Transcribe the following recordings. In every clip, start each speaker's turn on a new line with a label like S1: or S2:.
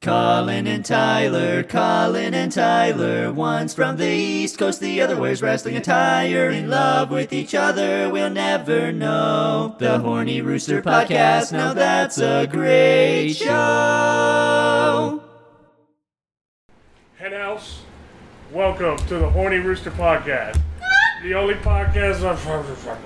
S1: Colin and Tyler, Colin and Tyler. One's from the East Coast, the other wears wrestling attire. In love with each other, we'll never know. The Horny Rooster Podcast, now that's a great show.
S2: Hen House, welcome to the Horny Rooster Podcast. The only podcast on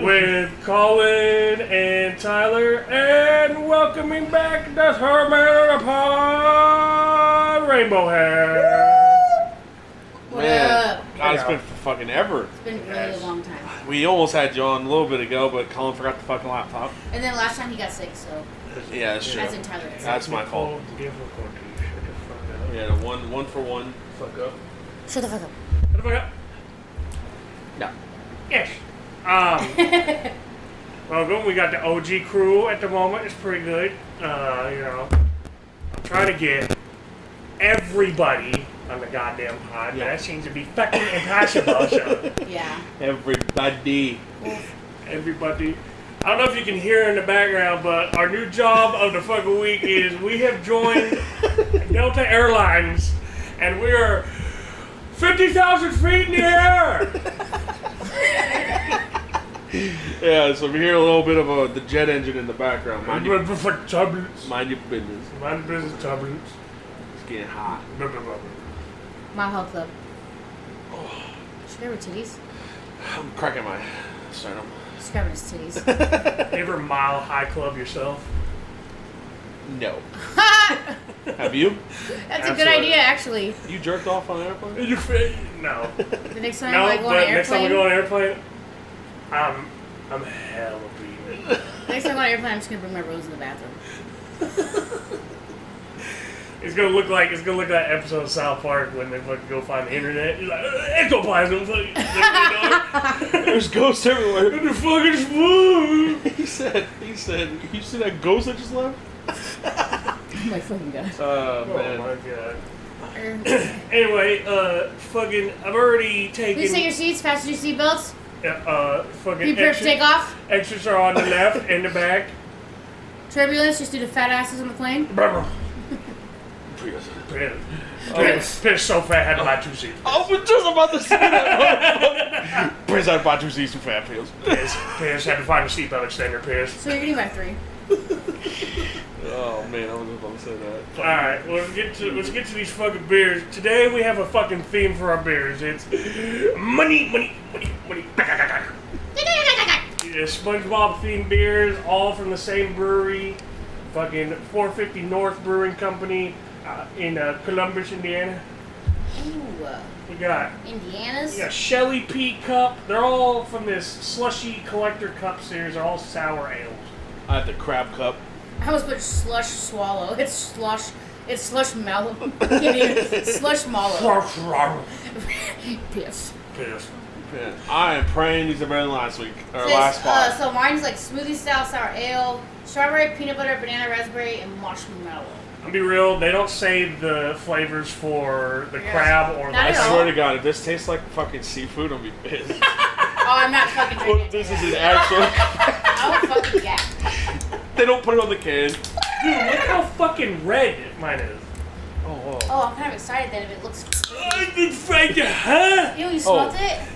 S2: with Colin and Tyler, and welcoming back the Herman upon Rainbow Hair.
S3: What
S4: Man,
S3: up?
S4: God, it's been fucking ever.
S3: uh, It's been a
S2: Yes.
S3: really long time.
S4: We almost had you on a little bit ago, but Colin forgot the fucking laptop.
S3: And then last time he got sick, so
S4: Yeah, that's true.
S3: as in Tyler. got sick.
S4: That's my
S2: Oh,
S4: fault.
S2: Difficulty. Shut the fuck up.
S4: Yeah, the one one for one. Fuck up.
S3: Shut the fuck up.
S2: Shut the fuck up.
S4: No.
S2: Yes. Um, welcome. We got the OG crew at the moment. It's pretty good. Uh, you know, I'm trying to get everybody on the goddamn pod, but
S4: Yeah.
S2: that seems to be fucking impossible. so
S3: Yeah.
S4: Everybody.
S2: everybody. I don't know if you can hear in the background, but our new job of the fucking week is we have joined Delta Airlines, and we are fifty thousand feet in the air.
S4: Yeah, so we hear a little bit of uh the jet engine in the background. Mind your,
S2: Remember for turbulence.
S4: mind your business.
S2: Mind business turbulence.
S4: It's getting hot.
S2: Blah, blah, blah, blah.
S3: My hall club. Should grab her titties.
S4: I'm cracking my sternum.
S3: Just grab her titties.
S2: You ever mile high club yourself?
S4: No.
S3: Ha!
S4: Have you?
S3: That's a good
S2: Absolutely.
S3: idea, actually.
S4: You jerked off on an airplane?
S2: You fit? No.
S3: The next time
S2: no,
S3: I go on an
S2: but next time we
S3: airplane,
S2: go on an airplane, I'm, I'm hella beaten.
S3: next time I go on an airplane, I'm just gonna bring my rose in the bathroom.
S2: It's gonna look like it's gonna look like that episode of South Park when they fucking go find the internet. It's like "Uh, ectoplasm. fucking-
S4: There's ghosts everywhere.
S2: The fucking smooth.
S4: He said, he said, you see that ghost that just left?
S3: Oh my fucking god.
S4: Uh,
S2: Oh my god.
S3: Er,
S2: Anyway, uh, fucking, I've already taken.
S3: Please take your seats, fasten your seatbelts.
S2: uh, fucking.
S3: Be prepared to
S2: extra-
S3: take off.
S2: Extras are on the left and the back.
S3: Turbulence, just due to fat asses on the plane.
S2: Brr,
S4: Prius.
S2: brr. Piss, piss so fat, had to buy two seats.
S4: I was just about to say that. motherfucker. Prince out bought two seats from Fat Pills.
S2: Piss, piss, had to find a seatbelt extender. Piss.
S3: So you're getting by three.
S4: Oh man, I was just about to say that.
S2: All right, well, let's get to let's get to these fucking beers. Today we have a fucking theme for our beers. It's money, money, money, money. Yeah, SpongeBob themed beers, all from the same brewery, fucking 450 North Brewing Company uh, in uh, Columbus, Indiana.
S3: Ooh, uh,
S2: We got
S3: Indiana's.
S2: we got Shelly P Cup. They're all from this slushy collector cup series. They're all sour ales.
S4: I had the crab cup.
S3: I almost put slush swallow. It's slush. It's slush mallow. slush mallow. Piss.
S2: Piss.
S4: Man, I am praying these are better than last week or
S3: This,
S4: last
S3: uh,
S4: spot.
S3: so mine's like smoothie style sour ale, strawberry, peanut butter, banana, raspberry, and marshmallow.
S2: I'll be real. They don't save the flavors for the
S3: Yes.
S2: crab or
S3: Not
S4: I
S2: the.
S3: at all.
S4: swear to God, if this tastes like fucking seafood, I'm gonna be pissed.
S3: Oh, I'm not fucking drinking. it.
S4: What if this is an actual.
S3: I would fucking gag.
S4: they don't put it on the can.
S2: Dude, look how fucking red mine is.
S4: Oh,
S3: Oh, I'm kind of excited that if it looks.
S2: I did find your huh?
S3: Ew, you smelt
S4: Oh.
S3: it?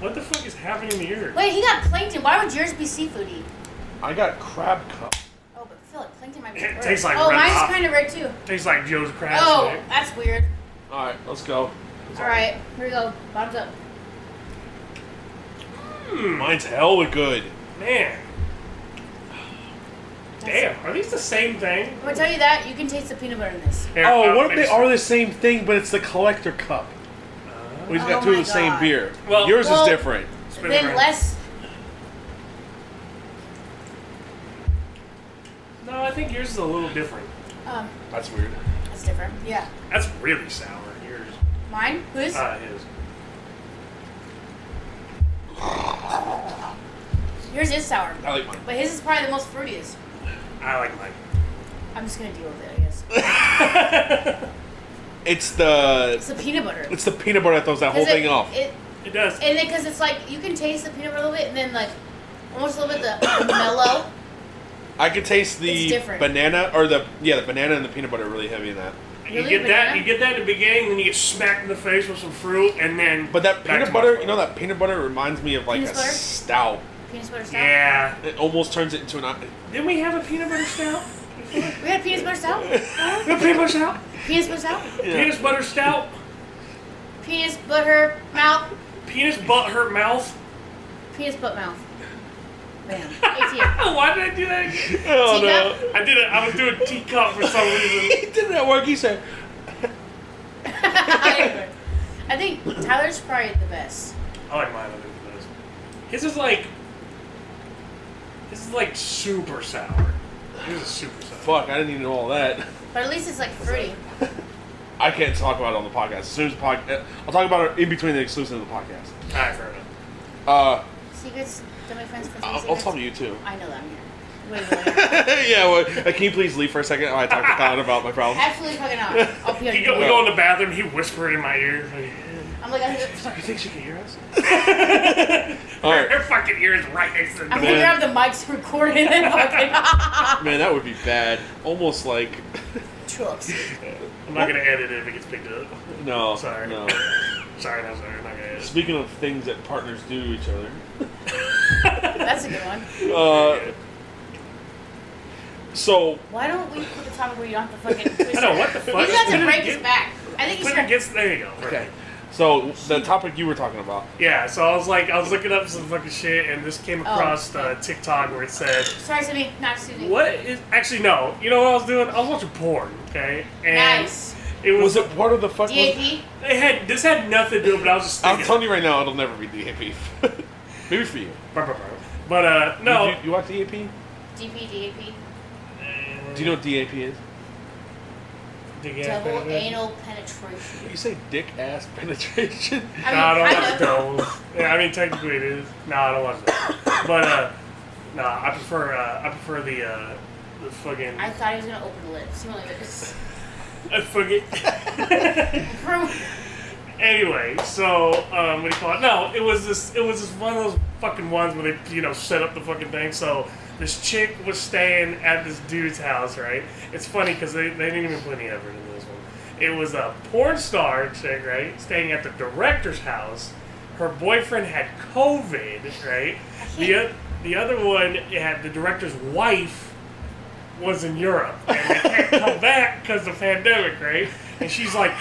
S2: What the fuck is happening in the ear?
S3: Wait, he got plankton. Why would yours be seafoody?
S4: I got crab cup.
S3: Oh, but I feel like plankton might be.
S2: It
S3: red.
S2: tastes like
S3: Oh,
S2: red
S3: mine's
S2: hot.
S3: kind of red too.
S2: Tastes like Joe's crab
S3: Oh,
S2: Stick.
S3: that's weird.
S4: All right, let's go.
S3: All right, here we go. Bottoms up.
S4: Mine's hella good.
S2: Man. Damn, are these the same thing?
S3: I'm gonna tell you that you can taste the peanut butter in this.
S4: Oh,
S2: Here, uh, it's-
S4: the same thing, but it's the collector cup? We just got
S3: Oh
S4: two of
S3: my
S4: the same
S3: God.
S4: beer.
S2: Well-
S4: Yours
S3: Well-
S4: is different.
S2: Spin it
S3: Then
S2: around.
S3: less.
S2: No, I think yours is a little different.
S3: Um,
S4: That's weird.
S3: that's different. Yeah.
S2: That's really sour. Yours.
S3: Mine? Whose?
S2: Uh, his.
S3: Yours is sour.
S4: I like mine.
S3: But his is probably the most fruitiest.
S2: I like mine.
S3: I'm just gonna deal with it, I guess.
S4: It's the
S3: It's the peanut butter.
S4: it's the peanut butter that throws that whole
S3: 'Cause it-
S4: thing off.
S3: It,
S2: It does.
S3: and then, because it's like, you can taste the peanut butter a little bit, and then, like, almost a little bit the mellow.
S4: I could taste
S3: It's
S4: the
S3: different.
S4: banana or the yeah the banana and the peanut butter are really heavy in that.
S2: You
S3: Really,
S2: get that.
S3: banana?
S2: You get that at the beginning, then you get smacked in the face with some fruit, and then.
S4: But
S2: back
S4: that
S2: to
S4: peanut
S2: my
S4: butter,
S2: phone.
S4: you know that peanut butter reminds me of like
S3: Peanut
S4: a
S3: butter?
S4: stout.
S3: Peanut butter stout.
S2: Yeah.
S4: It almost turns it into an. uh,
S2: Didn't we have a peanut butter stout?
S3: We had peanut butter stout.
S2: We had peanut butter stout.
S3: Peanut butter stout.
S2: Peanut butter stout.
S3: Penis butter mouth.
S2: Penis butt hurt mouth.
S3: Penis butt mouth. Bam. ATM.
S2: Oh, why did I do that again?
S4: Oh
S3: Teacup?
S2: I did it. I was doing teacup for some reason.
S4: he did it at work. He said,
S3: I think Tyler's probably the best.
S2: I like mine other than this. His is like. This is like super sour. This is super sour.
S4: "Fuck, I didn't even know all that."
S3: But at least it's like fruity.
S4: I can't talk about it on the podcast. As soon as the podcast, I'll talk about it in between the exclusive of the podcast.
S2: Alright, fair enough.
S4: Uh,
S3: Secrets. Don't make friends for
S4: I'll, I'll tell you too.
S3: I know that I'm here. Wait, wait, wait.
S4: yeah, well, uh, can you please leave for a second? I talked to Colin about my problem.
S3: Absolutely fucking not. I'll pee on
S2: He go, we
S3: you.
S2: go in the bathroom, he whispered in my ear. Like,
S3: I'm like, I'm
S4: You think she can hear us? All right,
S2: Her fucking ear is right next to the
S3: I'm
S2: door.
S3: gonna
S4: Man.
S3: grab the mics recorded and then fucking
S4: man, that would be bad. Almost like
S3: trucks.
S2: I'm not gonna edit it if it gets picked up.
S4: no,
S2: Sorry.
S4: no.
S2: Sorry, no, sorry, I'm not gonna edit.
S4: Speaking of things that partners do to each other,
S3: That's a good one.
S4: uh, so
S3: Why don't we put the topic where you don't have to fucking twist
S2: I know,
S3: it?
S2: what the fuck?
S3: You just have
S2: Put it
S3: to break
S2: again.
S3: his back. I think you
S2: Put it
S3: should.
S2: against there you go.
S4: okay, so the topic you were talking about.
S2: Yeah, so I was like, I was looking up some fucking shit, and this came
S3: Oh.
S2: across uh, TikTok where it said,
S3: Sorry, Sydney. Not Sydney.
S2: "What is actually no? You know what I was doing? I was watching porn. Okay, and
S3: Nice.
S2: it was,
S4: Was it part of the fuck? Was,
S3: DAP?
S2: it had this had nothing to do, with it, but I was just
S4: I'm
S2: thinking.
S4: telling you right now, it'll never be DAP. Maybe for you.
S2: Brr, brr, brr. But uh, no,
S4: You, you watch DAP? Do
S3: DP, DAP.
S4: you know what DAP is?
S2: Dig ass
S3: Double
S2: baby.
S3: anal penetration.
S4: You say dick ass penetration.
S3: I
S2: Nah, I
S3: mean,
S2: don't
S3: kind
S2: watch
S3: of.
S2: those. Yeah, I mean, technically it is. No, I don't watch that. But uh, no, I prefer uh, I prefer the uh, the fucking
S3: I thought he was gonna open the lips. He only lips.
S2: I fucking.
S3: From-
S2: Anyway, so um, what do you call it? No, it was this. It was this one of those fucking ones where they, you know, set up the fucking thing. So this chick was staying at this dude's house, right? It's funny because they, they didn't even put any effort into this one. It was a porn star chick, right, staying at the director's house. Her boyfriend had COVID, right? The o- the other one had the director's wife was in Europe and they can't come back because of the pandemic, right? And she's like,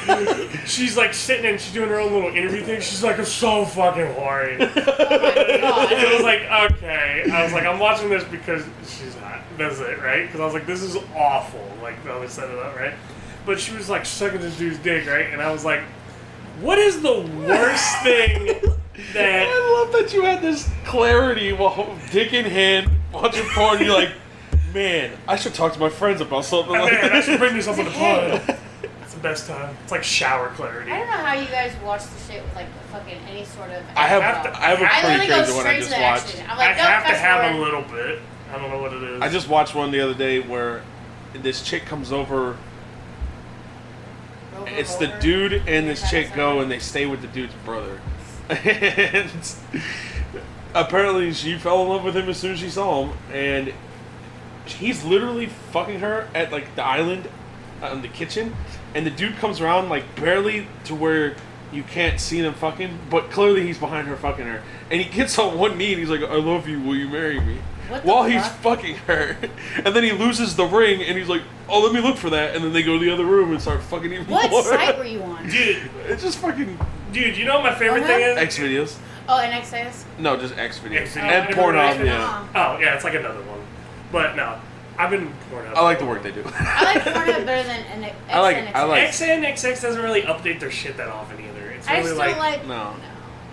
S2: she's like sitting and she's doing her own little interview thing. She's like, I'm so fucking horny. And
S3: oh my god.
S2: I was like, okay. I was like, I'm watching this because she's hot. That's it, right? Because I was like, this is awful. Like, they always set it up, right? But she was like sucking this dude's dick, right? And I was like, what is the worst thing that
S4: I love that you had this clarity while dick in hand watching porn. You're like, man, I should talk to my friends about something
S2: I,
S4: like
S2: mean, I
S4: that.
S2: should bring this up on the pod? It's the best time. It's like shower clarity.
S3: I don't know how you guys watch the shit with like fucking any sort of.
S4: I have-
S3: alcohol.
S4: I have a
S3: I
S4: pretty
S3: literally go
S4: crazy one I
S3: straight to
S4: just
S3: the
S4: watched.
S3: action. I'm
S2: I
S3: like, no,
S2: have to
S3: fast
S2: have a
S3: forward.
S2: little bit. I don't know what it is.
S4: I just watched one the other day where this chick comes over.
S3: Rover,
S4: It's the
S3: rover.
S4: dude and this chick go, and they stay with the dude's brother. And apparently, she fell in love with him as soon as she saw him, and he's literally fucking her at like the island uh, in the kitchen and the dude comes around like barely to where you can't see them fucking but clearly he's behind her fucking her and he gets on one knee and he's like i love you will you marry me
S3: What the
S4: while he's
S3: fuck?
S4: fucking her and then he loses the ring and he's like oh let me look for that and then they go to the other room and start fucking even
S3: What
S4: more
S3: site were you on?
S2: dude,
S4: it's just fucking
S2: dude, you know what my favorite thing is?
S4: x videos
S3: Oh, and XS?
S4: no just x videos
S2: X videos.
S4: and
S2: Oh,
S4: pornhub
S2: right.
S4: Um, yeah
S2: Oh yeah, it's like another one. But no, I've been torn up.
S4: i like the work they do
S3: I like Pornhub better than an X
S4: I like-
S3: and
S4: I like-
S2: XNXX doesn't really update their shit that often either. It's
S3: I
S2: really
S3: still
S2: like,
S3: like.
S4: no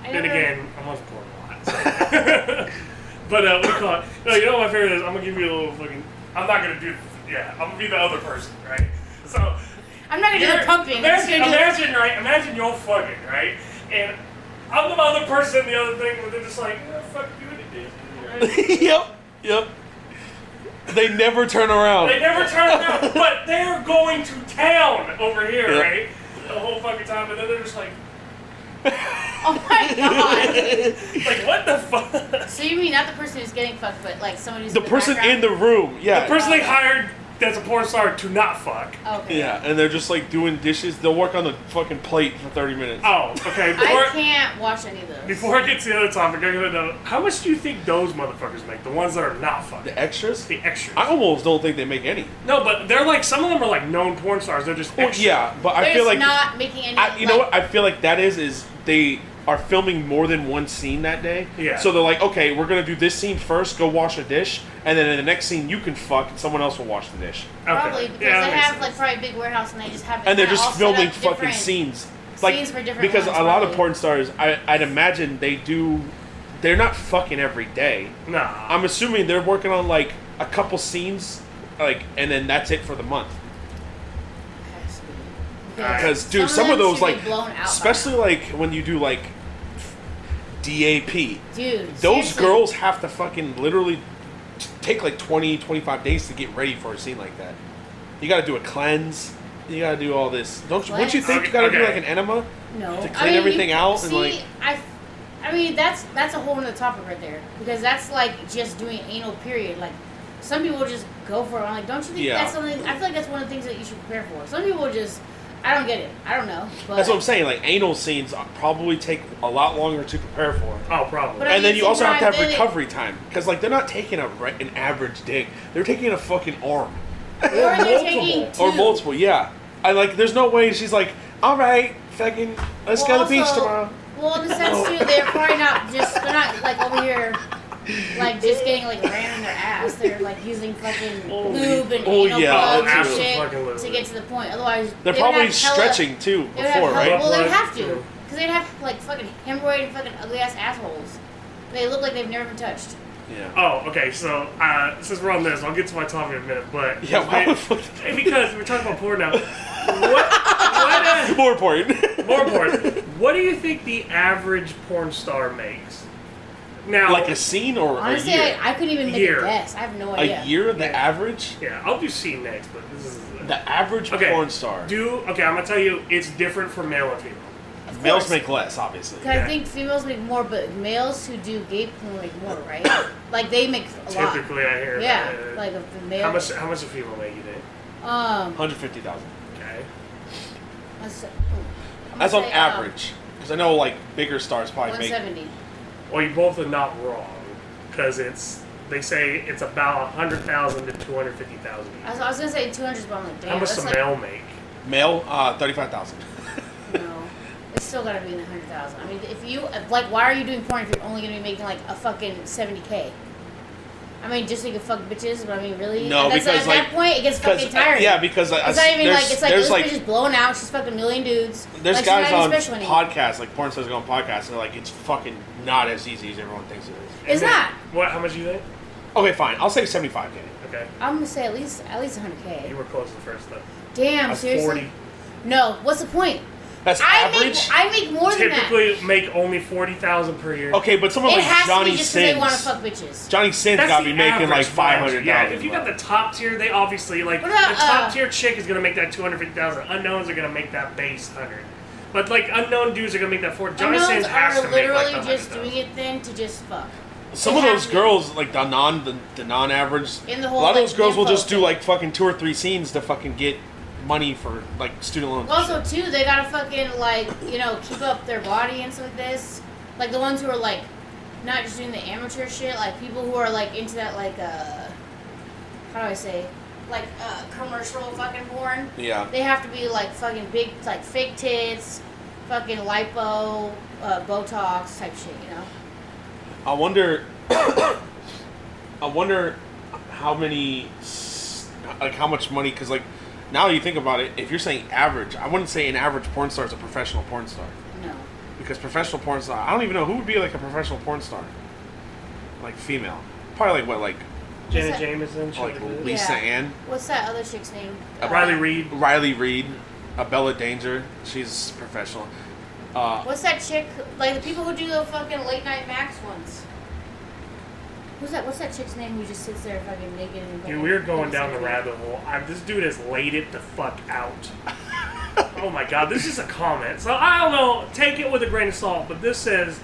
S3: I
S2: Then
S3: never-
S2: again, I'm on porn a lot. so- but uh, we call it. No, you know what my favorite is? I'm gonna give you a little fucking. I'm not gonna do. Yeah, I'm gonna be the other person, right? So
S3: I'm not gonna do
S2: You're-
S3: the pumping. I'm just
S2: Imagine,
S3: gonna do the-
S2: imagine, right? Imagine you're fucking, right? And I'm the other person, the other thing, where they're just like, "Yeah, fuck you, and it is," right?
S4: yep, yep. They never turn around.
S2: They never turn around, but they're going to town over here,
S4: Yeah.
S2: right? The whole fucking time, and then they're just like,
S3: Oh my god.
S2: Like what the fuck?
S3: So you mean not the person who's getting fucked, but like someone who's
S4: the person in the room. Yeah.
S2: The person they hired that's a porn star to not fuck.
S3: background? Okay.
S4: Yeah, and they're just like doing dishes. They'll work on the fucking plate for thirty minutes.
S2: Oh, okay.
S3: I
S2: Before
S3: can't watch any of those.
S2: before I get to the other topic, I'm gonna know how much do you think those motherfuckers make? The ones that are not fucking
S4: The extras?
S2: the extras.
S4: I almost don't think they make any.
S2: no, but they're like some of them are like known porn stars. They're just
S4: Well,
S2: extras.
S4: yeah, but
S3: They're
S4: I feel
S3: just
S4: like
S3: not making any.
S4: I, you know
S3: like-
S4: what? I feel like that is is they are filming more than one scene that day.
S2: Yeah.
S4: So they're like, okay, we're gonna do this scene first. Go wash a dish, and then in the next scene you can fuck, and someone else will wash the dish.
S2: Okay.
S3: Probably because
S2: Yeah, that
S3: they
S2: makes
S3: have
S2: sense.
S3: like probably a big warehouse and they just have. it
S4: and they're
S3: kinda all
S4: just
S3: set up
S4: filming fucking
S3: different-
S4: scenes. Like
S3: scenes for different
S4: because
S3: ones,
S4: a lot of
S3: probably.
S4: porn stars, I, I'd imagine they do. They're not fucking every day.
S2: Nah.
S4: I'm assuming they're working on like a couple scenes, like, and then that's it for the month.
S3: Has to be.
S4: Because dude, some, of
S3: them
S4: those
S3: should be
S4: like,
S3: blown out by
S4: especially like when you do like
S3: now.
S4: DAP,
S3: dude,
S4: those
S3: seriously.
S4: girls have to fucking literally t- take like 20, 25 days to get ready for a scene like that. You got to do a cleanse. You got to do all this. Don't you? Don't you think you got to do
S2: Okay.
S4: like an enema?
S3: No.
S4: to
S3: I
S4: clean
S3: mean,
S4: everything
S3: you,
S4: out and,
S3: See,
S4: like-
S3: I, I mean that's that's a whole nother topic right there because that's like just doing anal period. Like some people just go for it. I'm like, don't you think
S4: Yeah.
S3: that's something? I feel like that's one of the things that you should prepare for. Some people just, I don't get it. I don't know. But
S4: That's what I'm saying. Like anal scenes are- probably take a lot longer to prepare for.
S2: oh, probably.
S3: But I
S4: And then
S3: mean,
S4: you also have to have
S3: sometimes they-
S4: recovery time because like they're not taking a re- an average dick. They're taking a fucking arm
S3: Or they're taking two.
S4: or multiple. Yeah, I like. There's no way she's like, all right, fucking, let's
S3: Well,
S4: go to the beach
S3: also-
S4: tomorrow.
S3: Well, in the sense too, they're probably not just they're not like over here, like just getting like ran in their ass. They're like using fucking
S2: Oh,
S3: lube and
S4: oh,
S3: anal
S4: yeah,
S3: plugs and
S2: absolute fucking lube.
S3: shit to get to the point. Otherwise, they
S4: They're
S3: would
S4: probably
S3: have hella-
S4: stretching too
S3: they would have
S4: before,
S3: hella-
S4: right?
S3: Well, they'd
S2: Blood,
S3: have to,
S2: too.
S3: because they'd have like fucking hemorrhoid and fucking ugly ass assholes. They look like they've never been touched.
S4: Yeah.
S2: Oh, okay. So uh, since we're on this, I'll get to my topic in a minute. But
S4: Yeah. Why would fuck-
S2: because we're talking about porn now. What? what uh,
S4: More important.
S2: more porn. What do you think the average porn star makes? Now,
S4: like a scene or
S3: Honestly,
S4: a year.
S3: I, I couldn't even make
S2: Year.
S3: a guess. I have no
S4: A
S3: idea.
S4: year, the average,
S2: yeah, I'll do scene next, but this is
S4: the average
S2: okay.
S4: porn star.
S2: Do okay. I'm gonna tell you, it's different for male and female.
S3: Of
S4: Males
S3: course.
S4: make less, obviously.
S3: Because
S2: Yeah.
S3: I think females make more, but males who do gay porn make more, right? like they make a lot.
S2: Typically, I hear.
S3: Yeah,
S2: uh,
S3: like if the male.
S2: how much? How much a female make you think?
S3: Um,
S4: Hundred fifty thousand.
S2: Okay.
S3: that's,
S4: That's on average. Because I know like bigger stars
S3: um,
S4: probably
S3: One
S4: make.
S3: seventy.
S2: Well, you both are not wrong, because it's they say it's about hundred thousand to two hundred fifty thousand.
S3: I was, I was gonna say two hundred, but I'm like, damn,
S2: How much does
S3: that's
S2: a
S3: like
S2: male make?
S4: Male, uh, thirty-five thousand.
S3: no. It's still gotta be in the hundred thousand. I mean, if you if, like, why are you doing porn if you're only gonna be making like a fucking seventy k? I mean, just so you can fuck bitches, but I mean, really,
S4: No,
S3: that's,
S4: because,
S3: at
S4: like- uh,
S3: that point, it gets fucking tiring.
S4: yeah, because I,
S3: it's not even
S4: there's,
S3: like it's like
S4: there's
S3: this
S4: like
S3: bitch is blown out. She's fucking a million dudes.
S4: there's
S3: like, she's not
S4: guys
S3: even
S4: on
S3: special anymore.
S4: podcasts like porn stars go on podcasts and they're like it's fucking not as easy as everyone thinks it is.
S3: It's
S2: And then-
S3: not.
S2: What? How much do you think?
S4: Okay, fine. I'll say seventy-five k.
S2: Okay,
S3: I'm gonna say at least at least hundred
S2: you
S3: k.
S2: were close the first though.
S3: Damn,
S2: A
S3: seriously.
S2: forty.
S3: No, what's the point?
S4: That's
S3: I make
S4: average.
S3: I make more than that.
S2: Typically, make only forty thousand per year.
S4: okay, but someone
S3: It
S4: like
S3: has
S4: Johnny
S3: to be just because
S4: Sins.
S3: they want to fuck bitches.
S4: Johnny Sins
S2: That's
S4: got to
S2: the
S4: be making
S2: average
S4: like
S2: one.
S4: five hundred
S2: Yeah,
S4: thousand.
S2: if you got the top tier, they obviously like
S3: What about,
S2: the top
S3: uh,
S2: tier chick is gonna make that two hundred fifty thousand. Unknowns are gonna make that base hundred, but like unknown dudes are gonna make that four. Johnny
S3: Unknowns
S2: Sins has to
S3: are
S2: make
S3: literally
S2: like the
S3: just
S2: 100,000.
S3: doing it then to just fuck.
S4: Some of
S3: It
S4: those
S3: has-
S4: girls, like the non, the, the non-average,
S3: In the whole,
S4: a lot of
S3: like,
S4: those girls will
S3: info
S4: just do
S3: thing.
S4: like fucking two or three scenes to fucking get money for like student loans.
S3: Also, too, they gotta fucking like you know keep up their body and stuff like this. Like the ones who are like not just doing the amateur shit, like people who are like into that like uh how do I say like uh commercial fucking porn.
S4: yeah,
S3: They have to be like fucking big, like fake tits, fucking lipo, uh, Botox type shit, you know.
S4: I wonder, I wonder how many, s- like how much money, because like now you think about it, if you're saying average, I wouldn't say an average porn star is a professional porn star
S3: No.
S4: because professional porn star, I don't even know who would be like a professional porn star, like female, probably like what like
S2: Janet
S3: What's that?
S2: Jameson, shit
S4: Oh, like
S2: like that.
S4: Lisa
S3: Yeah.
S4: Ann.
S3: What's that other chick's name? Uh,
S2: Riley Reed.
S4: Riley Reed, Abella Danger. She's professional. Uh,
S3: What's that chick? Like the people who do the fucking late night max ones. Who's that? What's that chick's name who just sits there fucking naked and?
S2: Dude, we're going down the rabbit hole. I, this dude has laid it the fuck out. oh my god, this is a comment. So I don't know, take it with a grain of salt, but this says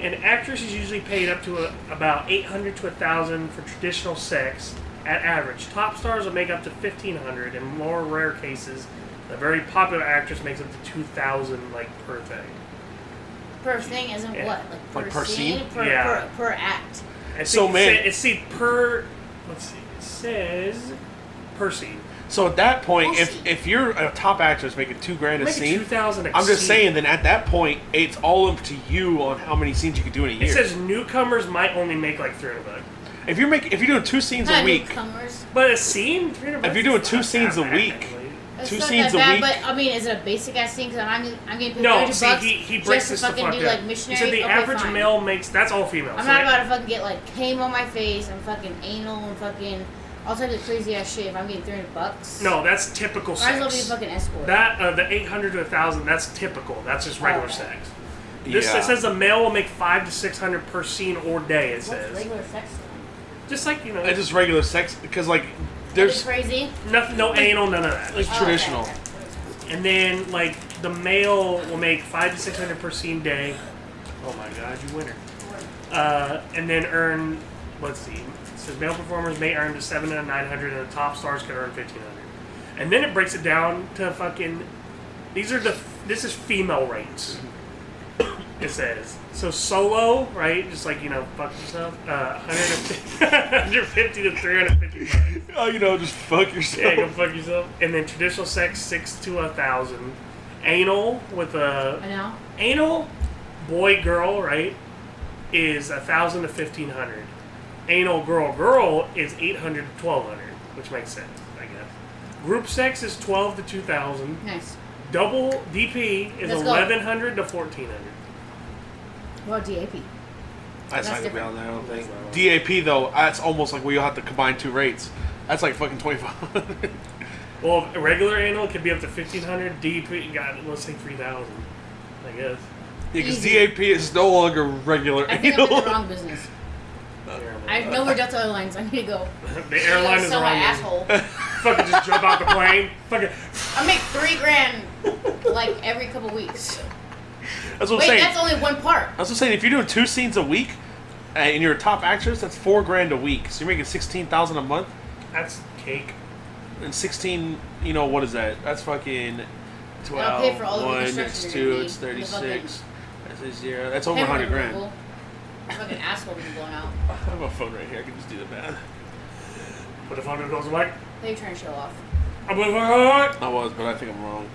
S2: an actress is usually paid up to a, about 800 to 1000 for traditional sex at average. Top stars will make up to 1500 in more rare cases. The very popular actress makes up to 2000 like per thing.
S3: Per thing isn't
S2: Yeah.
S3: what? Like per,
S4: Like per
S3: scene?
S4: scene?
S3: Per,
S2: Yeah.
S3: per, per act.
S2: I think
S4: So,
S2: it
S4: man-
S2: said- it see per let's see. It says per scene.
S4: So at that point,
S3: We'll
S4: if
S3: see.
S4: if you're a top actress making two grand a
S2: Make it
S4: scene,
S2: 2000 a
S4: I'm just
S2: scene.
S4: saying. Then at that point, it's all up to you on how many scenes you could do in a year.
S2: It says newcomers might only make like 300 bucks.
S4: if you're making, if you're doing two scenes a
S3: Not
S4: week,
S3: newcomers.
S2: But a scene? 300 bucks
S4: you're doing
S2: is
S4: two
S2: not
S4: scenes
S2: that
S4: a
S2: bad,
S4: week.
S2: actually.
S3: It's
S4: Two
S3: not
S4: scenes a
S3: that bad,
S4: week.
S3: But I mean, is it a basic ass scene? Because I'm I'm getting paid
S2: No,
S3: 30
S2: see,
S3: bucks
S2: he, he
S3: just
S2: breaks
S3: to
S2: this the
S3: fucking
S2: fuck
S3: do
S2: up.
S3: like
S2: he
S3: missionary.
S2: said the
S3: okay,
S2: average
S3: fine.
S2: male makes that's all females.
S3: I'm
S2: so
S3: not
S2: they-
S3: about to fucking get like came on my face and fucking anal and fucking all types of crazy ass shit. If I'm getting 300 bucks,
S2: No, that's typical
S3: might as well
S2: sex.
S3: be a fucking escort.
S2: that uh, the 800 to 1000 that's typical. That's just regular
S3: Oh.
S2: sex. This
S4: Yeah.
S2: it says uh, the male will make 5 to 600 per scene or day it
S3: What's
S2: says.
S3: regular sex? then?
S2: Just like, you know,
S4: it's just regular sex because like
S3: Is
S4: there's
S3: it crazy.
S2: nothing no anal none of that.
S4: like
S3: Oh,
S4: traditional.
S3: okay.
S2: And then like the male will make five to six hundred per scene day. Oh my god, you winner. Uh, and then earn let's see. It says male performers may earn to seven to nine hundred and the top stars could earn fifteen hundred. And then it breaks it down to fucking these are the this is female rates. It says. So solo, right? Just like, you know, fuck yourself. Uh, 150, 150 to 350 bucks.
S4: Oh, you know, just fuck yourself.
S2: Yeah, go fuck yourself. And then traditional sex, six to a thousand. Anal with
S3: I
S2: a
S3: know.
S2: anal boy girl right is a thousand to fifteen hundred. Anal girl girl is eight hundred to twelve hundred, which makes sense, I guess. Group sex is twelve to two thousand.
S3: Nice.
S2: Double DP is
S3: Let's go.
S2: eleven hundred to fourteen hundred.
S3: Well, DAP.
S4: That's,
S3: That's
S4: not gonna be
S3: different.
S4: on there. I don't think. DAP though, that's almost like where you'll have to combine two rates. That's like fucking twenty five hundred.
S2: Well, regular anal could be up to fifteen hundred. DP, God, let's say three thousand, I guess.
S4: Because
S3: Easy.
S4: DAP is no longer regular
S3: I think I'm in
S4: anal.
S3: the wrong business.
S2: Terrible.
S3: I know we're Delta Airlines. I need to go.
S2: the airline is the
S3: so my
S2: wrong. one.
S3: asshole.
S2: Fucking just jump out the plane. Fucking.
S3: I make three grand like every couple weeks.
S4: That's what I'm
S3: Wait,
S4: saying.
S3: that's only one part.
S4: I was just saying, if you're doing two scenes a week, uh, and you're a top actress, that's four grand a week. So you're making sixteen thousand a month,
S2: That's cake.
S4: and sixteen, you know, what is that? That's fucking twelve.
S3: pay for all the
S4: one,
S3: reconstruction
S4: it's
S3: you're gonna
S4: two,
S3: need
S4: it's
S3: for the
S4: thirty-six. That's a zero. That's over
S3: Hey,
S4: a hundred
S3: we're gonna
S4: grand.
S3: Google. My Fucking asshole being blown out.
S4: I have a phone right here. I can just do the math.
S2: But if I'm goes like,
S3: They trying to show off.
S2: I'm with my heart.
S4: I was, but I think I'm wrong.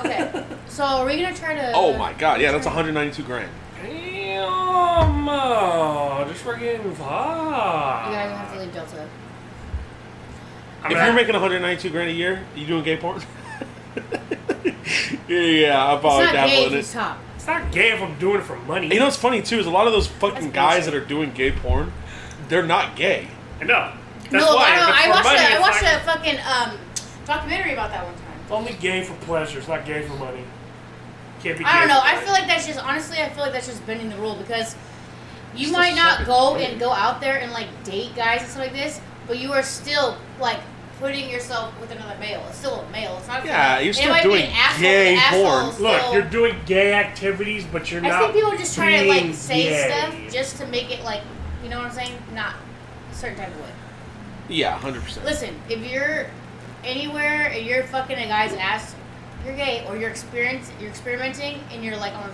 S3: Okay, so are we gonna try to?
S4: Oh my god, yeah, that's 192 grand.
S2: Damn, uh, just freaking fuck.
S3: You guys have to leave Delta.
S2: I
S4: if
S2: mean,
S4: you're making 192 grand a year, you doing gay porn? yeah, I
S3: It's
S4: probably
S3: not gay if
S4: dabble in
S3: he's
S4: it.
S3: top.
S2: it's not gay if I'm doing it for money.
S4: You know what's funny too is a lot of those fucking
S3: That's
S4: guys
S3: bullshit.
S4: that are doing gay porn, they're not gay.
S2: no. That's
S3: no,
S2: why.
S3: I,
S2: if
S3: don't-
S2: it's
S3: I
S2: for
S3: watched
S2: money,
S3: a, I
S2: it's
S3: watched
S2: not-
S3: a fucking um documentary about that one time.
S2: It's only gay for pleasure. It's not gay for money. Can't be.
S3: I
S2: gay
S3: don't know.
S2: for
S3: I
S2: money.
S3: feel like that's just honestly, I feel like that's just bending the rule because you
S4: Just a
S3: might not
S4: fucking
S3: go
S4: thing.
S3: and go out there and like date guys and stuff like this, but you are still like putting yourself with another male. It's still a male. It's not. a
S4: Yeah,
S3: female.
S4: you're
S3: It
S4: still
S3: might be
S4: doing
S3: an asshole,
S4: gay
S3: but
S4: porn.
S3: assholes
S2: Look,
S3: still-
S2: you're doing gay activities, but you're
S3: I
S2: not.
S3: think people are just trying to like
S2: being
S3: say
S2: gay.
S3: stuff just to make it like you know what I'm saying, not a certain type of way.
S4: Yeah, 100. percent
S3: Listen, if you're anywhere and you're fucking a guy's ass, you're gay, or you're experience you're experimenting and you're like on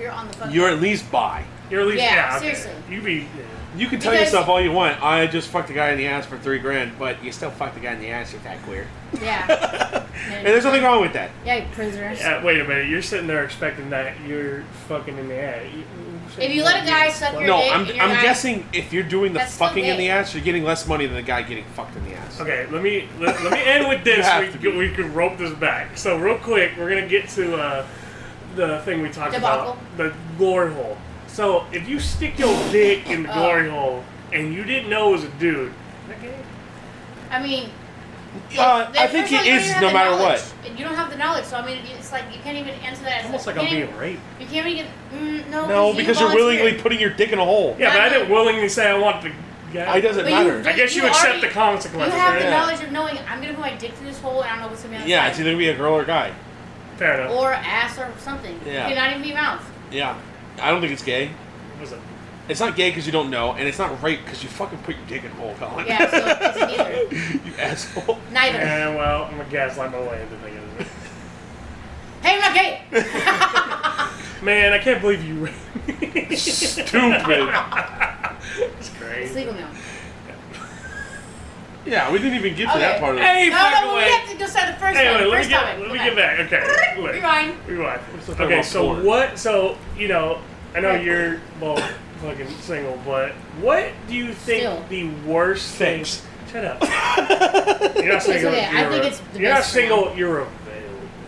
S3: you're on the fucking.
S4: You're at least bi.
S2: You're at least
S3: Yeah,
S2: yeah, okay.
S3: seriously.
S2: You be.
S4: You can tell
S3: Because-
S4: yourself all you want. I just fucked a guy in the ass for three grand, but you still fucked a guy in the ass. You're that queer.
S3: yeah,
S4: And there's nothing wrong with that.
S3: yeah, you prisoners.
S2: Yeah, Uh, wait a minute. You're sitting there expecting that you're fucking in the ass.
S3: If you let a guy suck your
S4: No,
S3: dick
S4: I'm,
S3: and you're
S4: I'm
S3: not-
S4: guessing if you're doing the
S3: That's still
S4: fucking in
S3: gay.
S4: the ass, you're getting less money than the guy getting fucked in the ass.
S2: Okay, let me let, let me end with
S4: You
S2: this.
S4: have to
S2: we,
S4: be.
S2: can, we can rope this back. So real quick, we're gonna get to uh, the thing we talked
S3: Debacle.
S2: about, the glory hole. So if you stick your dick in the
S3: Oh.
S2: glory hole and you didn't know it was a dude, okay,
S3: I mean.
S4: Uh,
S3: that-
S4: I think
S3: first of all,
S4: it
S3: you don't
S4: is
S3: even have
S4: no
S3: the
S4: matter
S3: knowledge.
S4: what.
S3: And You don't have the knowledge, so I mean, it's like you can't even answer
S2: it's
S3: that.
S2: almost
S3: as a-
S2: like I'm
S3: you can't
S2: being
S3: even-
S2: raped.
S3: You can't even get. Mm, no,
S4: No, because you're
S3: volunteered.
S4: willingly putting your dick in a hole.
S2: Yeah, but I
S3: Not
S2: didn't
S3: me.
S2: willingly say I want to Yeah.
S4: It doesn't
S3: But you-
S4: matter.
S2: I guess you,
S3: You
S2: accept
S3: already-
S2: the
S3: You
S2: consequences.
S3: have the
S4: Yeah.
S3: knowledge of knowing I'm gonna put my dick through this hole and I don't know what's gonna be on the
S4: yeah,
S3: side.
S4: it's either gonna be a girl or a guy.
S2: Fair enough.
S3: or ass or something.
S4: Yeah.
S3: It could not even be mouth.
S4: Yeah, I don't think it's gay.
S2: Was it-
S4: It's not gay because you don't know, and it's not rape because you fucking put your dick in a hole, Colin.
S3: Yeah, so it's neither.
S4: you asshole.
S3: Neither.
S2: Yeah, well, I'm gonna gaslight my way into thinking of it.
S3: Hey, I'm not gay.
S2: Man, I can't believe you. it's
S4: Stupid.
S2: crazy.
S3: It's legal now.
S4: Yeah, we didn't even get to that
S3: Okay.
S4: part of it.
S2: Hey,
S3: No,
S2: fuck
S3: no, but we
S2: away.
S3: have to just start the first
S2: Anyway,
S3: one.
S2: let
S3: First
S2: me get
S3: topic.
S2: let
S3: Go
S2: me
S3: back.
S2: get back. Okay, look.
S3: Rewind.
S2: Rewind.
S4: still talking
S2: Okay,
S4: about
S2: so
S4: porn.
S2: what? So you know, I know you're both fucking single, but what do you think
S3: Still.
S2: the worst thing?
S4: Thanks.
S2: Shut up. you're not single.
S3: okay. I
S2: You're
S3: think
S2: a-
S3: it's the
S2: you're not
S3: best thing.
S2: single. You're available.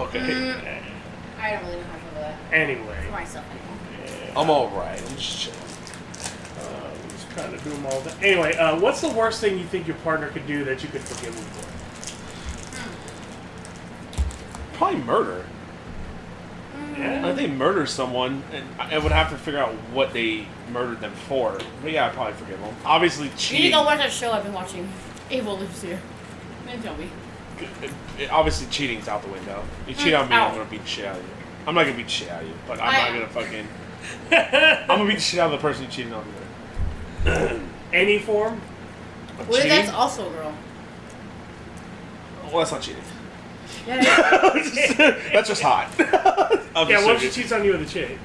S4: Okay,
S3: Mm, I don't really know how to feel about that for
S2: Anyway,
S3: myself anymore.
S4: I'm all right. I'm just chilling.
S2: uh, just trying to do them all. Day. Anyway, uh, what's the worst thing you think your partner could do that you could forgive them for?
S4: Probably murder.
S3: Hmm.
S4: I think murder someone, and I I would have to figure out what they murdered them for. But yeah, I probably forgive them. Obviously,
S3: You need
S4: cheating.
S3: to go watch that show I've been watching. Abel lives here. And tell me.
S4: Obviously, cheating's out the window. You cheat
S3: Mm,
S4: on me,
S3: out.
S4: I'm gonna beat the shit out of you. I'm not gonna beat the shit out of you, but I'm
S3: I-
S4: not gonna fucking. I'm gonna beat the shit out of the person you cheated on me with.
S2: Any form?
S4: But
S3: What if
S4: cheating?
S3: that's also a girl?
S4: Well, that's not cheating.
S3: Yeah.
S4: that's just hot. I'm
S2: Yeah,
S4: just
S2: what if she
S4: serious.
S2: cheats on you with a chick?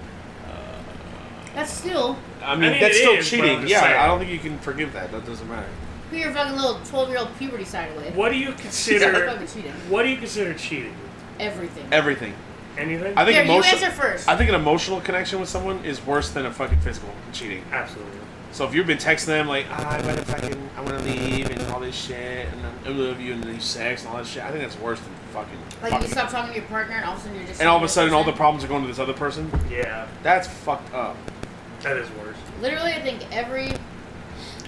S3: that's still.
S4: I mean,
S2: I mean,
S4: that's
S2: it
S4: still
S2: is, but I'm
S4: cheating.
S2: just
S4: Yeah,
S2: saying.
S4: I don't think you can forgive that. That doesn't matter.
S3: Put your fucking little 12 year old puberty side away.
S2: What do you
S3: That's
S2: consider?
S3: fucking cheating.
S2: What do you consider cheating?
S3: Everything.
S4: Everything.
S2: Anything?
S4: I think
S3: Here,
S4: emotion-
S3: you answer first.
S4: I think an emotional connection with someone is worse than a fucking physical cheating.
S2: Absolutely.
S4: So if you've been texting them like, ah, I wanna fucking, I wanna leave and all this shit, and I love you and then you sex and all that shit, I think that's worse than fucking.
S3: like,
S4: fucking-
S3: you stop talking to your partner and all of a sudden you're just.
S4: and all of a sudden, all the
S3: problems.
S4: problems are going to this other person.
S2: Yeah,
S4: That's fucked up.
S2: that is worse.
S3: Literally, I think every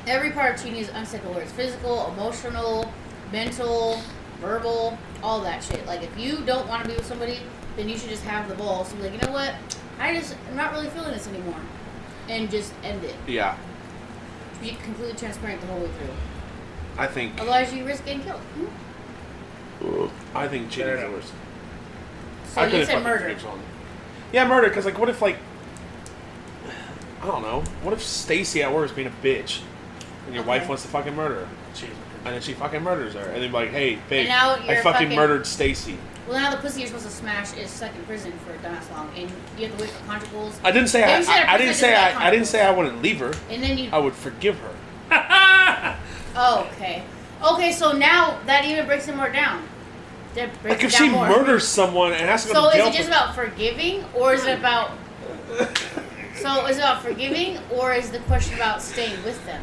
S3: every part of cheating is unacceptable. Whether it's physical, emotional, mental, verbal, all that shit. Like, if you don't want to be with somebody, then you should just have the balls to be like, you know what? I just I'm not really feeling this anymore, and just end it.
S4: Yeah,
S3: Be completely transparent the whole way through.
S4: I think.
S3: Otherwise, you risk getting killed. Hmm?
S4: I think cheating is
S2: Fair
S4: the
S2: enough.
S4: worst.
S3: So
S4: I
S3: you
S4: couldn't
S3: said
S4: fucking
S3: murder.
S4: forgive someone. Yeah, murder. Because like, what if like, I don't know. What if Stacy at work is being a bitch, and your wife
S3: Okay.
S4: wants to fucking murder her,
S2: Cheating.
S4: and then she fucking murders her, and then be like, hey, babe,
S3: now
S4: I
S3: you're
S4: fucking,
S3: fucking-
S4: murdered Stacy.
S3: Well, now the pussy you're supposed to smash is stuck in prison for God knows long, and you have to wait for conjugals.
S4: I didn't say
S3: Maybe
S4: I,
S3: she had a
S4: I, I didn't
S3: person
S4: say
S3: just
S4: I, I didn't
S3: iconic.
S4: say I wouldn't leave her.
S3: And then you
S4: I would forgive her.
S3: Oh, Okay. Okay, so now that even breaks it more down. That breaks
S4: Like
S3: it
S4: if
S3: down
S4: she
S3: more.
S4: murders someone and has to go
S3: So
S4: to
S3: is
S4: jail.
S3: it just about forgiving or is it about So is it about forgiving or is the question about staying with them?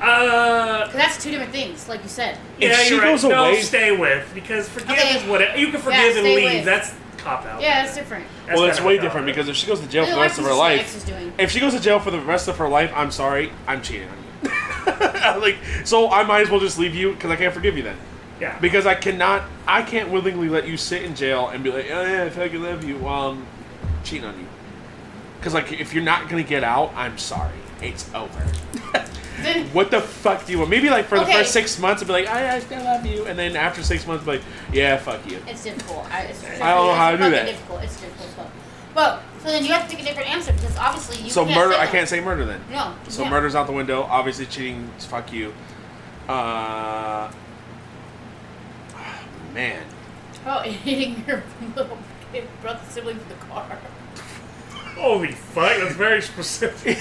S2: Uh,
S3: 'Cause that's two different things, like you said.
S4: If
S2: yeah,
S4: she
S2: you're
S4: goes
S2: right.
S4: away-
S2: No, stay with because forgive
S3: Okay.
S2: is what you can forgive
S3: Yeah,
S2: and
S3: stay
S2: leave.
S3: with.
S2: That's cop out.
S3: Yeah, that's different.
S4: well, that's
S2: kinda
S4: way
S2: cop
S4: different
S2: out.
S4: because if she goes to jail for
S3: Well,
S4: the rest of
S3: that's
S4: her
S3: what my
S4: life,
S3: ex is doing.
S4: if she goes to jail for the rest of her life, I'm sorry, I'm cheating on you. like, so I might as well just leave you because I can't forgive you then.
S2: yeah,
S4: Because I cannot, I can't willingly let you sit in jail and be like, oh yeah, if I can love you while I'm cheating on you. Because like, if you're not gonna get out, I'm sorry, it's over.
S3: Then
S4: what the fuck do you want? Maybe like for the
S3: Okay.
S4: first six months, I'd be like, I, I still love you, and then after six months, be like, yeah, fuck you.
S3: it's difficult. I, it's
S4: I don't know how to do
S3: fucking
S4: that.
S3: Difficult. It's difficult. as fuck. But so then you have to pick a different answer because obviously you
S4: so
S3: can't
S4: murder,
S3: say
S4: I
S3: that.
S4: can't say murder then.
S3: No. you
S4: So
S3: can't.
S4: murder's out the window. Obviously, cheating. Fuck you. Uh, man,
S3: Oh, hitting your little brother sibling with the car.
S2: holy fuck, that's very specific.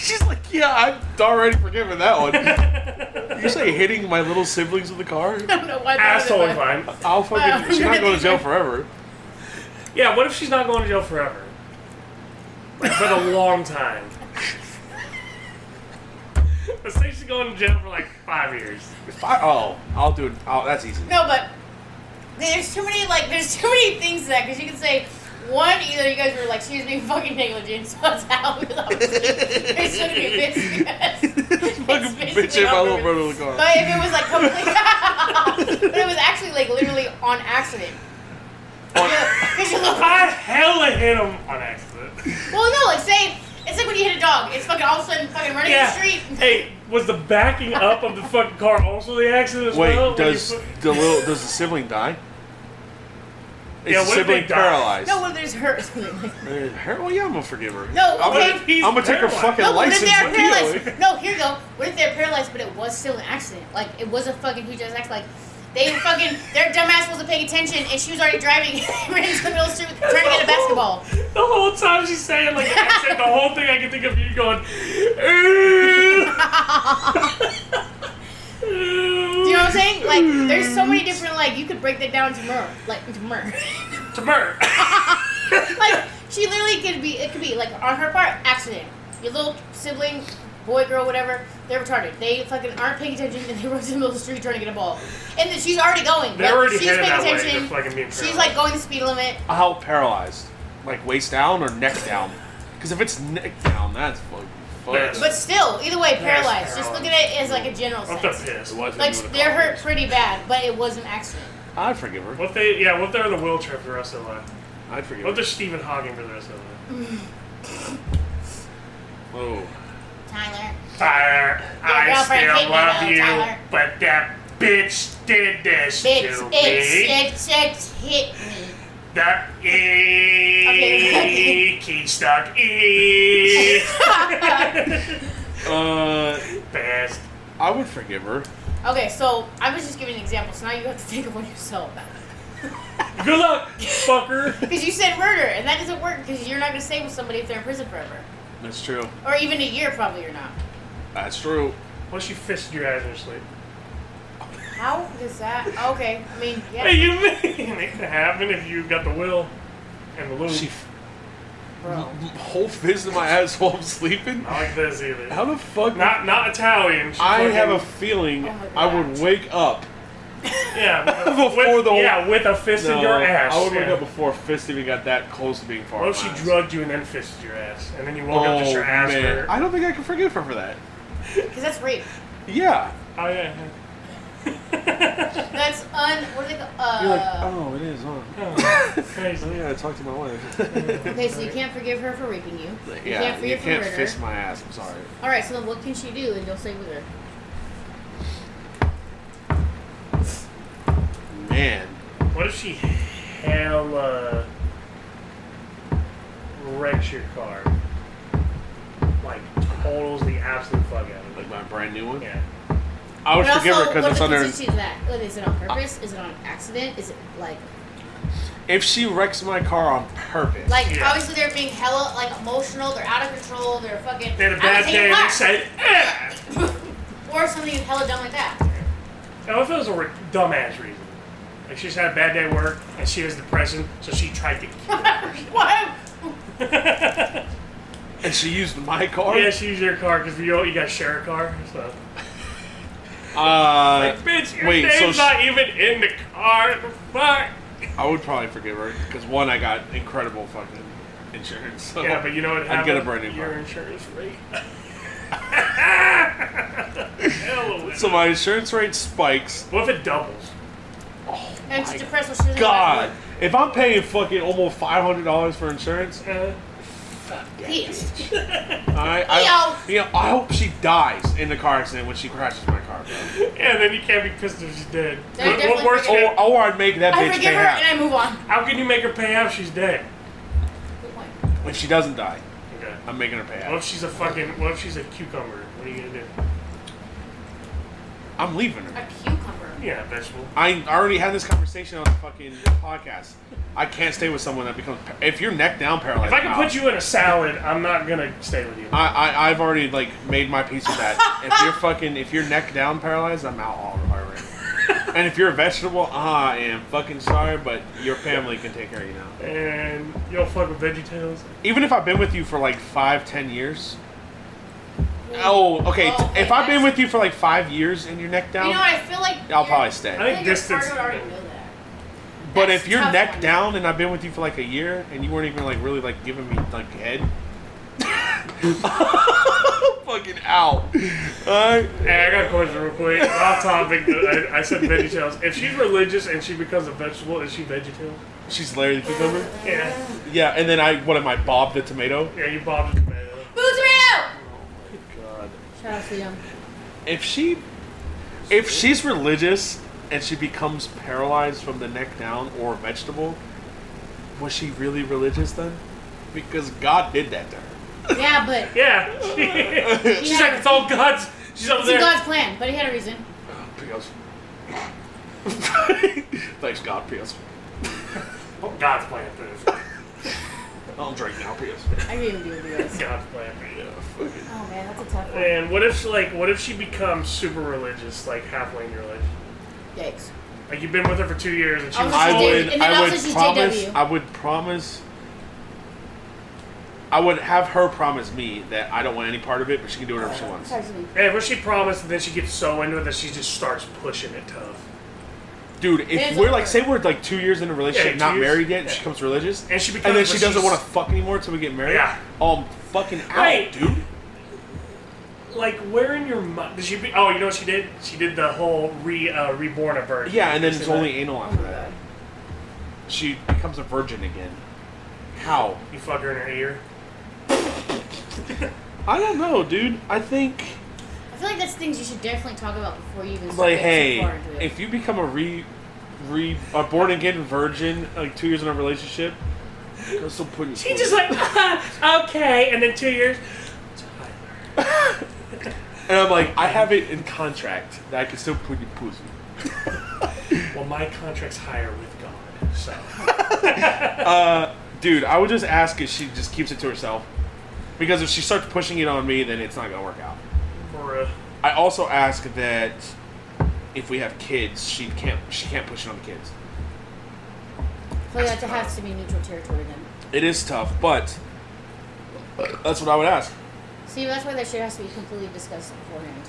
S4: she's like, yeah, I'm already forgiving that one. you say hitting my little siblings with a car?
S3: I don't know why that was
S2: Asshole
S3: in my-
S2: fine.
S4: I'll fucking.
S3: Wow.
S4: She's not going to jail forever.
S2: Yeah, what if she's not going to jail forever? Like for a long time. Let's say she's going to jail for like five years.
S4: If I, oh, I'll do it. Oh, that's easy.
S3: No, but there's too many like there's too many things to that because you can say one either you guys were like she was being fucking negligent, so that's how we love it. It's gonna be bitch. because it's
S4: Fucking
S3: basically
S4: bitch hit my little
S3: over.
S4: brother with a car.
S3: But if it was like complete, but it was actually like literally on accident. Because you look
S2: I hella hit him on accident.
S3: well, no, like say It's like when you hit a dog. It's fucking all of a sudden fucking running
S2: Yeah.
S3: the street.
S2: Hey, was the backing up of the fucking car also the accident as
S4: Wait,
S2: well? When you
S4: does
S2: fu-
S4: the little does the sibling die? Is
S2: Yeah,
S4: the
S2: what if they
S4: sibling
S2: die?
S4: paralyzed?
S3: No, what if there's hurt? no,
S4: Uh, her- well, yeah, I'm gonna forgive her.
S3: No,
S4: I'm
S3: okay.
S4: gonna,
S2: He's
S4: I'm gonna take her
S2: paralyzed.
S4: fucking
S3: what if
S4: license.
S3: they're
S4: and
S3: paralyzed? No, here you go. What if they're paralyzed, but it was still an accident? Like it was a fucking huge ass accident. Like they fucking their dumbass wasn't paying attention, and she was already driving, ran into the middle of the street trying to get a basketball.
S2: The whole time she's saying like I said, the whole thing I can think of you going. "Ew."
S3: Do you know what I'm saying? Like there's so many different like you could break that down to mur, like to mur.
S2: To Mer.
S3: like she literally could be it could be like on her part accident your little sibling boy girl whatever they're retarded they fucking aren't paying attention and they run to the middle of the street trying to get a ball and then she's already going
S2: They're
S3: Like,
S2: already
S3: she's
S2: headed
S3: paying
S2: that way,
S3: attention
S2: they're fucking being
S3: she's
S2: paralyzed.
S3: like going the speed limit
S4: How paralyzed? Like waist down or neck down? Because if it's neck down, that's fucking
S2: That's-
S4: fucked.
S3: but still either way
S2: Yeah, it's
S3: paralyzed just look at it as like a general
S2: What the
S3: sense
S2: piss?
S4: What if
S3: like
S4: you wanna
S3: they're
S4: call
S3: hurt
S4: it?
S3: pretty bad but it was an accident
S4: I'd forgive her.
S2: What if they? Yeah, what if they're in the wheelchair for the rest of their life?
S4: I'd forgive
S2: What if
S4: her.
S2: they're Stephen Hawking for the rest of their life?
S4: Oh,
S3: Tyler
S2: Tyler, I
S3: girlfriend hate
S2: still
S3: me
S2: love
S3: though,
S2: you,
S3: Tyler.
S2: but that bitch did this
S3: bitch
S2: to me.
S3: bitch bitch hit me
S2: That e
S3: Okay.
S2: Keystock e
S4: uh,
S2: best.
S4: I would forgive her.
S3: okay so I was just giving an example so now you have to think of one yourself
S2: Good luck, fucker.
S3: Because you said murder, and that doesn't work because you're not going to stay with somebody if they're in prison forever.
S4: That's true.
S3: Or even a year, probably, you're not.
S4: That's true.
S2: Unless you fisted your ass in your sleep.
S3: How does that. Okay, I mean, yeah.
S2: Hey, you mean it can happen if you got the will and the lube.
S4: She
S3: Bro.
S4: whole fist in my ass while I'm sleeping.
S2: Not like this either.
S4: How the fuck?
S2: Not not Italian. She
S4: I have a
S2: fucking-
S4: feeling
S3: Oh my God.
S4: I would wake up.
S2: yeah
S4: Before
S2: with,
S4: the whole-
S2: yeah with a fist in your ass.
S4: I would wake
S2: yeah.
S4: up before fist even got that close to being far.
S2: What if she
S4: away.
S2: drugged you and then fisted your ass, and then you woke
S4: Oh,
S2: up just your ass hurt?
S4: I don't think I can forgive her for that.
S3: Because that's rape.
S4: Yeah.
S2: Oh yeah.
S3: That's un. What do they call uh,
S4: You're like, oh, it is, huh?
S2: Oh, crazy.
S4: Oh, yeah, I talked to my wife.
S3: Okay, so you can't forgive her for raping you. You
S4: yeah,
S3: can't forgive
S4: you
S3: her
S4: can't
S3: for murder.
S4: fist my ass. I'm sorry.
S3: Alright, so then what can she do and you'll stay with
S4: Oh,
S3: her?
S4: Man.
S2: What if she hella wrecks your car? Like, totals the absolute fuck out of it.
S4: Like my brand new one?
S2: Yeah.
S4: I would
S3: But
S4: forgive her
S3: also,
S4: because
S3: what
S4: it's
S3: are the
S4: under.
S3: constitutes of that? What, is it on purpose? is it on accident? Is it like.
S4: If she wrecks my car on purpose.
S3: Like,
S2: Yeah.
S3: obviously, they're being hella, like, emotional, they're out of control, they're fucking.
S2: They had a
S3: I'm gonna
S2: bad
S3: take
S2: day
S3: your
S2: and they
S3: car.
S2: say, eh!
S3: or something hella dumb like that.
S2: Now, Oh, if it was a re- dumbass reason, like she just had a bad day at work and she was depressing, so she tried to kill
S3: What?
S2: her.
S4: and she used my car?
S2: yeah, she used your car because you, know, you guys share a car, so.
S4: Uh,
S2: Like, bitch, your
S4: wait, so
S2: name's
S4: sh-
S2: not even in the car. The fuck?
S4: I would probably forgive her because one, I got incredible fucking insurance. So
S2: Yeah, but you know what
S4: I'd get
S2: happened?
S4: a brand new
S2: Your
S4: car.
S2: insurance rate. Hell with
S4: So my insurance rate spikes. Oh
S2: What if it doubles?
S3: And she's depressed when she doesn't
S4: God, if I'm paying fucking almost five hundred dollars for insurance,
S2: Uh,
S3: Bitch.
S4: I, I you know I hope she dies in the car accident when she crashes my car. Bro.
S2: yeah, then you can't be pissed if she's dead.
S3: Then I
S2: What- What
S3: definitely
S2: worse?
S3: forgive-
S2: can-
S4: Or, or I'd make that
S3: I
S4: bitch pay
S3: forgive her
S4: half
S3: and I move on.
S2: How can you make her pay half? She's dead.
S3: Good point.
S4: when she doesn't die.
S2: Okay.
S4: I'm making her pay
S2: What if
S4: half.
S2: she's a fucking? What if she's a cucumber? What are you gonna do?
S4: I'm leaving
S3: A
S4: her.
S3: cucumber.
S2: Yeah, vegetable.
S4: I already had this conversation on the fucking podcast. I can't stay with someone that becomes. par- If you're neck down paralyzed,
S2: If I can
S4: now-
S2: put you in a salad, I'm not gonna stay with you.
S4: I, I I've already like made my piece of that. if you're fucking if you're neck down paralyzed, I'm out all already. and if you're a vegetable, I am fucking sorry, but your family can take care of you now.
S2: And you'll fuck with VeggieTales.
S4: Even if I've been with you for like five, ten years. Oh, okay.
S3: Oh,
S4: if I've been
S3: that's-
S4: with you for like five years and you're neck down,
S3: You know, I feel like.
S4: I'll
S3: you're-
S4: probably
S2: I
S4: stay.
S2: think
S3: I feel like
S2: distance-
S3: Your partner would already know that.
S4: But
S3: that's
S4: if you're
S3: tough
S4: neck
S3: one.
S4: down and I've been with you for like a year and you weren't even like really like giving me like head, fucking out. All right.
S2: Hey, I got a question real quick. Off topic. I, I said VeggieTales. If she's religious and she becomes a vegetable, is she VeggieTales?
S4: She's Larry the cucumber.
S2: Yeah.
S4: Yeah, and then I what am I? Bob the tomato.
S2: Yeah, you bobbed a tomato.
S3: Boo! Shout out to them.
S4: If she, if she's religious and she becomes paralyzed from the neck down or a vegetable, was she really religious then? Because God did that to her.
S3: Yeah, but
S2: Yeah.
S3: Yeah.
S2: She's like, it's all God's. She's over
S3: it's in
S2: there.
S3: God's plan. But he had a reason.
S4: Because. Thanks God, PS.
S2: Oh, God's plan for this.
S4: I'll drink now, PS.
S3: I didn't even do it. because-
S2: God's plan for you.
S4: Yeah, fuck it.
S3: Oh man, that's a tough one.
S2: And what if she, like what if she becomes super religious, like halfway in your life?
S3: Yikes.
S2: Like you've been with her for two years and she
S3: I
S2: was
S3: was
S2: just
S4: I
S3: She's
S2: like,
S3: dating-
S4: would,
S3: and then
S4: I
S3: also
S4: would
S3: she's
S4: promise,
S3: JW.
S4: I would promise, I would have her promise me that I don't want any part of it, but she can do whatever she wants.
S3: Oh, Sorry, Jimmy.
S2: and what she promised, and then she gets so into it that she just starts pushing it tough.
S4: Dude, if
S3: It's
S4: we're like,
S3: over.
S4: say we're like two years in a relationship,
S2: two
S4: not
S2: years.
S4: married yet, and
S2: Yeah.
S4: she becomes religious,
S2: And she becomes
S4: and then
S2: what
S4: she doesn't
S2: she's-
S4: want to fuck anymore until we get married.
S2: Yeah.
S4: Oh, I'm fucking out,
S2: Wait.
S4: dude.
S2: Like where in your mind did she? Be, oh, you know what she did? She did the whole re uh, reborn a virgin.
S4: Yeah, and then it's
S2: Isn't
S4: only anal
S3: Oh
S4: after
S3: my
S4: that.
S3: god.
S4: She becomes a virgin again. How?
S2: that- you fuck her in her ear.
S4: I don't know, dude. I think
S3: I feel like that's things you should definitely talk about before you even start
S4: like,
S3: getting too
S4: hey,
S3: far into it.
S4: if you become a re, re, a born again virgin, like two years in a relationship, you're still putting.
S2: She just like okay, and then two years.
S4: and I'm like, I have it in contract that I can still put your pussy.
S2: Well, my contract's higher with God, so
S4: Dude, I would just ask if she just keeps it to herself, because if she starts pushing it on me, then it's not gonna work out.
S2: bruh.
S4: I also ask that if we have kids, she can't she can't push it on the kids.
S3: so that has to be neutral territory then.
S4: It is tough, but that's what I would ask.
S3: See, that's why that shit has to be completely discussed beforehand.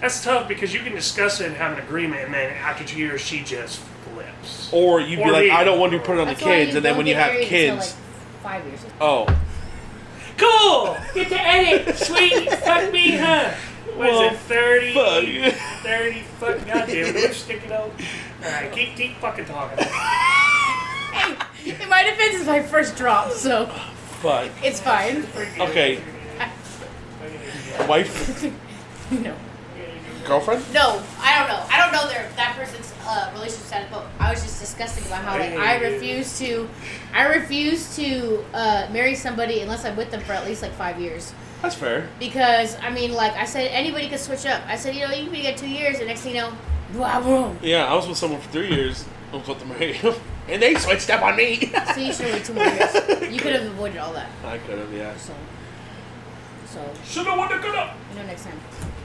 S2: That's tough because you can discuss it and have an agreement, and then after two years, she just flips.
S4: Or you'd
S2: Or
S4: be like,
S2: me.
S4: I don't want to put it on
S3: That's
S4: the
S3: why
S4: kids, and then
S3: don't
S4: when you
S3: get
S4: have
S3: married until,
S4: kids,
S3: like, five years.
S4: oh,
S2: Cool! Get to edit! Sweet! fuck me, huh? What is
S4: Well,
S2: it, 30?
S4: fuck.
S2: 30 fucking goddamn. We're sticking out. Alright, keep, keep fucking talking.
S3: In my defense, it's my first drop, so
S4: fuck.
S3: it's fine.
S4: Okay, wife,
S3: no.
S4: girlfriend.
S3: No, I don't know. I don't know their that person's uh, relationship status, but I was just discussing about how like I refuse to, I refuse to uh, marry somebody unless I'm with them for at least like five years.
S4: That's fair.
S3: Because I mean, like I said, anybody could switch up. I said, you know, you can be together two years, and next thing you know, blah, boom.
S4: Yeah, I was with someone for three years. I was with them right and they switched up on me.
S3: So you should wait two more years. You could have avoided all that.
S4: I could have, yeah.
S3: So, so
S2: Should have won the good up!
S3: you know, next time.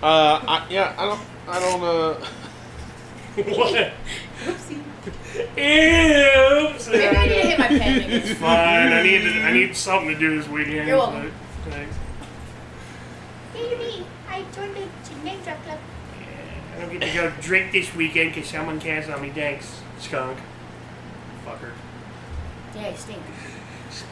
S4: Uh, I, yeah, I don't, I don't. Uh,
S2: What?
S3: Oopsie.
S2: Ew!
S3: Maybe I need to hit my pen.
S2: Fine, I need, to, I need something to do this weekend.
S3: You're welcome.
S2: but- Thanks.
S5: Baby, I joined the name drop club.
S2: I don't get to go drink this weekend because someone canceled on me. Thanks, skunk. Fucker.
S3: Yeah, you stink.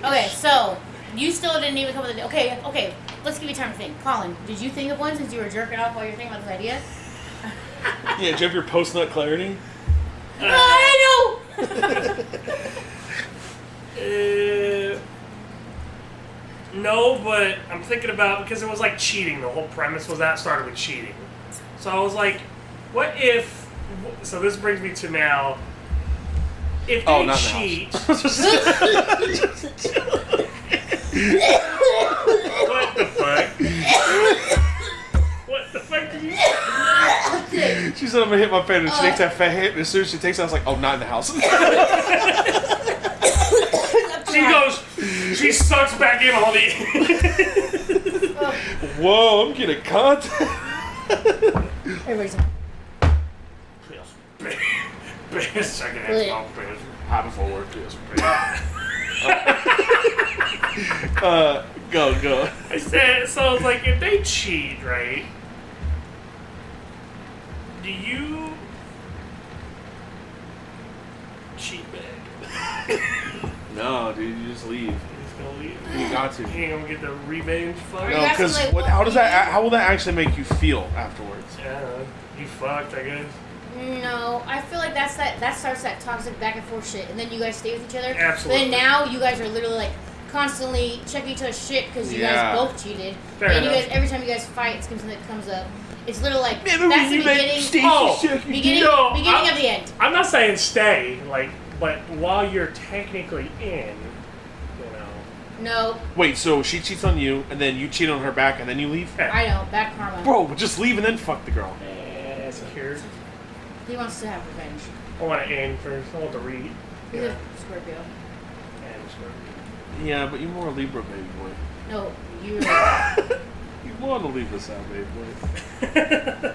S3: Okay, so you still didn't even come up with a. Okay, okay. Let's give you time to think. Colin, did you think of one since you were jerking off while you were thinking about this idea?
S4: yeah, do you have your post nut clarity?
S3: I know.
S2: Uh, no, but I'm thinking about because it was like cheating. The whole premise was that started with cheating. So I was like, what if? So this brings me to now. If they
S4: Oh, not now.
S2: cheat, what the fuck? what the fuck did you?
S4: She said I'm gonna hit my pen, and she
S3: Uh.
S4: takes that fat hit. And as soon as she takes it, I was like, oh, not in the house.
S2: She goes. She sucks back in all the.
S4: Whoa, I'm getting cut.
S3: Everybody's like,
S2: Best second half of best.
S4: Happy for work, yes. uh, go, go.
S2: I said, so I was like, if they cheat, right? Do you cheat back?
S4: No, dude, you just leave.
S2: He's gonna leave.
S4: You got to.
S2: He ain't gonna get the revenge fuck.
S3: No.
S4: No,
S3: asking,
S4: because
S3: like,
S4: what?
S3: what
S4: How does
S3: do you
S4: that?
S3: do?
S4: How will that actually make you feel afterwards?
S2: Yeah, you fucked, I guess.
S3: no, I feel like that's that. That starts that toxic back and forth shit, and then you guys stay with each other.
S2: Absolutely.
S3: But then now you guys are literally like, constantly check each other's shit because you
S4: Yeah.
S3: guys both cheated.
S2: Fair
S3: and you
S2: enough.
S3: guys, every time you guys fight, it's something that comes up. It's literally like
S4: Remember
S3: that's
S4: when
S3: the
S4: you made
S3: beginning,
S4: Stacy
S2: Oh,
S4: suck me?
S3: beginning,
S2: No,
S3: beginning
S2: I-
S3: of the end.
S2: I'm not saying stay, like, but while you're technically in, you know.
S3: No,
S4: Wait, so she cheats on you, and then you cheat on her back, and then you leave?
S2: Yeah.
S3: I know bad karma.
S4: Bro, just leave and then fuck the girl.
S2: Eh, secure.
S3: He wants to have revenge.
S2: I want to end first. I want to read.
S3: He's
S2: Yeah.
S3: a Scorpio.
S2: And sort of-
S4: Yeah, but you're more a Libra, baby boy.
S3: No, you. Were,
S4: You want to leave us out, baby boy.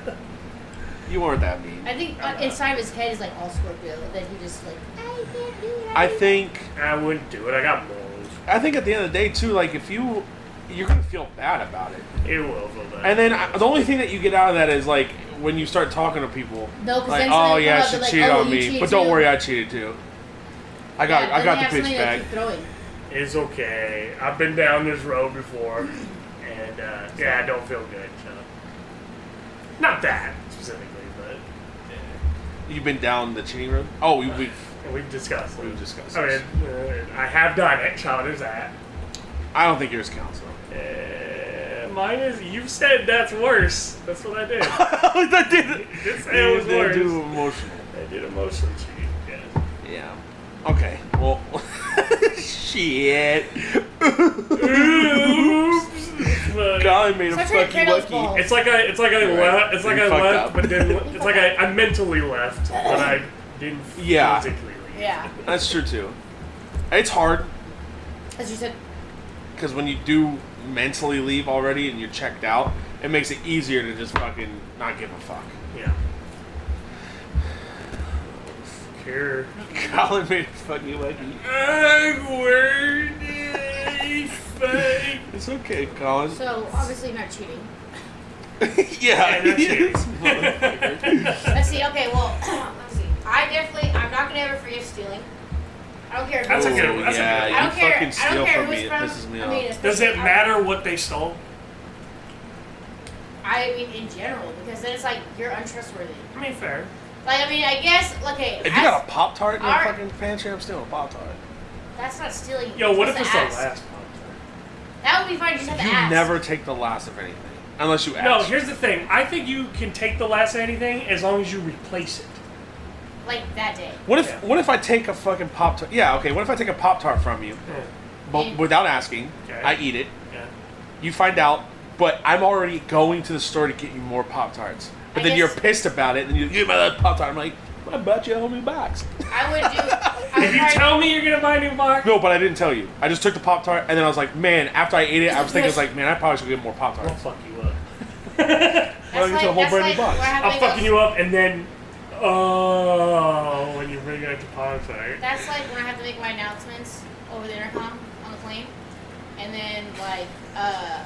S4: You aren't that mean.
S3: I think uh, inside of his head is like all Scorpio. That he just like I can't do that.
S4: I think,
S2: I wouldn't do it. I got moles.
S4: I think at the end of the day, too, like, if you, you're going to feel bad about it.
S2: It will feel bad.
S4: And then I, the only thing that you get out of that is, like, when you start talking to people.
S3: No, 'cause
S4: like,
S3: then
S4: oh,
S3: somebody
S4: yeah,
S3: come up and
S4: she
S3: like,
S4: cheated
S3: oh,
S4: on
S3: you
S4: me.
S3: cheated
S4: but don't
S3: too.
S4: worry, I cheated too. I got,
S3: Yeah, then
S4: I
S3: they
S4: got
S3: have
S4: the bitch
S3: something they
S4: back.
S3: keep throwing.
S2: it's okay. I've been down this road before, and uh, yeah, I don't feel good. So. Not that specifically, but yeah.
S4: You've been down the cheating road? Oh, we, we
S2: And we've discussed. it.
S4: We've discussed
S2: I mean,
S4: this.
S2: uh, I have done it. So there's that.
S4: I don't think yours counts, though.
S2: Uh, mine is. You said that's worse. That's what I did.
S4: that did
S2: This ale was
S4: they
S2: worse.
S4: do emotional.
S2: I did emotion cheat. Yeah.
S4: Yeah. Okay. Well. shit.
S2: Oops. But-
S4: Golly made
S3: Stop
S4: a
S3: trying to
S4: fucking
S3: carry those
S4: lucky.
S3: balls.
S2: It's like I, it's like I
S4: You're right.
S2: left, it's like
S4: You
S2: I
S4: fucked
S2: left,
S4: up.
S2: but didn't. It's like I, I mentally left, but I didn't
S4: Yeah.
S2: physically leave.
S3: Yeah,
S4: That's true too. It's hard
S3: as you said,
S4: because when you do mentally leave already and you're checked out, it makes it easier to just fucking not give a fuck.
S2: Yeah. Care.
S4: Colin made a fucking lucky.
S2: Awkward. eh, fuck.
S4: It's okay, Colin.
S3: so obviously not cheating.
S4: yeah.
S2: that's it.
S4: Motherfucker.
S3: Let's see. Okay, well, let's see. I definitely, I'm not gonna ever forgive stealing. I don't care. who
S2: That's a
S3: it's
S2: good
S4: Oh,
S2: one, that's a
S4: yeah,
S2: good one.
S3: I
S4: you
S3: don't care.
S4: fucking
S3: I
S4: steal
S3: don't care
S4: from me.
S3: who's
S4: It
S3: from.
S4: pisses me
S3: I
S4: off.
S3: mean,
S2: Does
S3: especially-
S2: it matter what they stole?
S3: I mean, in general, because then it's like you're untrustworthy.
S2: I mean, fair.
S3: Like, I mean, I guess. Okay,
S4: If you
S3: I-
S4: got a Pop Tart in your
S3: Our-
S4: fucking pantry, I'm stealing a Pop Tart.
S3: that's not stealing.
S2: Yo, what
S3: You're
S2: if it's the
S3: supposed to ask.
S2: last one?
S3: That would be fine. You just have to
S4: You
S3: ask.
S4: never take the last of anything unless you
S2: No,
S4: ask.
S2: here's the thing. I think you can take the last of anything as long as you replace it.
S3: like that day.
S4: what if
S2: Yeah.
S4: what if I take a fucking pop tart? Yeah, okay. What if I take a pop tart from you, but
S3: Mm.
S4: without asking?
S2: Okay.
S4: I eat it.
S2: Yeah.
S4: You find out, but I'm already going to the store to get you more pop tarts. But
S3: I
S4: then you're
S3: guess-
S4: pissed about it, and you give me that pop tart. I'm like, I bought you a whole new box.
S3: I would do. I would
S2: If you
S3: probably-
S2: tell me you're gonna buy a new box,
S4: no, but I didn't tell you. I just took the pop tart, and then I was like, man. After I ate it, I was thinking, I was like, man, I probably should get more pop
S2: I'll
S4: tarts.
S2: fuck you up.
S4: Well,
S3: That's
S4: you
S3: like,
S4: get a whole
S3: that's
S4: brand new
S3: like
S4: box.
S3: What happened
S2: I'm fucking you up, and then oh, when you bring out the Ponsite.
S3: That's like when I have to make my announcements over the intercom on the plane, and then like, uh,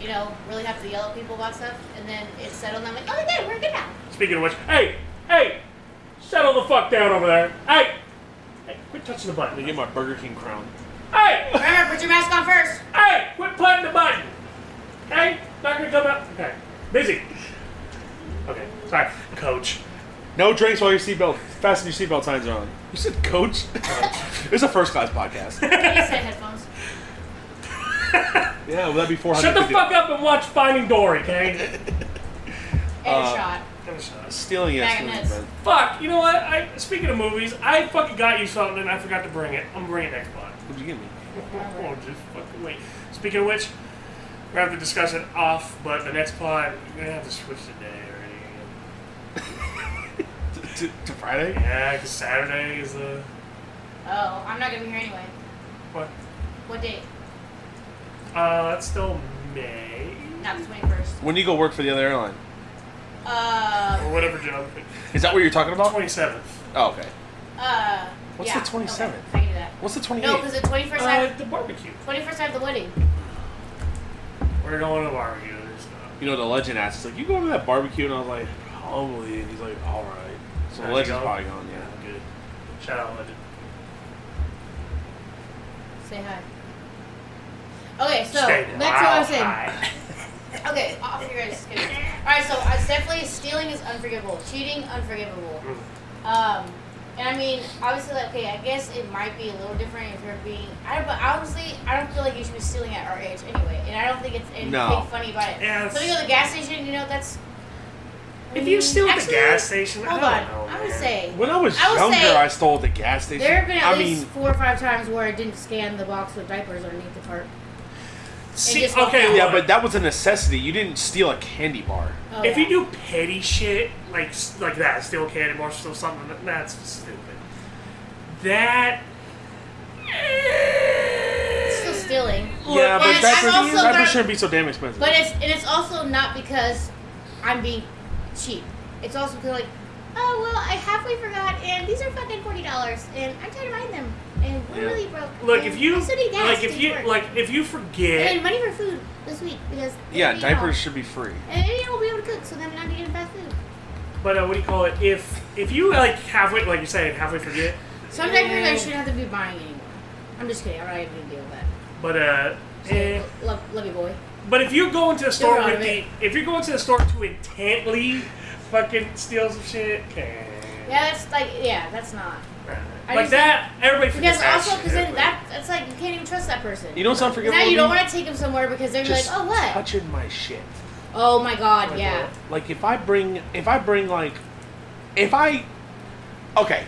S3: you know, really have to yell at people about stuff, and then it's settled. And I'm like, oh my god, we're good now.
S2: Speaking of which, hey, hey, settle the fuck down over there. Hey, hey, quit touching the
S4: Let me
S2: button.
S4: get my Burger King crown.
S2: Hey,
S3: Remember, put your mask on first.
S2: hey, quit putting the button. Hey, not gonna come out. Okay, busy. Okay, sorry, coach.
S4: No drinks while your seatbelt fasten your seatbelt signs are on. You said coach. it's a first class podcast.
S3: Can you set headphones?
S4: Yeah, well, that'd be four hundred.
S2: Shut the fuck up and watch Finding Dory, okay?
S3: And a
S4: Uh,
S3: shot.
S4: Stealing it.
S3: Bag of
S4: stealing it,
S3: nuts.
S4: man.
S2: Fuck, you know what? I speaking of movies, I fucking got you something and I forgot to bring it. I'm bringing it next pod.
S4: What'd you give me?
S2: Oh, just fucking wait. Speaking of which, we're gonna have to discuss it off, but the next pod, we're gonna have to switch the day already.
S4: To, to Friday?
S2: Yeah, because Saturday is the.
S3: Oh, I'm not gonna be here anyway.
S2: What?
S3: What date?
S2: Uh, it's still May.
S3: Not the 21st.
S4: When do you go work for the other airline?
S3: Uh,
S2: Or whatever, John.
S4: Is that what you're talking about?
S2: 27th.
S4: Oh, okay.
S3: uh.
S4: What's
S3: yeah,
S4: the 27th?
S3: Okay, I can do that.
S4: What's the 28th?
S3: No, because the 21st, I
S2: Uh,
S3: have,
S2: the barbecue.
S3: 21st I have the wedding.
S2: We're going to barbecue. There's no-
S4: you know, the legend asked, he's like, you going to that barbecue? And I was like, probably. And he's like, all right. So the
S2: How'd you
S4: legend's
S2: go?
S4: probably gone, yeah.
S2: Good. Shout out, legend.
S3: Say hi. Okay, so
S2: Stay
S3: that's what I
S2: wild
S3: was saying.
S2: high.
S3: Okay, off your guys' schedule.
S2: Mm.
S3: All right, so I was definitely stealing is unforgivable, cheating unforgivable. Um, And I mean, obviously, like, okay, I guess it might be a little different if you're being. I don't, but honestly, I don't feel like you should be stealing at our age anyway, and I don't think it's anything
S4: No.
S3: funny about it.
S2: Yeah,
S3: So you go to the gas station, you know, that's.
S2: If you steal at the
S3: Actually,
S2: gas station,
S3: Hold
S2: I
S3: on,
S2: don't know.
S3: I would
S2: man.
S3: say
S4: When I was
S3: I would
S4: younger,
S3: say-
S4: I stole at the gas station.
S3: there have been at
S4: I
S3: least
S4: mean,
S3: four or five times where I didn't scan the box with diapers underneath the cart.
S2: See,
S3: just walk
S2: okay,
S3: out.
S4: yeah,
S2: look,
S4: but that was a necessity. You didn't steal a candy bar.
S3: Oh,
S2: if
S3: yeah.
S2: you do petty shit like s- like that, steal candy bars, steal something, that- that's stupid. That
S3: it's still stealing.
S4: yeah,
S3: and
S4: but
S3: I'm
S4: diapers,
S3: also
S4: diapers
S3: not-
S4: shouldn't be so damn expensive.
S3: But it's and it's also not because I'm being cheap. It's also because like, oh well, I halfway forgot, and these are fucking forty dollars, and I'm trying to buy them, and we're
S4: Yeah.
S3: really broke.
S2: look
S3: and
S2: if you
S3: I still need gas
S2: like
S3: to
S2: if
S3: do
S2: you
S3: work.
S2: like if you
S3: and
S2: forget
S3: then money for food this week because
S4: yeah,
S3: maybe
S4: diapers
S3: I'll-
S4: should be free.
S3: And maybe I'll be able to cook, so then I'm not getting fast food.
S2: But uh, what do you call it? If if you like halfway, like you said, halfway forget.
S3: Some diapers I shouldn't have to be buying anymore. I'm just kidding. I'm not even gonna deal with that.
S2: But uh,
S3: So,
S2: eh.
S3: love, love you, boy.
S2: but if you go into the store
S3: You're out
S2: with
S3: of
S2: the
S3: it.
S2: if you go into the store to intently fucking steal some shit, okay.
S3: Yeah, that's like yeah, that's not I
S2: Like
S3: just-
S2: that, everybody forgets
S3: because also
S2: that
S3: because
S2: shit.
S3: then that that's like you can't even trust that person.
S4: You know what's
S3: Because
S4: unforgivable?
S3: now you don't
S4: dude?
S3: want to take them somewhere because they're like,
S4: Just
S3: oh what?
S4: touching my shit.
S3: Oh my god,
S2: Like
S3: yeah.
S2: what?
S4: Like if I bring, if I bring like, if I, okay,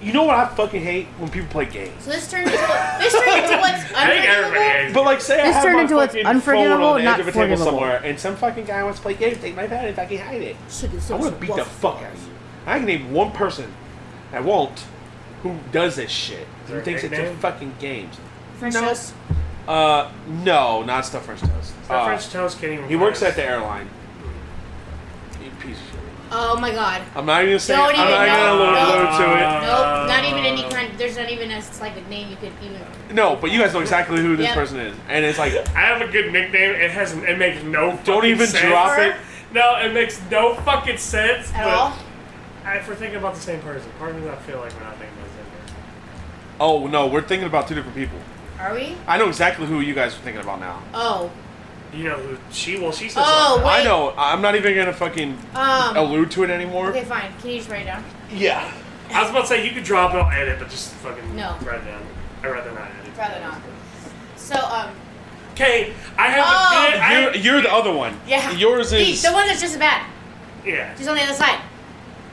S4: you know what I fucking hate when people play games.
S3: So this turned into what, this turned into what's
S2: I think everybody
S3: unforgivable.
S2: hates
S4: But like, say I
S6: This
S4: have
S6: turned
S4: my
S6: into what's
S4: fucking
S6: unforgivable,
S4: phone on the
S6: not
S4: edge of a table
S6: forgivable.
S4: somewhere, and some fucking guy wants to play games, take my pad and fucking hide it.
S3: Should do
S4: I
S3: so-
S4: want to beat the fuck out of you. I can name one person that won't who does this shit.
S2: there
S4: Who
S2: a
S4: thinks it's a
S2: nickname?
S4: fucking games.
S3: French
S4: No.
S3: toast.
S4: Uh, no, not stuff French toast.
S2: My
S4: Uh,
S2: French toast can't even.
S4: He works
S2: find
S4: at the airline. You piece of shit.
S3: Oh my god.
S4: I'm not even saying.
S3: Don't
S4: I'm
S3: even
S4: not
S3: know.
S4: gonna allude
S2: Nope.
S4: to
S3: Nope, not even
S2: Uh.
S3: any kind. There's not even a like a name you could even.
S4: it. No, but you guys know exactly who this
S3: Yep.
S4: person is, and it's like,
S2: I have a good nickname. It has. It makes no. fucking
S4: even
S2: sense.
S4: drop it.
S2: No, it makes no fucking sense.
S3: At
S2: but
S3: all?
S2: I, if we're thinking about the same person, part of me I feel like we're not thinking about the same person.
S4: oh no, we're thinking about two different people.
S3: Are we?
S4: I know exactly who you guys are thinking about now.
S3: Oh.
S2: You know who she? Well, she says.
S3: Oh wait.
S4: I know. I'm not even gonna fucking
S3: Um.
S4: allude to it anymore.
S3: Okay, fine. Can you just write it down?
S4: Yeah.
S2: I was about to say you could drop it, I'll edit, but just fucking
S3: No.
S2: write it down. I rather not edit.
S3: Rather not. So um.
S2: Okay, I have
S3: Oh.
S2: a good. I
S4: You're,
S2: have-
S4: you're the other one.
S3: Yeah.
S4: Yours
S3: He,
S4: is.
S3: the one that's just as bad.
S2: yeah,
S3: She's on the other side.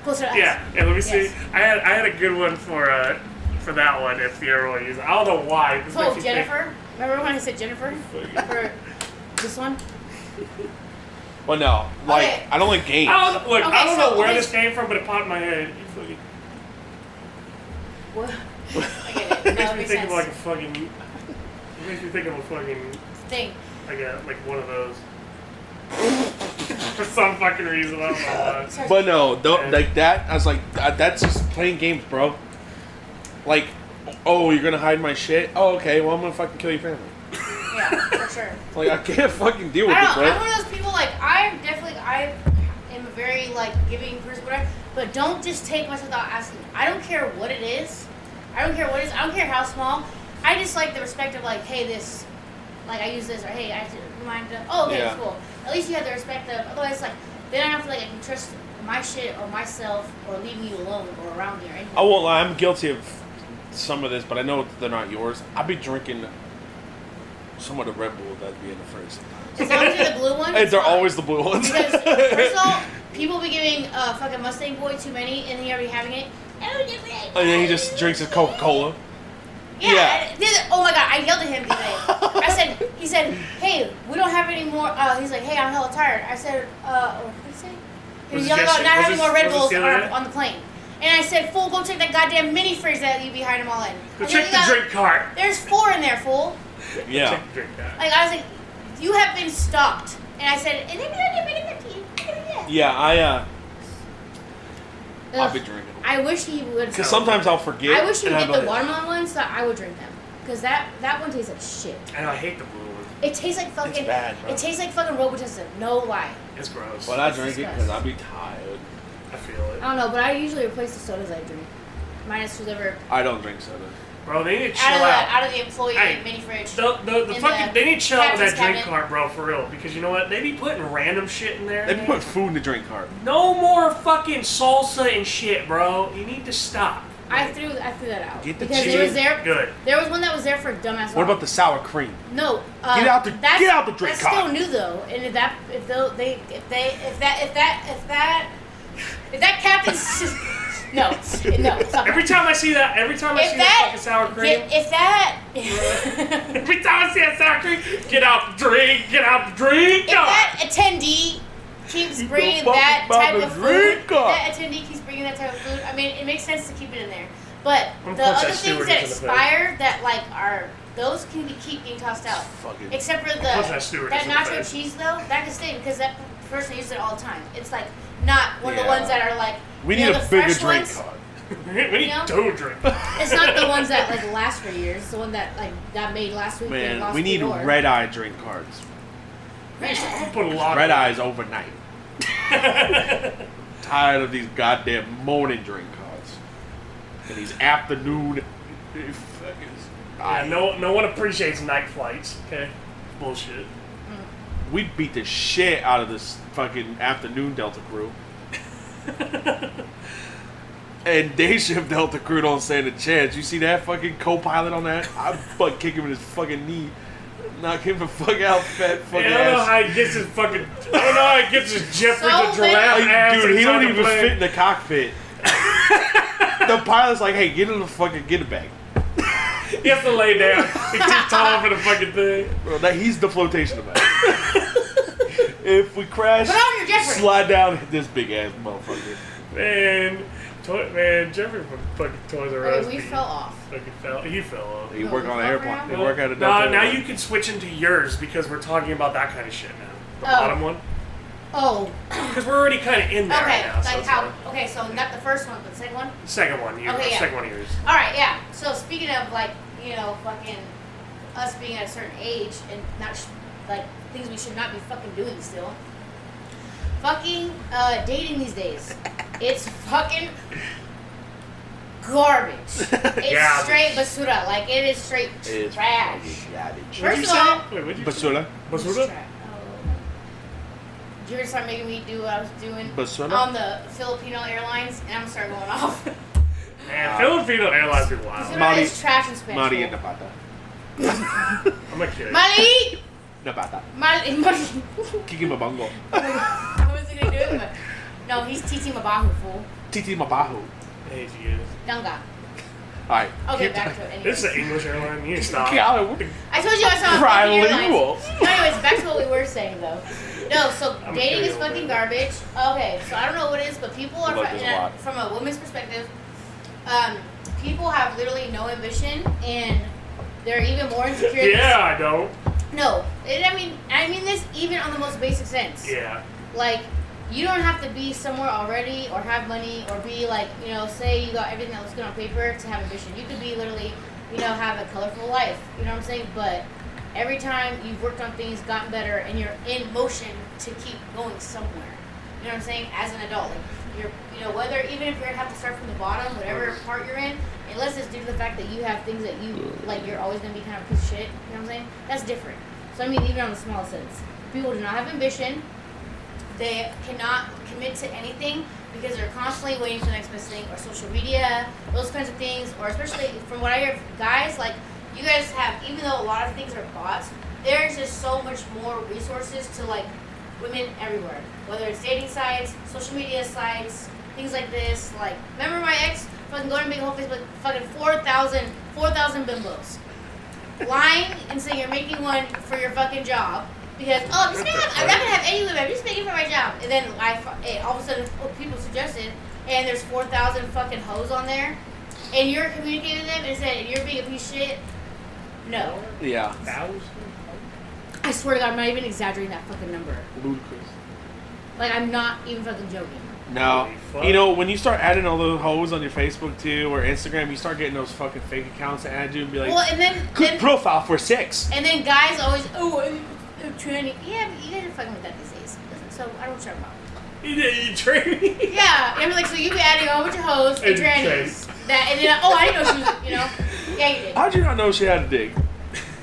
S3: Closer to us.
S2: yeah. And let me see.
S3: Yes.
S2: I had I had a good one for uh for that one. If you ever want to use it, I don't know why. It just
S3: Oh,
S2: makes you think-
S3: Jennifer. Remember when I said Jennifer? For this one?
S4: Well, no. Like
S3: Okay. Oh,
S4: I don't like games.
S2: I don't, look,
S3: Okay,
S2: I don't
S3: so
S2: know where
S3: okay.
S2: this came from, but it popped in my head. You fucking
S3: What? I
S2: makes
S3: get it. No, it
S2: me
S3: makes
S2: think of like a
S3: sense.
S2: fucking. It makes me think of a fucking
S3: Thing.
S2: like a like one of those. For some fucking reason, I don't know why.
S3: Sorry.
S4: But no,
S2: Yeah.
S4: th- like that. I was like, "Th- that's just playing games, bro. Like, oh, you're gonna hide my shit. Oh, okay. Well, I'm gonna fucking kill your family.
S3: Yeah, for sure.
S4: Like, I can't fucking deal with
S3: I
S4: it,
S3: don't know. I'm one
S4: bro.
S3: of those people like I'm definitely I am a very like giving person, whatever. But don't just take much without asking. I don't care what it is. I don't care what it is. I don't care how small. I just like the respect of like, hey, this, like I use this, or hey, I have to remind them. Oh, okay,
S4: Yeah.
S3: cool. At least you have the respect of. Otherwise, like then I don't feel like I can trust my shit or myself or leaving you alone or around you or anything.
S4: I won't lie. I'm guilty of some of this, but I know they're not yours. I'd be drinking some of the Red Bull that'd be in the fridge.
S3: As long as you're the blue one.
S4: And
S3: it's
S4: they're
S3: fine.
S4: always the blue ones.
S3: Because first of all, people be giving uh, fucking Mustang Boy too many, and he already having it. Oh, yeah, yeah,
S4: and then he just drinks his Coca Cola.
S3: Yeah.
S4: yeah.
S3: and the other- oh my god, I yelled at him today. I said, he said, hey, we don't have any more. Uh, he's like, hey, I'm hella tired. I said, uh, what did he say? He
S2: Was
S3: was
S2: it
S3: yelling about
S2: yesterday-
S3: not
S2: was
S3: having
S2: this-
S3: more Red
S2: was this
S3: Bulls
S2: the
S3: on,
S2: other day?
S3: on the plane. And I said, fool, go check that goddamn mini fridge that you behind him all in.
S2: Go
S3: I said,
S2: check
S3: "You
S2: the
S3: got-
S2: drink cart.
S3: There's four in there, fool.
S4: Yeah.
S2: Check the drink cart.
S3: Like I was like, you have been stalked. And I said, and then I did mini fifteen.
S4: Yeah. I uh, I'll
S3: Ugh.
S4: be drinking.
S3: I wish he would.
S4: Because sometimes I'll forget.
S3: I wish you
S4: and
S3: would
S4: I'll
S3: get
S4: be
S3: the
S4: like,
S3: watermelon ones, so I would drink them. Cause that that one tastes like shit.
S2: And I hate the blue one.
S3: It tastes like fucking.
S4: bad, bro.
S3: It tastes like fucking Robitussin. No lie.
S2: It's gross.
S4: But I
S3: It's
S4: drink it because
S3: disgusting.
S4: I'd be tired.
S2: I feel it.
S3: I don't know, but I usually replace the sodas I drink. Minus whoever.
S4: I don't drink soda.
S2: Bro, they need to
S3: Out
S2: chill
S3: of the
S2: out.
S3: out of the employee
S2: Hey,
S3: mini fridge.
S2: The, the, the
S3: in
S2: fucking,
S3: the
S2: they need to chill out with that
S3: captain's
S2: drink
S3: cabinet.
S2: cart, bro, for real. Because you know what? They be putting random shit in there.
S4: They be putting food in the drink cart.
S2: no more fucking salsa and shit, bro. You need to stop.
S3: I threw I threw that out
S4: Get the
S3: because it
S4: chicken.
S3: was there.
S2: Good.
S3: There was one that was there for dumbass.
S4: What
S3: law.
S4: about the sour cream?
S3: No. Uh,
S4: Get out the-
S3: that's,
S4: get out the drink
S3: That's still
S4: cart.
S3: new though, and if that if tho- they if they if that if that if that if that captain's no no stop.
S2: Every time I see that, every time I
S3: if
S2: see
S3: that
S2: fucking sour cream,
S3: get- if that if
S2: every time I see that sour cream, get out the drink, get out the drink. no.
S3: that attendee keeps
S4: You
S3: bringing
S4: don't
S3: that
S4: fucking
S3: type
S4: buy
S3: of
S4: the
S3: food,
S4: drink
S3: if
S4: cart.
S3: that attendee keeps bringing that type of food. I mean, it makes sense to keep it in there, but
S2: Of
S3: the
S2: course that
S3: other things
S2: steward
S3: that
S2: is in the
S3: expire that like are those can be keep being tossed out.
S4: Fucking.
S3: Except for the
S2: course that steward
S3: that
S2: isn't a fan.
S3: nacho cheese though, that can stay because that person uses it all the time. It's like not one of the
S4: Yeah.
S3: ones that are like
S4: We
S3: you
S4: need
S3: know,
S4: a
S3: the
S4: bigger
S3: fresh
S4: drink
S3: ones.
S4: cart.
S2: we need
S3: You know?
S2: two drinks.
S3: It's not the ones that like last for years. It's the one that like got made last week. and
S4: Man,
S3: lost
S4: we need
S3: the door.
S4: red eye drink cards.
S2: We put a lot.
S4: Red
S2: of-
S4: eyes overnight. Tired of these goddamn morning drink cards. And these afternoon.
S2: Yeah, no, no one appreciates night flights. Okay, bullshit.
S4: We beat the shit out of this fucking afternoon Delta crew. and day shift Delta crew don't stand a chance. You see that fucking co-pilot on that? I fuck kick him in his fucking knee, knock him the fuck out, fat fucking
S2: Yeah, I don't know
S4: ass.
S2: how he gets his fucking. I don't know how he gets his Jeffrey
S3: So
S2: the giraffe
S3: many-
S2: ass.
S4: dude, he
S2: inside
S4: don't
S2: the
S4: even
S2: plane.
S4: fit in the cockpit. the pilot's like, "Hey, get in the fucking get it back."
S2: He has to lay down. He's too tall for the fucking thing.
S4: Bro, that he's the flotation of it. if we crash,
S3: Put on your Jeffrey.
S4: slide down and hit this big ass motherfucker.
S2: Man, toy, man, Jeffrey from fucking Toys R Us.
S3: Like, we
S2: beat-
S3: fell off.
S2: Fucking fell. He fell off.
S4: They work on an airplane. They
S2: Well,
S4: work out a
S2: nah,
S4: Delta
S2: now
S4: airplane.
S2: you can switch into yours because we're talking about that kind of shit now. The
S3: Oh.
S2: bottom one,
S3: Oh,
S2: because we're already kind of in there
S3: okay.
S2: right now. so
S3: like
S2: it's
S3: how?
S2: fine.
S3: Okay, so not the first one, but the second one.
S2: Second one, you.
S3: Okay, yeah.
S2: Second one of yours.
S3: All right, yeah. So speaking of like you know fucking us being at a certain age and not sh- like things we should not be fucking doing still. Fucking uh, dating these days, it's fucking garbage. It's
S2: Garbage.
S3: straight basura. Like it is straight
S4: It's
S3: trash.
S4: fucking garbage.
S2: What'd
S3: First
S2: you
S3: of all-
S2: say? Wait, what'd you say?
S4: Basura.
S3: It's
S2: Basura.
S3: tra- oh. You're gonna start making me do what I was doing
S4: Basura?
S3: on the Filipino Airlines, and I'm gonna start going off.
S2: Man, Filipino Airlines be wild.
S3: Basura
S4: Mari-
S3: is trash in Spanish.
S4: Mari and
S3: bro.
S4: Napata.
S2: I'm a kid.
S3: Mali!
S4: Napata.
S3: Mali, Mali.
S4: Kiki Mabango.
S3: I wasn't gonna do it, but no, he's teaching Mabahu fool.
S4: Titi Mabahu.
S2: Hey, she is.
S3: Dunga.
S4: Alright.
S3: Okay,
S4: keep
S3: back
S4: talking.
S3: to it.
S2: This is
S3: Anyways.
S2: an English airline. You stop.
S4: God, we're
S3: I told you I saw a fucking
S4: Trilingual.
S3: airlines. No, anyways, back to what we were saying though. No, so
S2: I'm
S3: dating is
S2: Creole, baby.
S3: fucking garbage. Okay, so I don't know what it is, but people are
S4: Look,
S3: from,
S4: there's a
S3: in a-
S4: lot.
S3: from a woman's perspective. Um, people have literally no ambition, and they're even more insecure. than-
S2: Yeah, I don't.
S3: No, and I mean, I mean this even on the most basic sense.
S2: Yeah.
S3: Like, you don't have to be somewhere already or have money or be like, you know, say you got everything that looks good on paper to have ambition. You could be literally, you know, have a colorful life. You know what I'm saying? But every time you've worked on things, gotten better, and you're in motion to keep going somewhere. You know what I'm saying? As an adult, like you're, you know, whether even if you're gonna have to start from the bottom, whatever part you're in, unless it's due to the fact that you have things that you like, you're always gonna be kind of a piece of shit. You know what I'm saying? That's different. So I mean, even on the small sense, people do not have ambition. They cannot commit to anything because they're constantly waiting for the next best thing or social media, those kinds of things, or especially from what I hear, guys like you guys have, even though a lot of things are bots, there's just so much more resources to like women everywhere, whether it's dating sites, social media sites, things like this. Like, remember my ex fucking going to Big Whole Facebook, fucking 4,000 4,000 bimbos. Lying and saying you're making one for your fucking job because, oh, I'm just making, I'm not gonna have any women, I'm just making it for my job. And then I, fu- it, all of a sudden, oh, people suggested, and there's 4,000 fucking hoes on there, and you're communicating to them and saying you're being a piece of shit. No.
S4: Yeah.
S2: Thousand.
S3: I swear to God, I'm not even exaggerating that fucking number.
S4: Ludicrous.
S3: Like, I'm not even fucking joking.
S4: No.
S2: Holy fuck.
S4: You know, when you start adding all those hoes on your Facebook too or Instagram, you start getting those fucking fake accounts that add you and be like,
S3: Well, and then,
S4: good
S3: then
S4: profile for six.
S3: and then guys always, oh, I'm, I'm tranny. Yeah, but you guys are fucking with that these days. So I don't care about.
S2: You did. You trained.
S3: Yeah, I'm like, so you be adding a whole bunch of hoes and
S2: And
S3: trannies. That and then, oh, I didn't know she was, you know. Yeah, you did.
S4: How'd you not know she had a dick?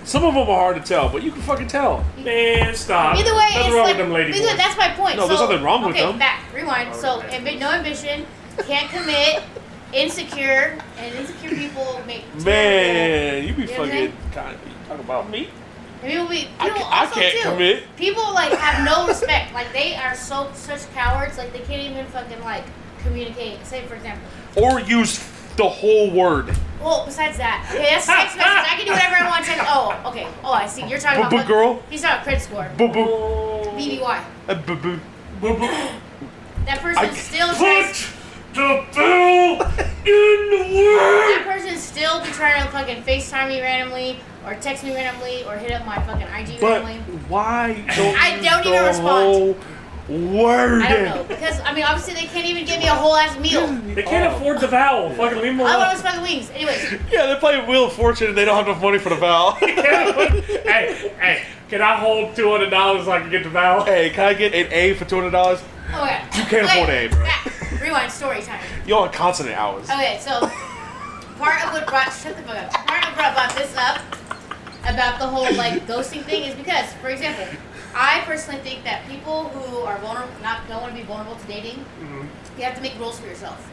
S4: Some of them are hard to tell, but you can fucking tell.
S2: Man, stop.
S3: Either way,
S2: nothing
S3: it's
S2: wrong
S3: like,
S2: with them lady
S3: because
S2: boys.
S3: that's my point.
S4: No,
S3: so,
S4: there's nothing wrong with
S3: okay,
S4: them.
S3: back, rewind. So, ambi- no ambition, can't commit, insecure, and insecure people make terrible-
S4: Man, you be
S3: Yeah,
S4: fucking.
S3: man.
S4: God, you talking about me?
S3: And people be,
S4: I
S3: people
S4: ca- I
S3: also
S4: can't
S3: too,
S4: commit.
S3: People like have no respect. Like they are so such cowards. Like they can't even fucking like communicate. Say for example.
S4: Or use the whole word.
S3: Well, besides that, okay, that's text message. I can do whatever I want. Text. Oh, okay. Oh, I see. You're talking about.
S4: Boo-boo
S3: fuck-
S4: girl.
S3: He's not a credit score.
S4: Boo boo.
S2: Oh,
S3: BBY.
S4: Uh, boo boo.
S2: boo, boo.
S3: That person
S4: I
S3: still tries.
S2: Put the bill in the
S3: That
S2: world.
S3: person still be trying to fucking FaceTime me randomly, or text me randomly, or hit up my fucking IG
S4: But
S3: randomly.
S4: why don't
S3: I
S4: you
S3: don't
S4: the
S3: even respond.
S4: Whole word.
S3: I don't know Oh. because I mean obviously they can't even give me a whole ass meal.
S2: They
S4: Oh.
S2: can't afford the vowel. Fucking leave them
S3: I want
S2: alone.
S3: those fucking wings. Anyways,
S4: Yeah, they play Wheel of Fortune and they don't have enough money for the vowel.
S2: hey, hey, can I hold two hundred dollars so I can get the vowel?
S4: hey, can I get an A for two hundred dollars?
S3: oh my god. You
S4: can't afford A, bro.
S3: Rewind story time.
S4: You're on consonant hours.
S3: Okay, so part of what brought shut the fuck up. Part of what brought this up about the whole like ghosting thing is because, for example, I personally think that people who are vulnerable, not don't want to be vulnerable to dating,
S4: Mm-hmm.
S3: you have to make rules for yourself.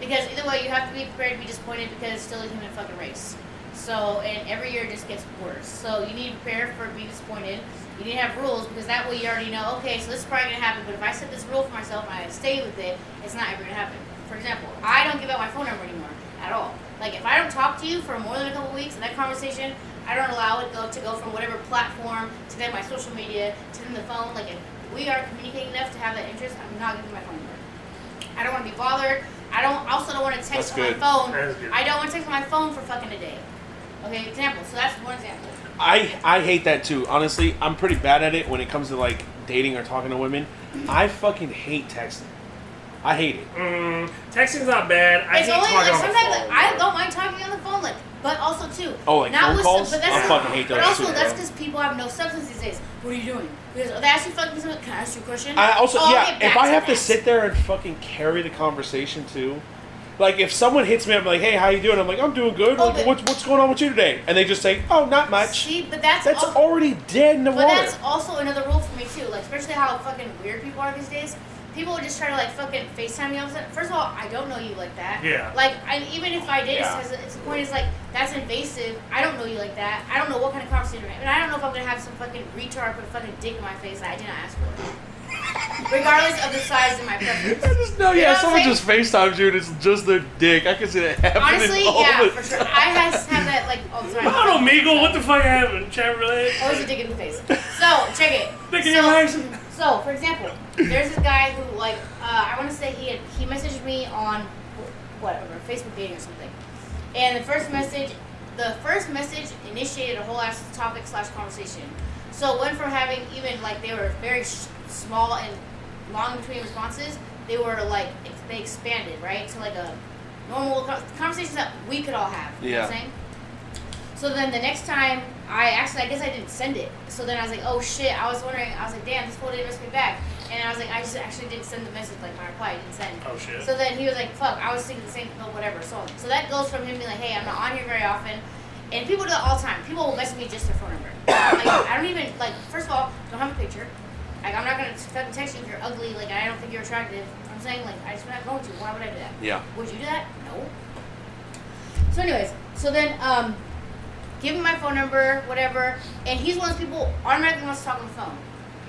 S3: Because either way, you have to be prepared to be disappointed because it's still a human fucking race. So, and every year it just gets worse. So you need to prepare for being disappointed. You need to have rules because that way you already know, okay, so this is probably gonna happen, but if I set this rule for myself and I stay with it, it's not ever gonna happen. For example, I don't give out my phone number anymore at all. Like if I don't talk to you for more than a couple weeks in that conversation, I don't allow it go to go from whatever platform to then my social media to then the phone. Like if we are communicating enough to have that interest, I'm not giving my phone number. I don't want to be bothered. I don't also don't want to
S4: That's
S3: text on my
S4: good.
S3: phone.
S2: That's good.
S3: I don't want to text on my phone for fucking a day. Okay, example. So that's one example.
S4: I I hate that too. Honestly, I'm pretty bad at it when it comes to like dating or talking to women. I fucking hate texting. I hate it.
S2: Mm, texting's not bad. I
S3: it's
S2: hate
S3: only
S2: talking
S3: like
S2: on the
S3: sometimes
S2: phone,
S3: like, I
S2: bro.
S3: don't mind talking on the phone, like, but also too.
S4: Oh, like phone
S3: with
S4: calls?
S3: Some, but
S4: I
S3: that's
S4: fucking hate
S3: But
S4: those
S3: also
S4: too,
S3: that's
S4: bro.
S3: because people have no substance these days. What are you doing? Because oh, they ask you fucking something. Can I ask you a question?
S4: I also
S3: Oh, I'll
S4: yeah.
S3: get back
S4: If I have to
S3: that.
S4: sit there and fucking carry the conversation too, like if someone hits me, I'm like, hey, how you doing? I'm like, I'm doing good.
S3: Oh,
S4: Like,
S3: but-
S4: what's what's going on with you today? And they just say, oh, not much.
S3: See, but that's
S4: That's
S3: also,
S4: already dead in the
S3: But
S4: water.
S3: that's also another rule for me too. Like especially how fucking weird people are these days. People would just try to like fucking FaceTime me all of a sudden. First of all, I don't know you like that.
S2: Yeah.
S3: Like and even if I did,
S4: Yeah.
S3: it's, 'cause it's the point is like that's invasive. I don't know you like that. I don't know what kind of conversation. we're having. And I don't know if I'm gonna have some fucking retard put a fucking dick in my face that I did not ask for. Regardless of the size and my preference.
S4: I just know,
S3: You know
S4: yeah,
S3: what I'm
S4: someone
S3: saying?
S4: just FaceTimes you and it's just their dick. I can see that happening.
S3: Honestly,
S4: all
S3: yeah,
S4: the
S3: for sure. I has have that like all the time.
S2: I don't know, Meagle. What the fuck happened, Chamberlain?
S3: Always a dick in the face. So check it.
S2: Dick
S3: so,
S2: in your legs.
S3: So, for example, there's this guy who, like, uh, I want to say he had, he messaged me on whatever Facebook dating or something, and the first message, the first message initiated a whole ass topic slash conversation. So it went from having even like they were very sh- small and long between responses, they were like ex- they expanded right to like a normal co- conversation that we could all have. You know what I'm
S4: Yeah.
S3: saying? So then the next time, I actually, I guess I didn't send it. So then I was like, oh shit, I was wondering, I was like, damn, this fool didn't message me back. And I was like, I just actually didn't send the message, like my reply, I didn't send.
S2: Oh shit.
S3: So then he was like, fuck, I was thinking the same, but whatever. So, so that goes from him being like, hey, I'm not on here very often. And people do that all the time. People will message me just their phone number. like, I don't even, like, first of all, don't have a picture. Like, I'm not gonna fucking text you if you're ugly, like, I don't think you're attractive. I'm saying, like, I just not going to. Why would I do that?
S4: Yeah.
S3: Would you do that? No. So, anyways, so then, um, give him my phone number, whatever, and he's one of those people automatically wants to talk on the phone,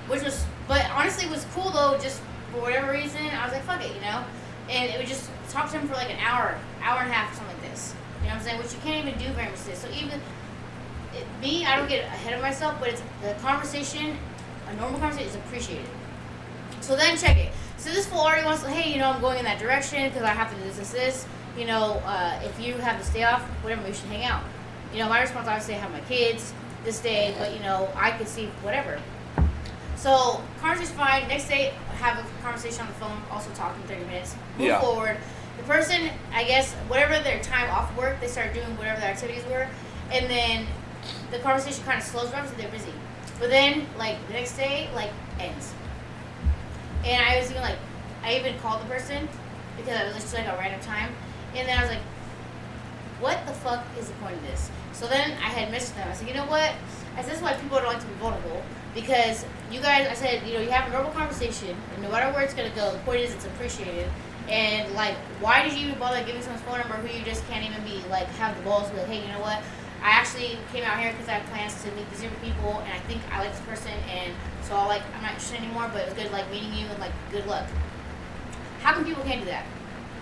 S3: which was, but honestly, it was cool though. Just for whatever reason, I was like, fuck it, you know, and it would just talk to him for like an hour, hour and a half, or something like this. You know what I'm saying? Which you can't even do very much of this. So even it, me, I don't get ahead of myself, but it's the conversation, a normal conversation is appreciated. So then check it. So this fool already wants to, hey, you know, I'm going in that direction because I have to do this, this, this. You know, uh, if you have this day off, whatever, we should hang out. You know, my response obviously I have my kids this day, but you know, I could see whatever. So conversation's fine. Next day, have a conversation on the phone, also talking 30 minutes. Move
S4: Yeah.
S3: forward. The person, I guess, whatever their time off work, they start doing whatever their activities were, and then the conversation kind of slows down because they're busy. But then, like the next day, like ends. And I was even like, I even called the person because I was just like a random time, and then I was like, what the fuck is the point of this? So then I had missed them. I said, you know what? I said, this is why people don't like to be vulnerable. Because you guys, I said, you know, you have a normal conversation, and no matter where it's going to go, the point is it's appreciated. And, like, why did you even bother giving someone's phone number who you just can't even be, like, have the balls to be like, hey, you know what? I actually came out here because I had plans to meet these different people, and I think I like this person, and so I like I'm not interested anymore. But it was good like meeting you, and like good luck. How come people can't do that?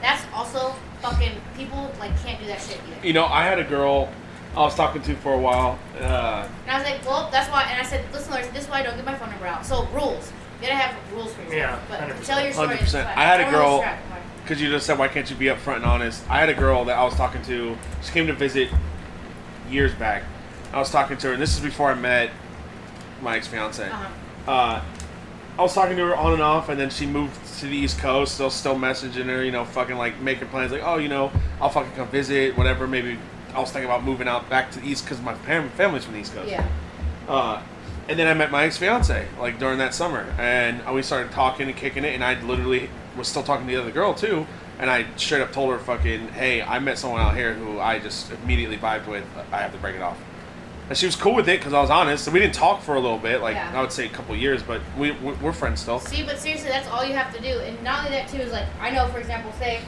S3: That's also fucking people like can't do that shit either.
S4: You know, I had a girl I was talking to for a while. Uh,
S3: And I was like, well, that's why. And I said, listen, Larry, this is why I don't get my phone number out. So rules. You gotta have rules for yourself.
S2: Yeah,
S3: but
S2: 100%.
S3: tell your story.
S4: 100%.
S3: It's
S4: I had a
S3: fine. Don't
S4: girl-
S3: distract me.
S4: Because you just said, why can't you be upfront and honest? I had a girl that I was talking to. She came to visit years back. I was talking to her, and this is before I met my ex fiance.
S3: Uh-huh.
S4: Uh, I was talking to her on and off, and then she moved to the East Coast. So still messaging her, you know, fucking like making plans, like, oh, you know, I'll fucking come visit, whatever. Maybe I was thinking about moving out back to the East because my fam- family's from the East Coast.
S3: Yeah.
S4: Uh, and then I met my ex fiance like during that summer, and uh, we started talking and kicking it. And I literally was still talking to the other girl too. And I straight up told her, "Fucking, hey, I met someone out here who I just immediately vibed with. I have to break it off." And she was cool with it because I was honest. And we didn't talk for a little bit, like
S3: Yeah.
S4: I would say a couple years, but we we- we're friends still.
S3: See, but seriously, that's all you have to do. And not only that, too, is like, I know, for example, say,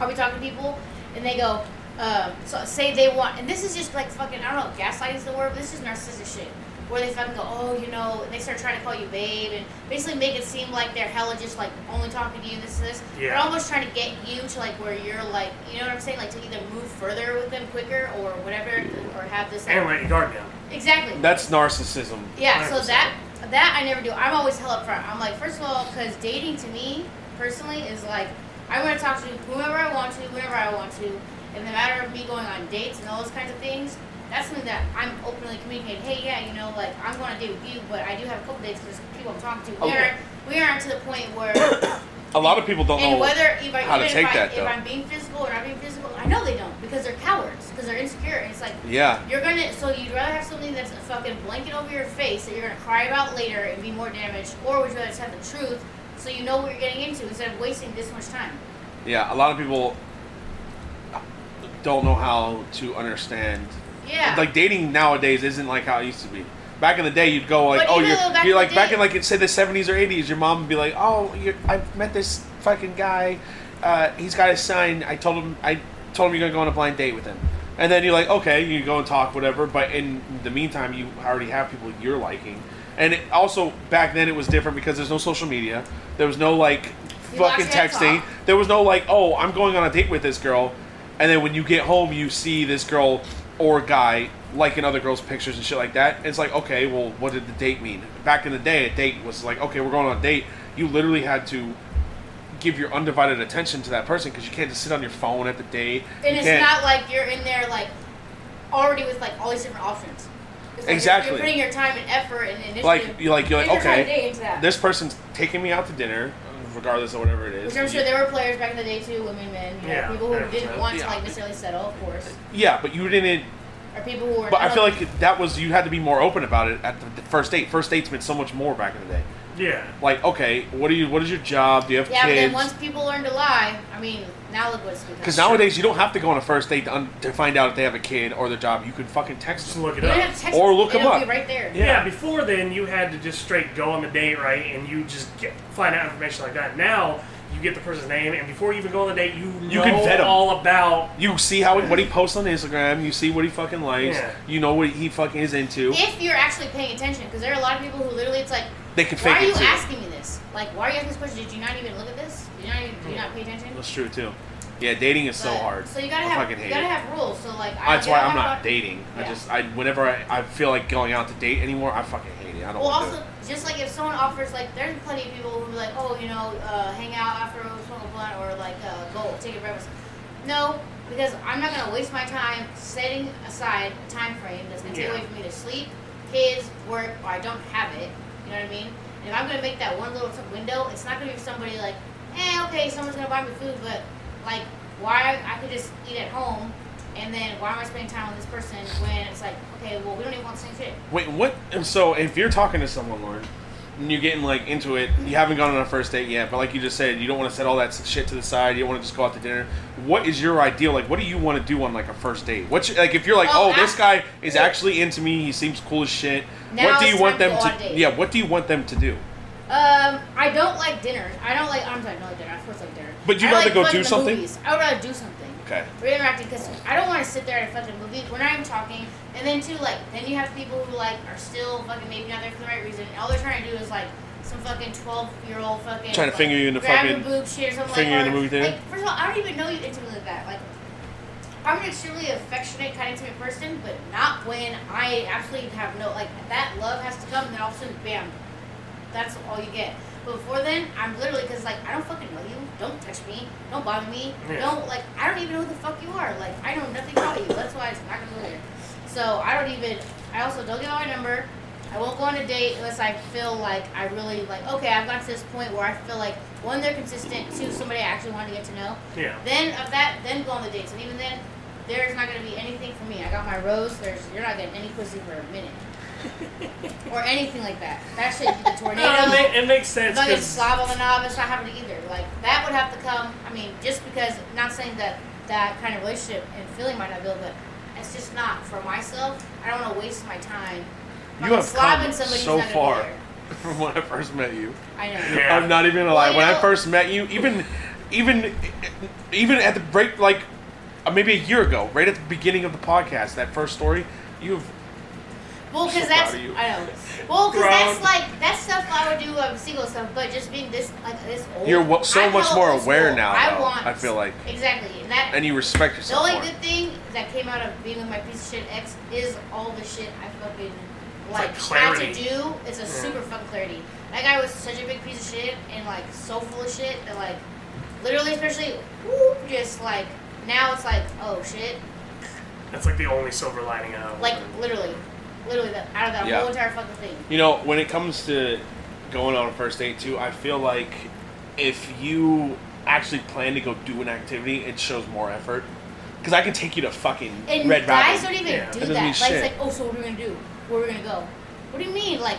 S3: I'll be talking to people, and they go, um, so say they want, and this is just like fucking, I don't know, if gaslighting is the word, but this is narcissistic shit. Where they fucking go, oh, you know, and they start trying to call you babe, and basically make it seem like they're hella just like only talking to you, this, this. They're
S2: Yeah.
S3: almost trying to get you to like where you're like, you know what I'm saying? Like to either move further with them quicker or whatever, or have this.
S2: And let your guard down.
S3: Exactly.
S4: That's narcissism.
S3: Yeah, so
S2: 100%.
S3: that that I never do. I'm always hell up front. I'm like, first of all, because dating to me personally is like, I want to talk to whomever I want to, whenever I want to, and the matter of me going on dates and all those kinds of things. That's something that I'm openly communicating. Hey, yeah, you know, like I'm going to date with you, but I do have a couple dates because people I'm talking to. We
S4: Okay.
S3: aren't we aren't to the point where
S4: A lot of people don't
S3: and
S4: know.
S3: whether if I,
S4: Oh, how to
S3: even
S4: take
S3: if, I,
S4: that, though.
S3: if I'm being physical or not being physical, I know they don't because they're cowards because they're insecure. And it's like
S4: yeah,
S3: you're gonna so you'd rather have something that's a fucking blanket over your face that you're gonna cry about later and be more damaged, or would you rather just have the truth so you know what you're getting into instead of wasting this much time?
S4: yeah. A lot of people don't know how to understand
S3: Yeah.
S4: like dating nowadays isn't like how it used to be. Back in the day, you'd go like,
S3: But
S4: oh,
S3: even
S4: you're,
S3: though back
S4: you're
S3: in
S4: like
S3: the
S4: back
S3: day-
S4: in like say the seventies or eighties. Your mom would be like, oh, you're, I met this fucking guy. Uh, he's got a sign. I told him I told him you're gonna go on a blind date with him. And then you're like, okay, you go and talk whatever. But in the meantime, you already have people you're liking. And it, also back then it was different because there's no social media. There was no like
S3: You actually
S4: fucking
S3: had to
S4: texting.
S3: talk.
S4: There was no like, oh, I'm going on a date with this girl, and then when you get home, you see this girl or guy liking other girls' pictures and shit like that. It's like, okay, well, what did the date mean? Back in the day, a date was like, okay, we're going on a date. You literally had to give your undivided attention to that person because you can't just sit on your phone at the date.
S3: and
S4: you
S3: it's
S4: can't-
S3: not like you're in there like already with like all these different options. It's like you're-
S4: Exactly.
S3: You're, putting your time and effort and initiative.
S4: like you like you're like
S3: and you're trying to
S4: okay,
S3: dig into that.
S4: this person's taking me out to dinner, regardless of whatever it is.
S3: Which I'm sure there were players back in the day too, women, men, you know,
S2: Yeah,
S3: people who
S2: 100%.
S3: didn't want
S4: Yeah.
S3: to like necessarily settle, of course,
S4: yeah, but you didn't
S3: or people who were.
S4: But I feel
S3: like.
S4: like that was you had to be more open about it at the, the first date. First date's been so much more back in the day.
S2: Yeah.
S4: Like, okay, what do you? What is your job? Do you have
S3: Yeah, but then once
S4: kids?
S3: people learn to lie, I mean, now look what it's become.
S4: Because nowadays you don't have to go on a first date to, un- to find out if they have a kid or their job. You can fucking text
S2: Just
S4: them.
S2: look it
S3: You don't
S2: up.
S3: have to text
S4: Or
S3: them.
S4: look 'em
S3: It'll
S4: up.
S3: Be right there.
S2: Yeah. before then you had to just straight go on the date, right? And you just get, find out information like that. Now you get the person's name, and before you even go on the date, you know
S4: You can vet 'em.
S2: all about.
S4: You see how he, what he posts on Instagram. You see what he fucking likes.
S2: Yeah.
S4: You know what he fucking is into.
S3: If you're actually paying attention, because there are a lot of people who literally, it's like,
S4: They can fake
S3: why are you
S4: it too.
S3: asking me this? Like, why are you asking this question? Did you not even look at this? Did you not even, did you not pay attention?
S4: That's true too. Yeah, dating is so
S3: But-
S4: hard.
S3: So you gotta
S4: I
S3: have,
S4: fucking
S3: you
S4: hate
S3: gotta
S4: it.
S3: have rules. So like, I
S4: That's
S3: don't-
S4: why
S3: I don't
S4: I'm
S3: have
S4: not
S3: a-
S4: dating. I
S3: Yeah.
S4: just I whenever I, I feel like going out to date anymore, I fucking hate it. I don't.
S3: Well,
S4: wanna do
S3: also, just like if someone offers, like, there's plenty of people who are like, oh, you know, uh, hang out after we smoke a blunt or like uh, go take a breakfast. No, because I'm not gonna waste my time setting aside a time frame that's gonna take
S2: Yeah.
S3: away from me to sleep, kids, work, or I don't have it. You know what I mean? And if I'm gonna make that one little t- window, it's not gonna be somebody like, eh, okay, someone's gonna buy me food, but like, why I could just eat at home, and then why am I spending time with this person when it's like, okay, well, we don't even want the same shit.
S4: Wait, what? So if you're talking to someone, Lauren, and you're getting like into it. You haven't gone on a first date yet, but like you just said, you don't want to set all that shit to the side. You don't want to just go out to dinner. What is your ideal? Like, what do you want to do on like a first date? What's your- like if you're like,
S3: Oh,
S4: oh, this
S3: ask-
S4: guy is actually into me. He seems cool as shit.
S3: Now
S4: what do
S3: it's
S4: you want
S3: time to
S4: them
S3: go
S4: to?
S3: on a date.
S4: Yeah, what do you want them to do?
S3: Um, I don't like dinner. I don't like. I'm sorry, I don't like dinner. Of course, I like dinner.
S4: But you'd
S3: I
S4: rather
S3: like
S4: go
S3: fucking
S4: do
S3: the
S4: something?
S3: Movies. I would rather do something.
S4: Okay.
S3: We're interacting because I don't want to sit there and fucking movie. We're not even talking. And then too, like, then you have people who like are still fucking maybe not there for the right reason. And all they're trying to do is like some fucking twelve year old fucking
S4: Trying to
S3: like,
S4: finger you in the
S3: grab
S4: fucking-
S3: your boob shit or something.
S4: finger you
S3: like,
S4: in the movie theater?
S3: Like, first of all, I don't even know you intimately like that. Like, I'm an extremely affectionate, kind of intimate person, but not when I absolutely have no like that love has to come. And then all of a sudden, bam, that's all you get. But before then, I'm literally because like I don't fucking know you. Don't touch me. Don't bother me.
S2: Yeah.
S3: Don't like I don't even know who the fuck you are. Like I know nothing about you. That's why it's not gonna go there. So I don't even. I also don't give out my number. I won't go on a date unless I feel like I really like. Okay, I've gotten to this point where I feel like one, they're consistent. Two, somebody I actually want to get to know.
S2: Yeah.
S3: Then of that, then go on the dates, and even then, there's not gonna be anything for me. I got my rose. There's you're not getting any pussy for a minute, or anything like that. That shit, the tornado.
S2: No, it, ma- it makes sense
S3: Fucking
S2: 'cause-
S3: slob on the knob, it's not happening either. Like that would have to come. I mean, just because not saying that that kind of relationship and feeling might not build, but it's just not for myself. I don't want to waste my time.
S4: You
S3: fucking
S4: have
S3: slobbing
S4: come
S3: somebody who's
S4: so
S3: not gonna be
S4: far
S3: there.
S4: from when I first met you.
S3: I know.
S2: Yeah.
S4: I'm not even gonna
S3: Well,
S4: lie.
S3: you
S4: when I
S3: know-
S4: first met you, even, even, even at the break, like uh, maybe a year ago, right at the beginning of the podcast, that first story, you've
S3: Well,
S4: I'm so
S3: because that's
S4: proud of you.
S3: I know. Well, because
S2: Proud.
S3: that's like that's stuff I would do um, single stuff, but just being this like this old.
S4: You're wa- so
S3: I'm
S4: much
S3: hella
S4: more
S3: old
S4: aware
S3: school.
S4: now,
S3: I
S4: though,
S3: want
S4: I feel like.
S3: exactly and that.
S4: and you respect
S3: the
S4: yourself.
S3: only
S4: more.
S3: good thing that came out of being with my piece of shit ex is all the shit I fucking
S2: like
S3: like had
S2: clarity.
S3: to do. It's a super fun clarity. That guy was such a big piece of shit and like so full of shit that like literally, especially whoop, just like now it's like oh shit,
S2: That's like the only silver lining out.
S3: like literally, literally that out of that
S4: Yeah.
S3: whole entire fucking thing.
S4: You know, when it comes to going on a first date too, I feel like if you actually plan to go do an activity, it shows more effort. Because I can take you to fucking
S3: And
S4: Red
S3: guys
S4: Robin.
S3: don't even
S2: Yeah.
S3: do
S4: That
S3: that.
S4: doesn't mean
S3: Like,
S4: shit.
S3: it's like, oh, so what are we gonna do? Where are we gonna go? What do you mean? Like,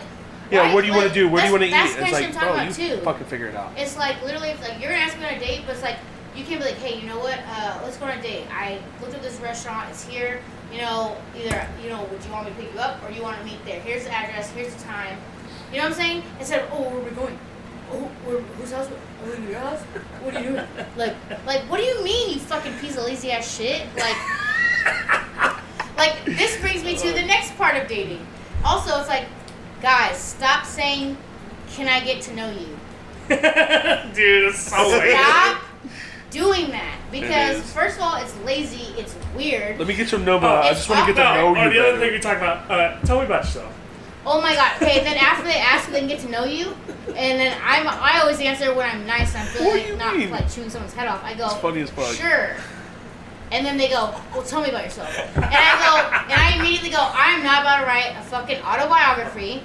S4: Yeah,
S3: why-
S4: what do you want
S3: like,
S4: to do? Where do you want to eat?
S3: that's-
S4: It's
S3: That's the
S4: like,
S3: question I'm
S4: bro,
S3: talking
S4: you
S3: about too.
S4: fucking figure it out.
S3: It's like literally, it's like you're gonna ask me on a date, but it's like you can't be like, hey, you know what? Uh, let's go on a date. I looked at this restaurant. It's here. You know, either you know, would you want me to pick you up, or you want to meet there? Here's the address. Here's the time. You know what I'm saying? Instead of oh, where are we going? Oh, where, whose house? Oh, your house? What are you doing? Like, like, what do you mean, you fucking piece of lazy ass shit? Like, like this brings me to the next part of dating. Also, it's like, guys, stop saying, "Can I get to know you?"
S2: Dude, it's so weird.
S3: stop doing that because
S4: Oh, is.
S3: first of all it's lazy it's weird
S4: Let me get your number. I
S2: Oh, it's
S4: just want to get to know
S2: No,
S4: you.
S2: or Oh, the other
S4: better.
S2: thing we talk about, uh, tell me about yourself.
S3: oh my god okay then after they ask if they can get to know you and then i'm i always answer when i'm nice i'm feeling
S4: What
S3: like
S4: do you
S3: not
S4: mean?
S3: like chewing someone's head off i go
S4: It's funny as fuck.
S3: sure and then they go well tell me about yourself and i go and i immediately go i'm not about to write a fucking autobiography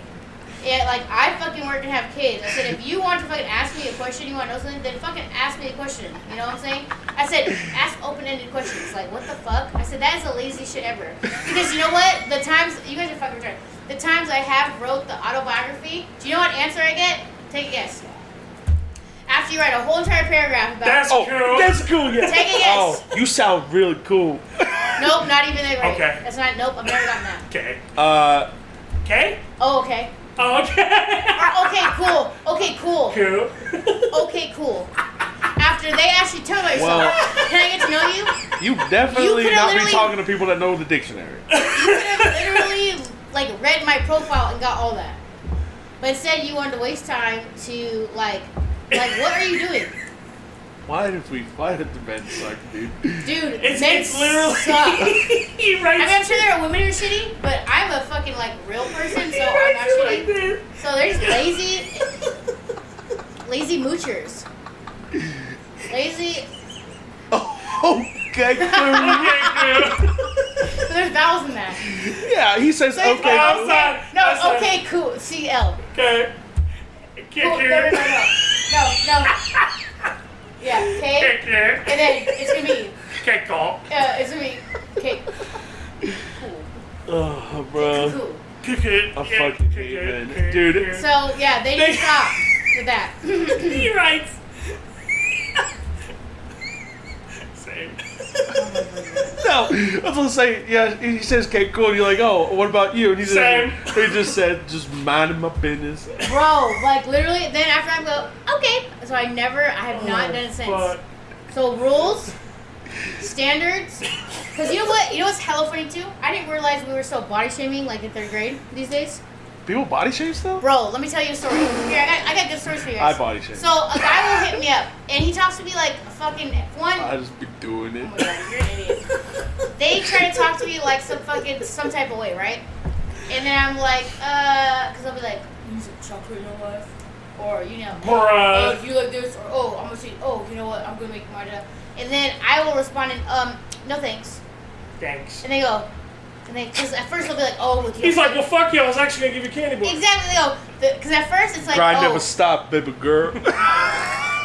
S3: Yeah, like I fucking work and have kids. I said, if you want to fucking ask me a question, you want to know something, then fucking ask me a question. You know what I'm saying? I said, ask open-ended questions. Like, what the fuck? I said, that is the laziest shit ever. Because you know what? The times you guys are fucking retarded. The times I have wrote the autobiography, do you know what answer I get? Take a guess. After you write a whole entire paragraph about,
S2: That's
S4: Oh,
S2: cool.
S4: that's cool. Yeah.
S3: Take a yes.
S4: Oh, you sound really cool.
S3: nope, not even they write. it.
S2: Okay.
S3: That's not. Nope, I've never gotten that.
S2: okay.
S4: Uh,
S2: Okay?
S3: Oh, okay.
S2: Oh, okay.
S3: Or, okay, cool. Okay, cool.
S2: cool.
S3: Okay, cool. After they actually tell me,
S4: Well-
S3: can I get to know you?
S4: you definitely
S3: You coulda
S4: not be
S3: literally-
S4: talking to people that know the dictionary.
S3: You could have literally like read my profile and got all that, but instead you wanted to waste time to like, like what are you doing,
S4: Why did we? Why did the men suck, dude?
S3: dude?
S2: It's,
S3: men
S2: it's literally.
S3: suck. I mean,
S2: he writes.
S3: I'm sure there are women who are shitty, but I'm a fucking like real person,
S2: he
S3: so I'm
S2: writes
S3: not
S2: it like
S3: shitty.
S2: this.
S3: So there's lazy, lazy moochers, lazy.
S4: Oh, okay, cool.
S2: Okay, cool.
S3: So there's vowels in that.
S4: Yeah, he says
S3: There's
S4: okay.
S3: vowels
S4: cool.
S3: in that. No,
S2: That's not-
S3: okay, cool. C L.
S2: Okay.
S3: Cool. Oh, No, no, no,
S2: Okay, cool.
S3: no, no, no. Yeah, okay.
S2: Okay, cool.
S3: And then it's gonna be,
S2: Okay, cool.
S3: uh, it's gonna be, okay, cool,
S4: Oh, bro.
S3: cool,
S2: Cool, could.
S4: I
S2: yeah,
S4: fucking
S2: could,
S4: hate
S2: could,
S4: men.
S2: could,
S4: Dude.
S2: could.
S3: So yeah, they can
S4: They-
S3: stop with that.
S5: He writes.
S2: Same.
S4: No, I was gonna say, yeah, he says, okay, cool. And you're like, oh, what about you? And he said, he just said, just minding my business.
S3: Bro, like literally. Then after I go, okay. So I never, I have not
S2: Oh,
S3: done it since.
S2: fuck.
S3: So rules, standards. Cause you know what? You know what's hella funny too? I didn't realize we were so body shaming like in third grade these days.
S4: People body shave stuff?
S3: Bro, let me tell you a story. Here, I got, I got good stories for you.
S4: I
S3: guys.
S4: body shave.
S3: So a guy will hit me up, and he talks to me like a fucking one.
S4: I just be doing
S3: Oh my
S4: it.
S3: god, you're an idiot. They try to talk to me like some fucking some type of way, right? And then I'm like, uh, because I'll be like, you some chocolate in your life, or you know,
S2: Bruh.
S3: oh, you like this, or oh, I'm gonna say, oh, you know what, I'm gonna make my dinner. And then I will respond in, um, no thanks.
S2: Thanks.
S3: And they go, and they, because at first they'll be like, oh, look, you
S2: He's
S3: know-
S2: like, well, fuck you. I was actually gonna give you candy, but
S3: exactly, they go, because at first it's like,
S4: Grind
S3: oh,
S4: never stop, baby girl.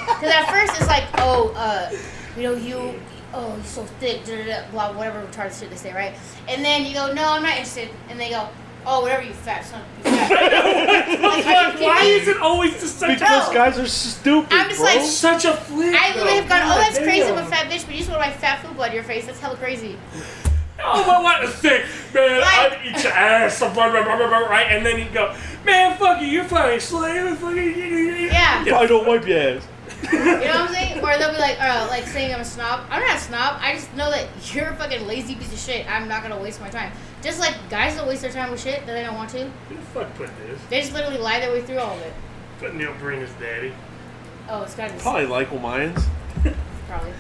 S3: Because at first it's like, oh, uh, you know, you, oh, you're so thick, da, da, da, blah, whatever retarded shit they say, right? And then you go, no, I'm not interested. And they go, oh, whatever, you fat son. of a bitch, You fat. Like, are you
S2: Fuck,
S3: kidding
S2: why
S3: me?
S2: is it always just such a
S4: because
S3: No.
S4: guys are stupid,
S3: I'm just
S4: bro.
S3: like,
S2: such a flick?
S3: I literally have gone,
S2: God
S3: oh, that's crazy, I'm a
S2: damn.
S3: fat bitch, but you just want my fat food blood in your face. That's hella crazy.
S2: Oh, but what a thick man!
S3: Like-
S2: I'd eat your ass, blah, blah, blah, blah, blah, right? And then he'd go, "Man, fuck you! You're fucking slave, fucking."
S3: Yeah. You know
S4: Probably don't wipe your ass.
S3: what I'm saying? Or they'll be like, oh, like saying I'm a snob. I'm not a snob. I just know that you're a fucking lazy piece of shit. I'm not going to waste my time. Just like guys don't waste their time with shit that they don't want to.
S2: Who the fuck put this?
S3: They just literally lie their way through all of it.
S2: Put Neil Breen's daddy.
S3: Oh, it's gotta be
S4: Probably Michael Myans.
S3: probably.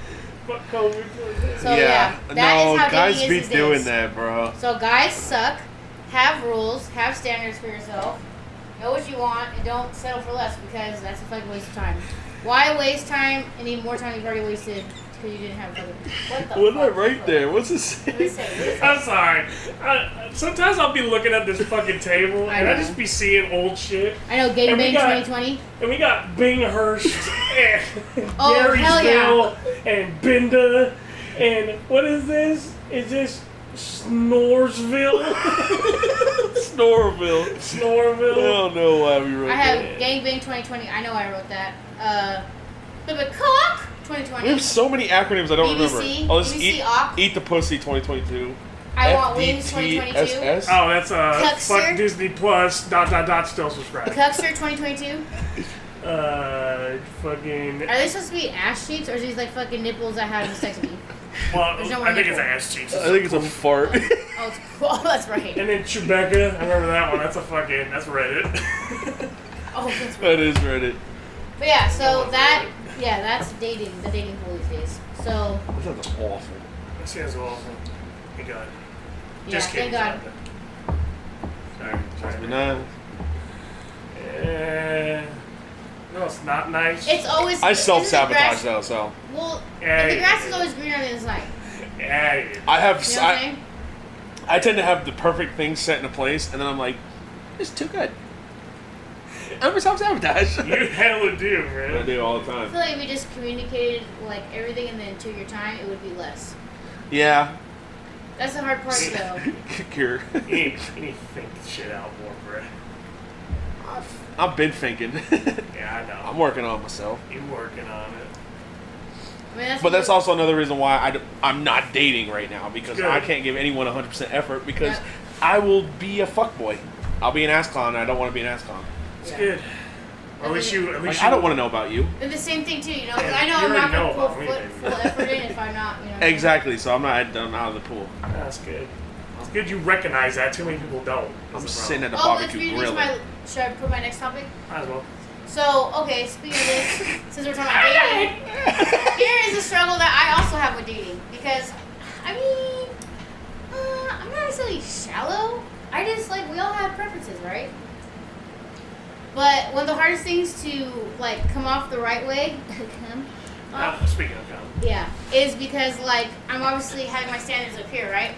S2: Fuck Kobe put this.
S3: So yeah, that is
S4: no,
S3: how
S4: guys
S3: dating
S4: be
S3: is these
S4: doing
S3: days.
S4: that, bro.
S3: So guys suck. Have rules. Have standards for yourself. Know what you want and don't settle for less because that's a fucking waste of time. Why waste time and need more time you've already wasted because you didn't have a fucking. What the?
S4: Wasn't I
S3: fuck?
S4: right there? What's this?
S3: What is it? What is it?
S2: I'm sorry. I, sometimes I'll be looking at this fucking table
S3: I
S2: and I
S3: know.
S2: just be seeing old shit.
S3: I know
S2: And we
S3: gangbang
S2: got-
S3: 2020.
S2: And we got Binghurst and
S3: Oh, hell
S2: Marysville
S3: yeah.
S2: and Binda and what is this? Is this Snoresville?
S4: Snorville. I
S2: Snoreville?
S4: don't know why we wrote
S3: I have
S4: that.
S3: gangbang 2020. I know I wrote that. Uh, but cock
S4: We have
S3: 2020.
S4: so many acronyms I don't
S3: BBC,
S4: remember. Oh, let's
S3: BBC
S4: eat,
S3: Op.
S4: eat the pussy 2022.
S3: I
S4: E
S3: want wings 2022.
S4: 2022.
S2: Oh, that's uh,
S3: Cuckster?
S2: fuck Disney Plus. Dot dot dot. Still subscribe.
S3: Cuckster 2022.
S2: Uh, fucking.
S3: Are they supposed to be ass cheeks or is these like fucking nipples I had in sex me?
S2: Well,
S3: there's no
S2: I think it's
S3: nipple.
S2: ass cheeks.
S4: I think it's a fart.
S3: Oh, it's cool. Oh, that's right.
S2: And then Chewbacca. I remember that one. That's a fucking. That's Reddit.
S3: Oh, that's right.
S4: that is Reddit.
S3: But yeah, so that yeah, that's dating the dating pool these days. So
S4: That sounds awful.
S2: that sounds awful. Thank God.
S3: yeah,
S2: Just kidding.
S3: thank God.
S2: Sorry.
S4: Must
S2: Sorry.
S4: be nice.
S2: Uh, no, it's not nice.
S3: It's always
S4: I
S3: isn't the
S4: self sabotage
S3: grass-
S4: though, so
S3: Well,
S2: Yeah,
S3: the
S2: yeah,
S3: grass is
S2: yeah.
S3: always greener on the other side.
S2: yeah, it is.
S4: I have
S3: You know what I'm
S4: I,
S3: saying?
S4: I tend to have the perfect thing set into place, and then I'm like, it's too good. I'm a self sabotage.
S2: you hella do,
S4: I
S2: man.
S4: do all the
S3: I
S4: time.
S3: feel like if we just communicated like everything and then took your time, it would be less.
S4: Yeah,
S3: That's the hard part though.
S4: cure.
S2: You need, you need to think this shit out more, bro.
S4: I've been thinking.
S2: Yeah, I know.
S4: I'm working on myself.
S2: You're working on it.
S3: I mean, that's
S4: But that's also another reason why I, am not dating right now because
S2: Good.
S4: I can't give anyone 100% effort because
S3: Yeah.
S4: I will be a fuckboy. I'll be an ass clown and I don't want to be an ass clown.
S2: It's
S3: Yeah.
S2: good. Or at least you. At
S4: Like,
S2: least
S4: I
S2: you,
S4: don't want to know about you.
S3: But the same thing too, you know. 'cause
S2: Yeah,
S3: I know
S2: you
S3: I'm
S2: already
S3: not
S2: know
S3: gonna
S2: about
S3: put
S2: me,
S3: full, full
S2: baby.
S3: effort in if I'm not, you know.
S4: Exactly, so I'm not I'm out of the pool.
S2: That's good. It's good you recognize that. Too many people don't.
S4: I'm sitting at the
S3: Oh, let's
S4: barbecue
S3: introduce
S4: grill.
S3: my. Should I put my next topic?
S2: Might as well.
S3: So, okay, speaking of this, since we're talking about dating, here is a struggle that I also have with dating because, I mean, uh, I'm not necessarily shallow. I just like we all have preferences, right? But one of the hardest things to like come off the right way, come off
S2: Uh, speaking of God.
S3: yeah, is because like I'm obviously having my standards up here, right?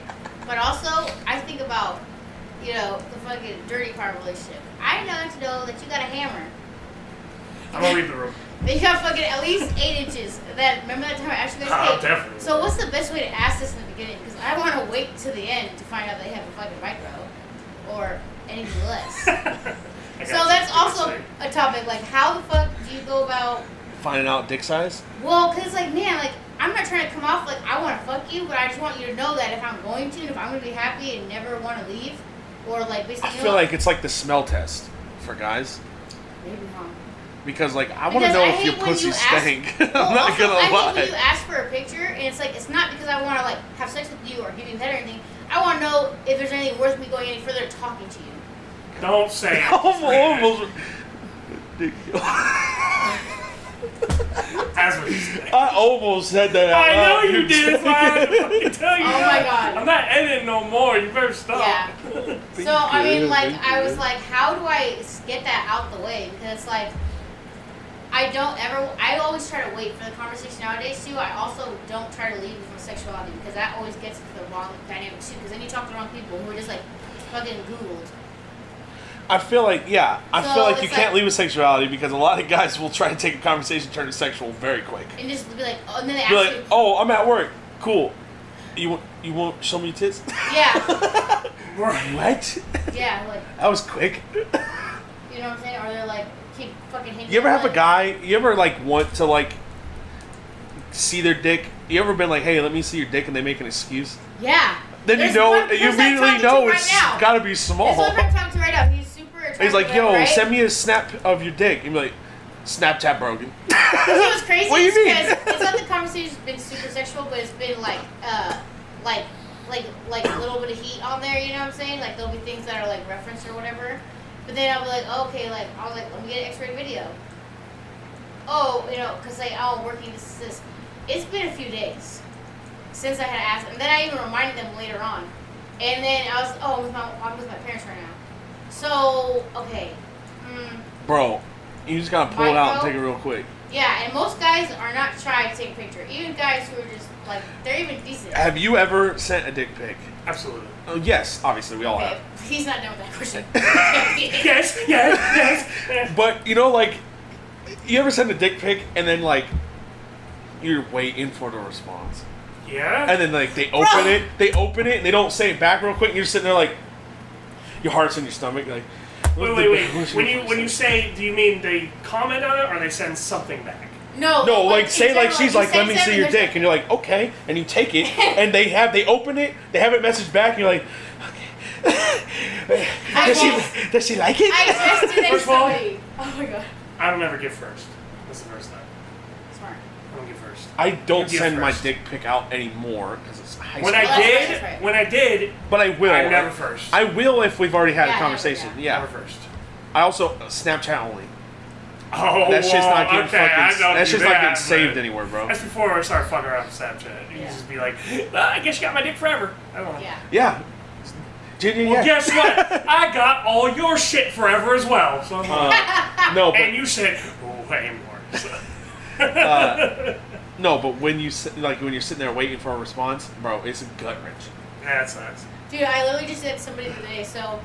S3: But also I think about, you know, the fucking dirty part of relationship. I know to know that you got a hammer.
S2: I'm gonna leave the room.
S3: That you got fucking at least eight inches. That remember that time I asked you guys,
S2: Oh,
S3: hey,
S2: definitely.
S3: so what's the best way to ask this in the beginning? Because I want to wait to the end to find out they have a fucking micro, or anything less.
S2: I
S3: so
S2: got
S3: that's
S2: you.
S3: also a topic. Like, how the fuck do you go about?
S4: Finding out dick size?
S3: Well, cause like, man, like I'm not trying to come off like I want to fuck you, but I just want you to know that if I'm going to, and if I'm gonna be happy and never want to leave, or like basically,
S4: I
S3: you
S4: feel
S3: know,
S4: like it's like the smell test for guys.
S3: maybe wrong.
S4: Because, like, I want to
S3: Because
S4: know
S3: I
S4: if
S3: hate
S4: your
S3: when you
S4: pussy
S3: ask-
S4: stank.
S3: Well,
S4: I'm not
S3: also, I
S4: gonna lie.
S3: think when you ask for a picture, and it's like it's not because I want to like have sex with you or give you head or anything. I want to know if there's anything worth me going any further talking to you.
S2: Don't say it.
S4: Oh almost.
S2: That's what you said.
S4: I almost said that. out
S2: I know
S4: loud.
S2: you did. That's why I had to fucking tell you.
S3: Oh my
S2: that.
S3: God.
S2: I'm not editing no more. You better stop.
S3: Yeah. So I mean,
S4: Good,
S3: like
S4: thank
S3: I was
S4: you.
S3: like, how do I get that out the way? Because like I don't ever. I always try to wait for the conversation nowadays too. I also don't try to lead with my sexuality because that always gets to the wrong dynamic too. Because then you talk to the wrong people who are just like fucking googled.
S4: I feel like, yeah, I
S3: So
S4: feel like you
S3: it's
S4: can't
S3: like-
S4: leave with sexuality because a lot of guys will try to take a conversation and turn it sexual very quick.
S3: And just be like, oh, and then they ask
S4: Be like,
S3: you,
S4: oh, I'm at work. Cool. You want you won't show me your tits?
S3: yeah,
S2: Right.
S4: what?
S3: yeah, like
S4: That was quick.
S3: you know what I'm saying? Or they're like, keep fucking. hitting
S4: You ever
S3: me,
S4: have a
S3: like-
S4: guy? You ever like want to like see their dick? You ever been like, hey, let me see your dick, and they make an excuse?
S3: Yeah.
S4: Then
S3: There's
S4: you
S3: one
S4: know,
S3: person
S4: you
S3: I'm
S4: immediately
S3: talking to
S4: know
S3: right
S4: it's
S3: now.
S4: got to be
S3: This
S4: small.
S3: one I'm talking to right now. He's super attractive.
S4: He's like, yo,
S3: right?
S4: send me a snap of your dick. And be like, Snapchat broken.
S3: Because it was crazy.
S4: What do you mean?
S3: because It's not the conversation's been super sexual, but it's been like, uh, like, like, like a little bit of heat on there. You know what I'm saying? Like there'll be things that are like referenced or whatever. But then I'll be like, oh, okay, like I'll like let me get an X-ray video. Oh, you know, cause like oh, working this this. It's been a few days since I had asked, and then I even reminded them later on. And then I was oh, I'm with my, I'm with my parents right now. So okay. Mm,
S4: Bro, you just gotta pull it out and take it real quick.
S3: yeah, and most guys are not shy to take a picture. Even guys who are just like they're even decent.
S4: Have you ever sent a dick pic?
S2: Absolutely.
S4: Oh, yes, obviously we all
S3: Okay,
S4: have.
S3: he's not done with that question.
S2: Yes, yes, yes.
S4: But you know, like, you ever send a dick pic and then like you're waiting for the response,
S2: yeah.
S4: and then like they open it, they open it, and they don't say it back real quick, and you're sitting there like, your heart's in your stomach, like.
S2: Wait, wait, wait. When you when you say, do you mean they comment on it or they send something back?
S3: no,
S4: No,
S3: but,
S4: like
S3: in
S4: say like
S3: general,
S4: she's
S3: Oh, you
S4: like,
S3: say
S4: let me see
S3: something,
S4: your
S3: there's
S4: dick, and you're like, okay, and you take it, and they have they open it, they have it messaged back, and you're like, okay.
S3: I
S4: does she
S3: guess-
S4: does she like it?
S3: I texted it
S2: First of all-
S3: somebody. Oh my god,
S2: I don't ever give first. That's the first time.
S3: smart.
S2: I don't give first.
S4: I don't
S2: You
S4: send my
S2: first.
S4: dick pic out anymore because it's high
S2: When
S4: school.
S2: I
S3: Well, that's right,
S2: did,
S3: that's right.
S2: when I did,
S4: but I will.
S2: I'm never first.
S4: I will if we've already had
S3: Yeah,
S4: a
S3: never,
S4: conversation. yeah.
S2: never first.
S4: I also Snapchat only.
S2: Oh,
S4: That shit's not getting
S2: okay, I
S4: fucking.
S2: don't
S4: That
S2: do
S4: shit's not getting
S2: but-
S4: saved anywhere, bro.
S2: That's before I started fucking around with Snapchat. You
S3: Yeah.
S2: just be like, "Ah, I guess you got my dick forever. I don't know.
S3: Yeah.
S4: Yeah. Did you?
S2: Well,
S4: yeah.
S2: guess what? I got all your shit forever as well. So I'm like,
S4: Uh, no, but
S2: and you said way more. So.
S4: Uh, No, but when you sit, like when you're sitting there waiting for a response, bro, it's gut wrenching.
S2: that sucks.
S3: Dude, I literally just did somebody today. So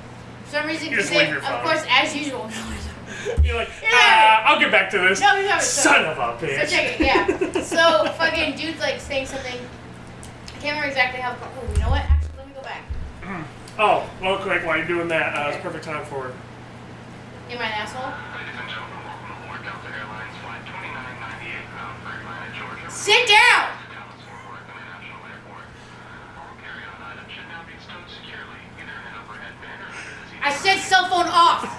S3: for some reason,
S2: You just
S3: 'cause they-
S2: leave your
S3: of
S2: phone.
S3: course, as usual.
S2: You're like,
S3: Yeah.
S2: ah, I'll get back to this.
S3: No, no, no, it's
S2: Son of a
S3: So
S2: bitch.
S3: check it, yeah. So fucking dude's like saying something. I can't remember exactly how. Oh, you know what? Actually, let me go back.
S2: Oh, real quick, while you're doing that, uh, it's perfect time for.
S3: Am I an asshole?
S6: Ladies and gentlemen, welcome aboard Delta Airlines Flight 2998 bound for Atlanta, Georgia.
S3: Sit down.
S6: Dallas Fort Worth International Airport. All carry-on items should now be stowed securely, either in an overhead bin or under the seat.
S3: I said cell phone off.
S6: Aisles,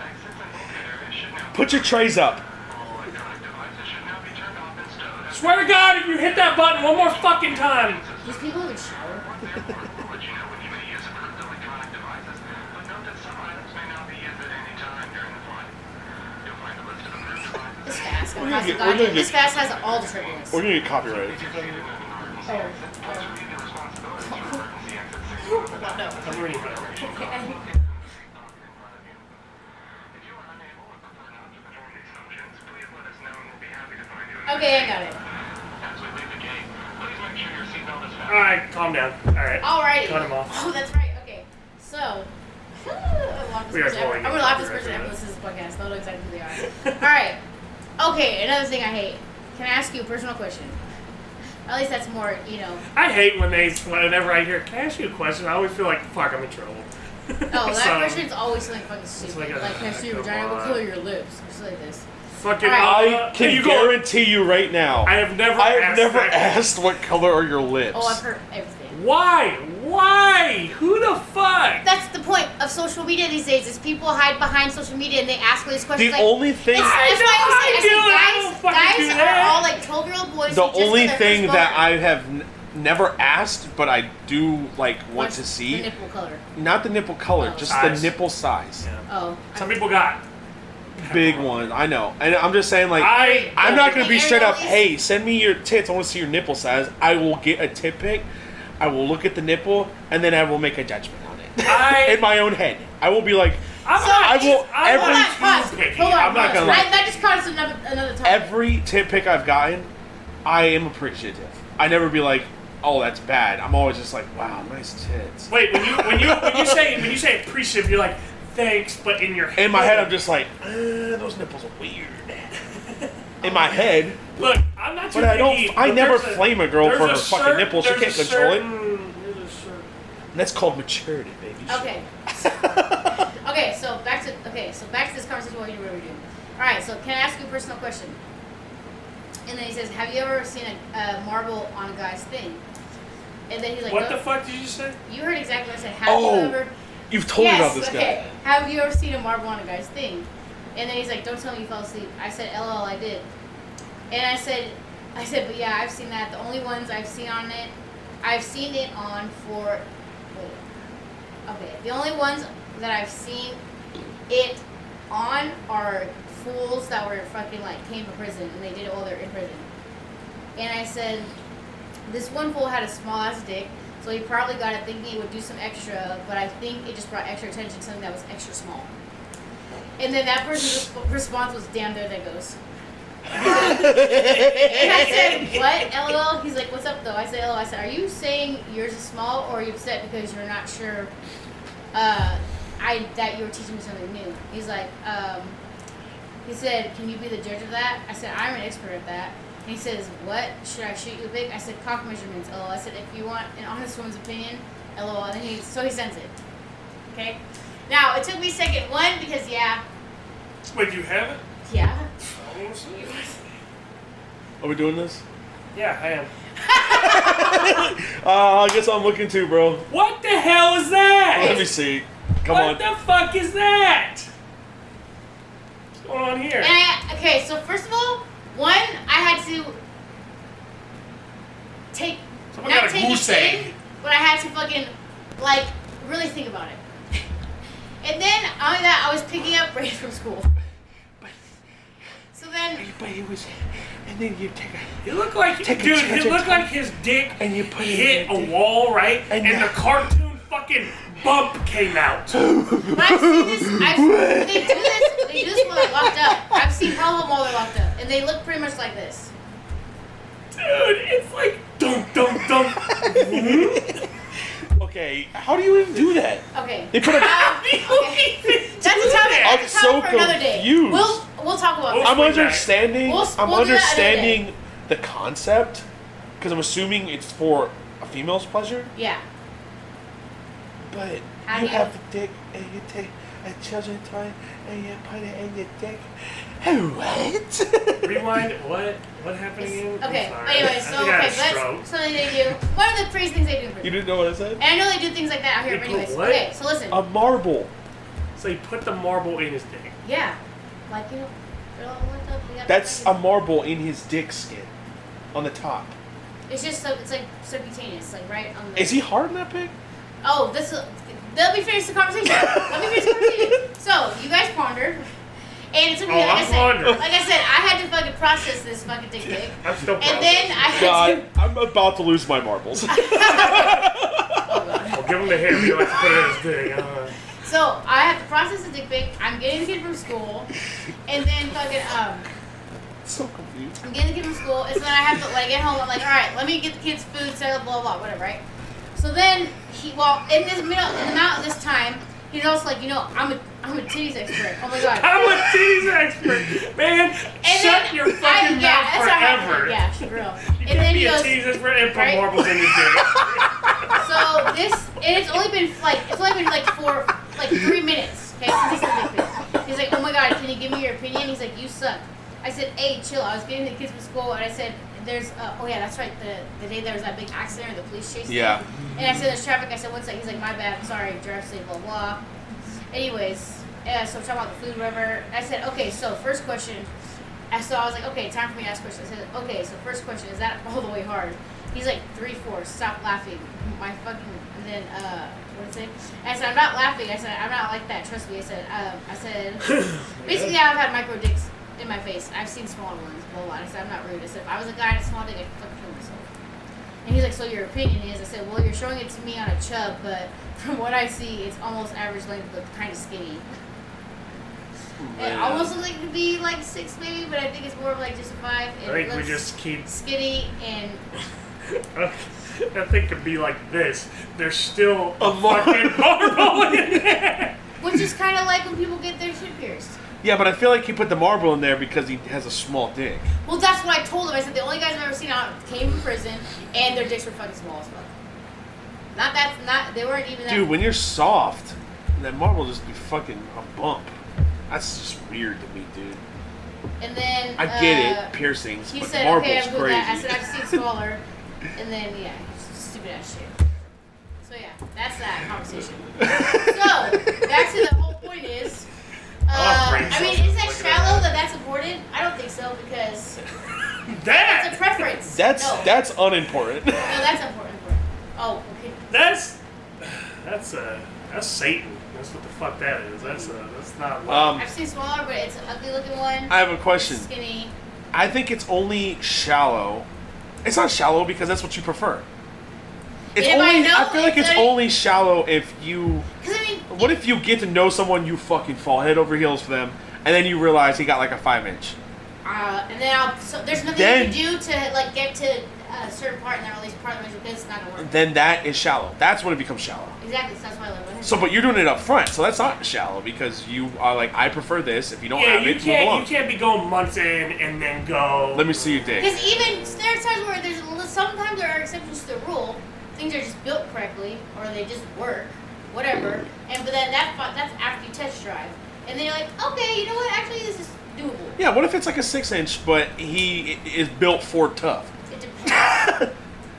S6: exits, and locator should now
S4: Put your trays up.
S6: all electronic devices should now be turned off and stowed. As
S2: Swear to God, if you hit that button one more fucking time.
S3: These people even shower.
S6: once airport will let you know when you may use approved electronic devices, but note that some items may not be used at any time during the flight. You'll find a list of approved devices.
S3: This fast
S4: We're gonna
S3: has
S4: get-
S3: goddamn-
S4: we're gonna
S3: this
S4: get-
S3: fast has all the turbulence.
S4: gonna get copyrighted.
S2: I'm reading it.
S3: Okay, I got it.
S2: All right, calm down. All right.
S3: Alrighty.
S2: Cut 'em off.
S3: Oh, that's right. Okay, so. I love this
S2: We are
S3: person.
S2: totally
S3: I'm gonna laugh
S2: copyrighted
S3: this person
S2: for
S3: after
S2: this.
S3: this is podcast. They'll know exactly who they are. Alright. Okay, another thing I hate. Can I ask you a personal question? At least that's more, you know.
S2: I hate when they, whenever I hear, can I ask you a question? I always feel like, fuck, I'm in trouble.
S3: No, Oh, that
S2: So-
S3: person's always something fucking stupid.
S2: like
S3: Like,
S2: a-
S3: next to your
S2: come
S3: vagina will
S2: on.
S3: kill your lips. Just like this.
S2: Fucking
S3: Alright.
S2: Alma-
S4: I can
S2: Uh, you go.
S4: guarantee you right now.
S2: I have never.
S4: I have
S2: asked
S4: never
S2: that.
S4: asked what color are your lips.
S3: Oh, I've heard everything.
S2: Why? Why? Who the fuck?
S3: That's the point of social media these days is people hide behind social media and they ask all these
S4: the
S3: questions like,
S4: only thing.
S3: It's-
S2: I
S3: that's why
S2: know
S3: I was
S2: I do it. I
S3: saying, I
S2: don't
S3: said,
S2: fucking do
S3: guys, guys
S2: that.
S3: are all like 12 year old boys.
S4: The
S3: who just got
S4: only
S3: their
S4: thing
S3: first
S4: that
S3: boner.
S4: I have n- never asked, but I do like want
S3: What's
S4: to
S3: The
S4: see,
S3: nipple color.
S4: not the nipple color,
S3: Oh.
S4: just
S2: Size.
S4: the nipple size.
S2: Yeah.
S3: Oh.
S2: Some people got.
S4: Big one, I know. And I'm just saying, like,
S2: I.
S4: I'm not gonna
S3: The
S4: be straight up.
S3: anal is-
S4: Hey, send me your tits. I want to see your nipple size. I will get a tit pic. I will look at the nipple, and then I will make a judgment on it
S2: I-
S4: in my own head. I will be like,
S2: I'm
S3: So
S2: not.
S4: I will
S2: I'm
S3: Hold on,
S2: not
S4: every
S3: pause.
S2: picky.
S3: Hold on,
S4: I'm not
S3: pause.
S4: gonna lie.
S3: I, that just caught us another, another time.
S4: every tit pic I've gotten, I am appreciative. I never be like, oh, that's bad. I'm always just like, wow, nice tits.
S2: Wait, when you when you when you say when you say appreciative, you're like thanks, but in your head.
S4: In my head, I'm just like, uh, those nipples are weird. In my head,
S2: Look, I'm not too
S4: But I don't-
S2: picky,
S4: I
S2: but
S4: never
S2: there's a-
S4: flame a girl
S2: there's
S4: for her fucking
S2: certain-
S4: nipples. She
S2: there's
S4: can't
S2: a
S4: control it.
S2: certain- there's a certain-
S4: that's called maturity, baby.
S3: Okay. okay, so back to okay, so back to this conversation what you were doing. All right, so can I ask you a personal question? And then he says, "Have you ever seen a, a marble on a guy's thing?" And then he's like,
S2: What
S3: "No."
S2: the fuck did you say?
S3: You heard exactly what I said. Have
S4: Oh,
S3: you ever?
S4: You've told
S3: yes,
S4: me about this
S3: okay.
S4: guy.
S3: Have you ever seen a marble on a guy's thing? And then he's like, "Don't tell me you fell asleep." I said, "LOL, I did." And I said, "I said, but yeah, I've seen that. The only ones I've seen on it, I've seen it on for, wait, okay, the only ones that I've seen it on are fools that were fucking like came from prison and they did it while they're in prison." And I said, this one fool had a small ass dick, so he probably got it thinking it would do some extra, but I think it just brought extra attention to something that was extra small. And then that person's resp- response was, damn, there that goes. And I said, what, lol? He's like, what's up, though? I said, lol. I said, are you saying yours is small, or are you upset because you're not sure uh, I that you were teaching me something new? He's like, um, he said, can you be the judge of that? I said, I'm an expert at that. And he says, what? Should I shoot you big? I said, cock measurements, lol. I said, if you want an honest woman's opinion, lol. And then he, so he sends it. Okay? Now, it took me a second. One, because, yeah,
S2: Wait, you have it?
S3: yeah.
S2: I wanna see it.
S4: Are we doing this?
S2: Yeah, I am.
S4: Uh, I guess I'm looking too, bro.
S2: What the hell is that?
S4: Let me see. Come
S2: what
S4: on.
S2: the fuck is that? What's going on here?
S3: And I, okay, so first of all, one, I had to take,
S2: Someone
S3: not
S2: got a
S3: take
S2: goose
S3: it
S2: egg.
S3: in, but I had to fucking, like, really think about it. and then, not only that, I was picking up right from school. So then,
S4: But it was, and then you take a,
S2: It looked like
S4: Take a
S2: dude.
S4: charge
S2: It
S4: of
S2: looked
S4: time.
S2: like his dick
S4: And you put it in
S2: hit
S4: your
S2: a
S4: dick.
S2: wall, right? And,
S4: And
S2: the
S4: now-
S2: cartoon fucking bump came out.
S3: but I've seen this, I've, they do this, they do this while they're locked up. I've seen all of them while they're locked up, and they look pretty much like this.
S2: Dude, it's like dum dum dum.
S4: Okay, how do you even do that?
S3: Okay.
S4: They put a.
S3: Um, okay. That's a topic,
S2: I'm
S3: that's a topic
S4: so
S3: for another day.
S4: confused.
S3: We'll, we'll talk about
S2: We'll
S3: it.
S4: I'm
S2: swing back.
S4: understanding.
S3: We'll s-
S4: I'm
S3: we'll do that another day.
S4: understanding the concept, because I'm assuming it's for a female's pleasure.
S3: Yeah.
S4: But
S3: How
S4: you
S3: do you-
S4: have a dick and you take a children's toy and you put it in your dick. What?
S2: Rewind. What? What happened again?
S3: It's-
S2: I'm
S3: Okay.
S2: sorry.
S3: Anyway,
S2: I
S3: so
S2: think I had
S3: okay,
S2: a stroke.
S3: that's something they do. One of the crazy things they do. in prison.
S4: you didn't know what I said?
S3: And I know they do things like that out here,
S2: They
S3: but
S2: put
S3: anyways.
S2: what?
S3: Okay, so listen.
S4: A marble.
S2: So he put the marble in his dick.
S3: yeah. Like you know, they're all locked up, we got
S4: That's a
S3: fucking-
S4: marble in his dick skin, on the top.
S3: It's just so it's like subcutaneous, like right on the.
S4: um, Is he hard in that pig?
S3: Oh, this. will Let me finish the conversation. Let me finish the conversation. So you guys pondered, and it took me.
S2: Oh,
S3: like
S2: I'm
S3: I said,
S2: pondering.
S3: like I said, I had to fucking process this fucking dick pic,
S2: I'm still.
S3: and then I had
S4: God,
S3: to.
S4: I'm about to lose my marbles.
S3: Oh, God.
S2: I'll give him the hand. You like to put it in his dick. Uh,
S3: So I have to process the dick pic. I'm getting the kid from school, and then fucking um,
S4: so confused.
S3: I'm getting the kid from school, and so then I have to like get home. I'm like, all right, let me get the kids food, set up, blah blah, blah whatever, right? So then he, well, in this middle, in the mountain this time, He's also like, you know, I'm a I'm a titties expert. Oh my god.
S2: I'm a titties expert, man.
S3: And
S2: shut
S3: then-
S2: your fucking
S3: I, yeah,
S2: mouth
S3: that's how I
S2: forever.
S3: Yeah, for real.
S2: You
S3: and
S2: can't
S3: then
S2: be
S3: he
S2: a
S3: goes,
S2: titties expert and put
S3: right?
S2: marbles in your dick.
S3: so this, and it's only been like it's only been like four, like three minutes. Okay, since he said that thing. He's like, oh my god, can you give me your opinion? He's like, you suck. I said, hey, chill. I was getting the kids from school, and I said, there's, uh, oh yeah, that's right. The the day there was that big accident, and the police chased. me.
S4: Yeah.
S3: And I said, there's traffic. I said, what's that? He's like, my bad. I'm sorry. Drive safe. Blah blah. Anyways, uh, so we're talking about the food, whatever. I said, okay. So first question. And so I was like, okay, time for me to ask questions. I said, okay, so first question is that all the way hard? He's like three four. Stop laughing. My fucking. And then uh, what did I say? I said I'm not laughing. I said I'm not like that. Trust me. I said um, I said basically I've had micro dicks in my face. I've seen smaller ones. Blah blah. I said I'm not rude. I said if I was a guy and a small dick, I'd fucking kill myself. And he's like, so your opinion is? I said, well, you're showing it to me on a chub, but from what I see, it's almost average length, but kind of skinny. It
S4: Man.
S3: almost looks like it could be like six maybe, but I think it's more of like just a five.
S2: I
S3: And it
S2: think we
S3: looks
S2: just keep.
S3: skinny and
S2: That thing could be like this. There's still a
S4: A mar-
S2: fucking marble in there.
S3: which is kind of like when people get their shit pierced.
S4: Yeah, but I feel like he put the marble in there because he has a small dick.
S3: Well, that's what I told him. I said the only guys I've ever seen out came from prison and their dicks were fucking small as fuck. Not that's not they weren't even that.
S4: Dude, when you're soft, that marble just be fucking a bump. That's just weird to me, dude.
S3: and then
S4: I get
S3: uh,
S4: it, piercings,
S3: He
S4: but
S3: said,
S4: marble's
S3: "Okay, I'm good with
S4: crazy.
S3: that." I said, "I've seen smaller," and then yeah, stupid ass shit. So yeah, that's that conversation. so back to the whole point is,
S4: Oh,
S2: I'll
S3: uh,
S2: bring
S3: I mean,
S2: something
S3: is that
S2: like that.
S3: shallow that that's aborted? I don't think so because it's a
S2: That
S3: preference.
S4: that's
S3: no,
S4: that's unimportant.
S3: no, that's important. important. Oh, okay.
S2: that's that's uh that's Satan. That's what the fuck that is. That's uh that's not. love.
S4: Um,
S3: I've seen smaller, but it's an ugly looking one.
S4: I have a question.
S3: It's Skinny.
S4: I think it's only shallow. It's not shallow because that's what you prefer. It's
S3: If I
S4: only,
S3: know
S4: I, feel like
S3: it's
S4: it's
S3: a-
S4: only shallow if you.
S3: Cause I mean,
S4: What if you get to know someone, you fucking fall head over heels for them, and then you realize he got like a five inch?
S3: Uh, and then I'll. So there's nothing you
S4: Then-
S3: can do to like get to a certain part in their release part of the relationship. It's not gonna work.
S4: Then that is shallow. That's when it becomes shallow.
S3: exactly. So that's why I learned.
S4: So, but you're doing it up front, so that's not shallow because you are like, I prefer this. If you don't
S2: yeah,
S4: have
S2: you
S4: it, move
S2: can't
S4: along.
S2: you can't be going months in and then go.
S4: Let me see your dick.
S3: Because even there are times where there's a li- sometimes there are exceptions to the rule. Things are just built correctly, or they just work, whatever. And but then that fi- that's after you test drive, and then you're like, okay, you know what? Actually, this is doable.
S4: Yeah, what if it's like a six inch, but he i- is built for tough?
S3: It depends.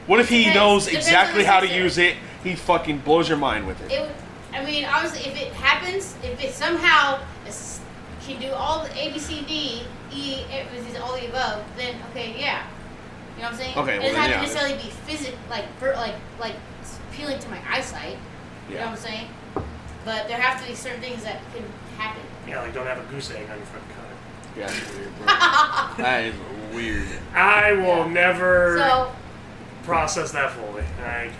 S4: What if he
S3: Depends.
S4: knows
S3: Depends
S4: exactly
S3: on the
S4: how to
S3: sister.
S4: use it? He fucking blows your mind with it.
S3: it would, I mean, obviously, if it happens, if it somehow is- can do all the A, B, C, D, E, it was just all the above, then okay, yeah. You know what I'm saying?
S4: Okay,
S3: it
S4: well,
S3: doesn't
S4: then,
S3: have
S4: yeah.
S3: to necessarily be physic, like, per, like, like s- appealing to my eyesight. You know what
S4: Yeah.
S3: I'm saying? But there have to be certain things that can happen.
S2: Yeah, like don't have a goose egg on your fucking cock.
S4: Yeah, that's weird, bro. that is weird.
S2: I will
S3: Yeah.
S2: never
S3: So,
S2: process that fully. I can't.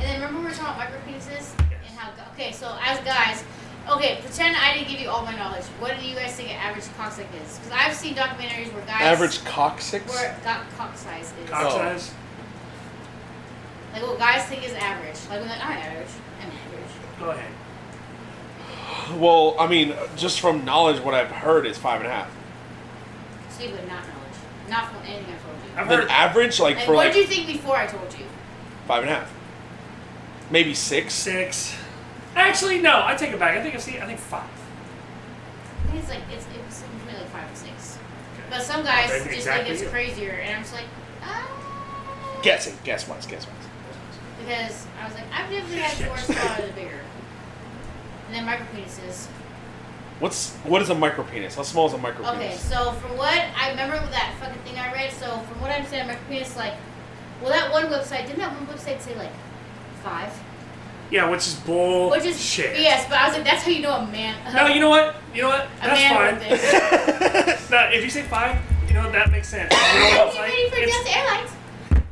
S3: and then remember we were talking about micro penises and how? Okay, so as guys, okay, pretend I didn't give you all my knowledge. What do you guys think an average coccyx is? Because I've seen documentaries where guys
S4: Average coccyx?
S3: where got cock size is.
S2: Cock
S4: Oh.
S2: size.
S3: Like what guys think is average. Like when they're like, I'm average. I'm average.
S2: Go ahead.
S4: Well, I mean, just from knowledge, what I've heard is five and a half.
S3: So you would not knowledge. Not from anything I told you.
S2: I've
S4: Then
S2: heard.
S4: average, like,
S3: Like
S4: for
S3: what
S4: like
S3: did you think before I told you?
S4: five and a half. Maybe six.
S2: six. Actually, no. I take it back. I think I've seen. I think five.
S3: I think it's like it's it's between like five or six. But
S2: Okay.
S3: some guys
S2: That's
S3: just
S2: exactly
S3: think
S2: it.
S3: it's crazier and I'm just like, ah
S4: Guessing. Guess once. Guess once.
S3: because I was like, I've never had four smaller than bigger. And then micro penises.
S4: What's what is a micro penis? How small is a micro
S3: Okay,
S4: penis?
S3: so from what I remember with that fucking thing I read, so from what I understand, micro penis like well that one website, didn't that one website say like five?
S2: Yeah, which is bull.
S3: Which is
S2: shit.
S3: Yes, but I was like, that's how you know a man.
S2: No, you know what? You know what?
S3: a
S2: That's
S3: man
S2: fine.
S3: with it.
S2: No, if you say five, you know that makes sense. You know what
S3: Are
S2: it's
S3: you
S2: like?
S3: ready for
S2: It's,
S3: Delta Airlines?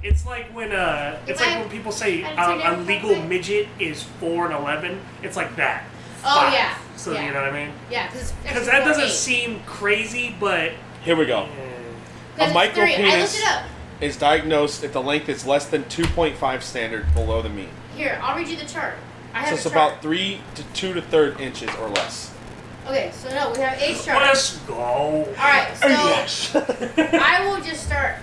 S2: it's like when uh, it's
S3: If
S2: like
S3: I-
S2: when people say
S3: I
S2: um,
S3: turned
S2: a
S3: down
S2: legal
S3: five.
S2: midget is four and eleven. It's like that.
S3: Oh,
S2: Five.
S3: yeah,
S2: So
S3: yeah.
S2: you know what I mean?
S3: Yeah, because
S2: Because that doesn't seem crazy, but
S4: Here we go.
S2: eh,
S4: a micro
S3: three. I looked
S4: penis
S3: it up.
S4: is diagnosed if the length is less than 2.5 standard below the mean.
S3: Here, I'll read you the chart. I
S4: So
S3: have
S4: it's
S3: a chart.
S4: about three to two to third inches or less.
S3: Okay, so no, we have eight charts.
S2: Let's go.
S3: All right, so
S2: yes.
S3: I will just start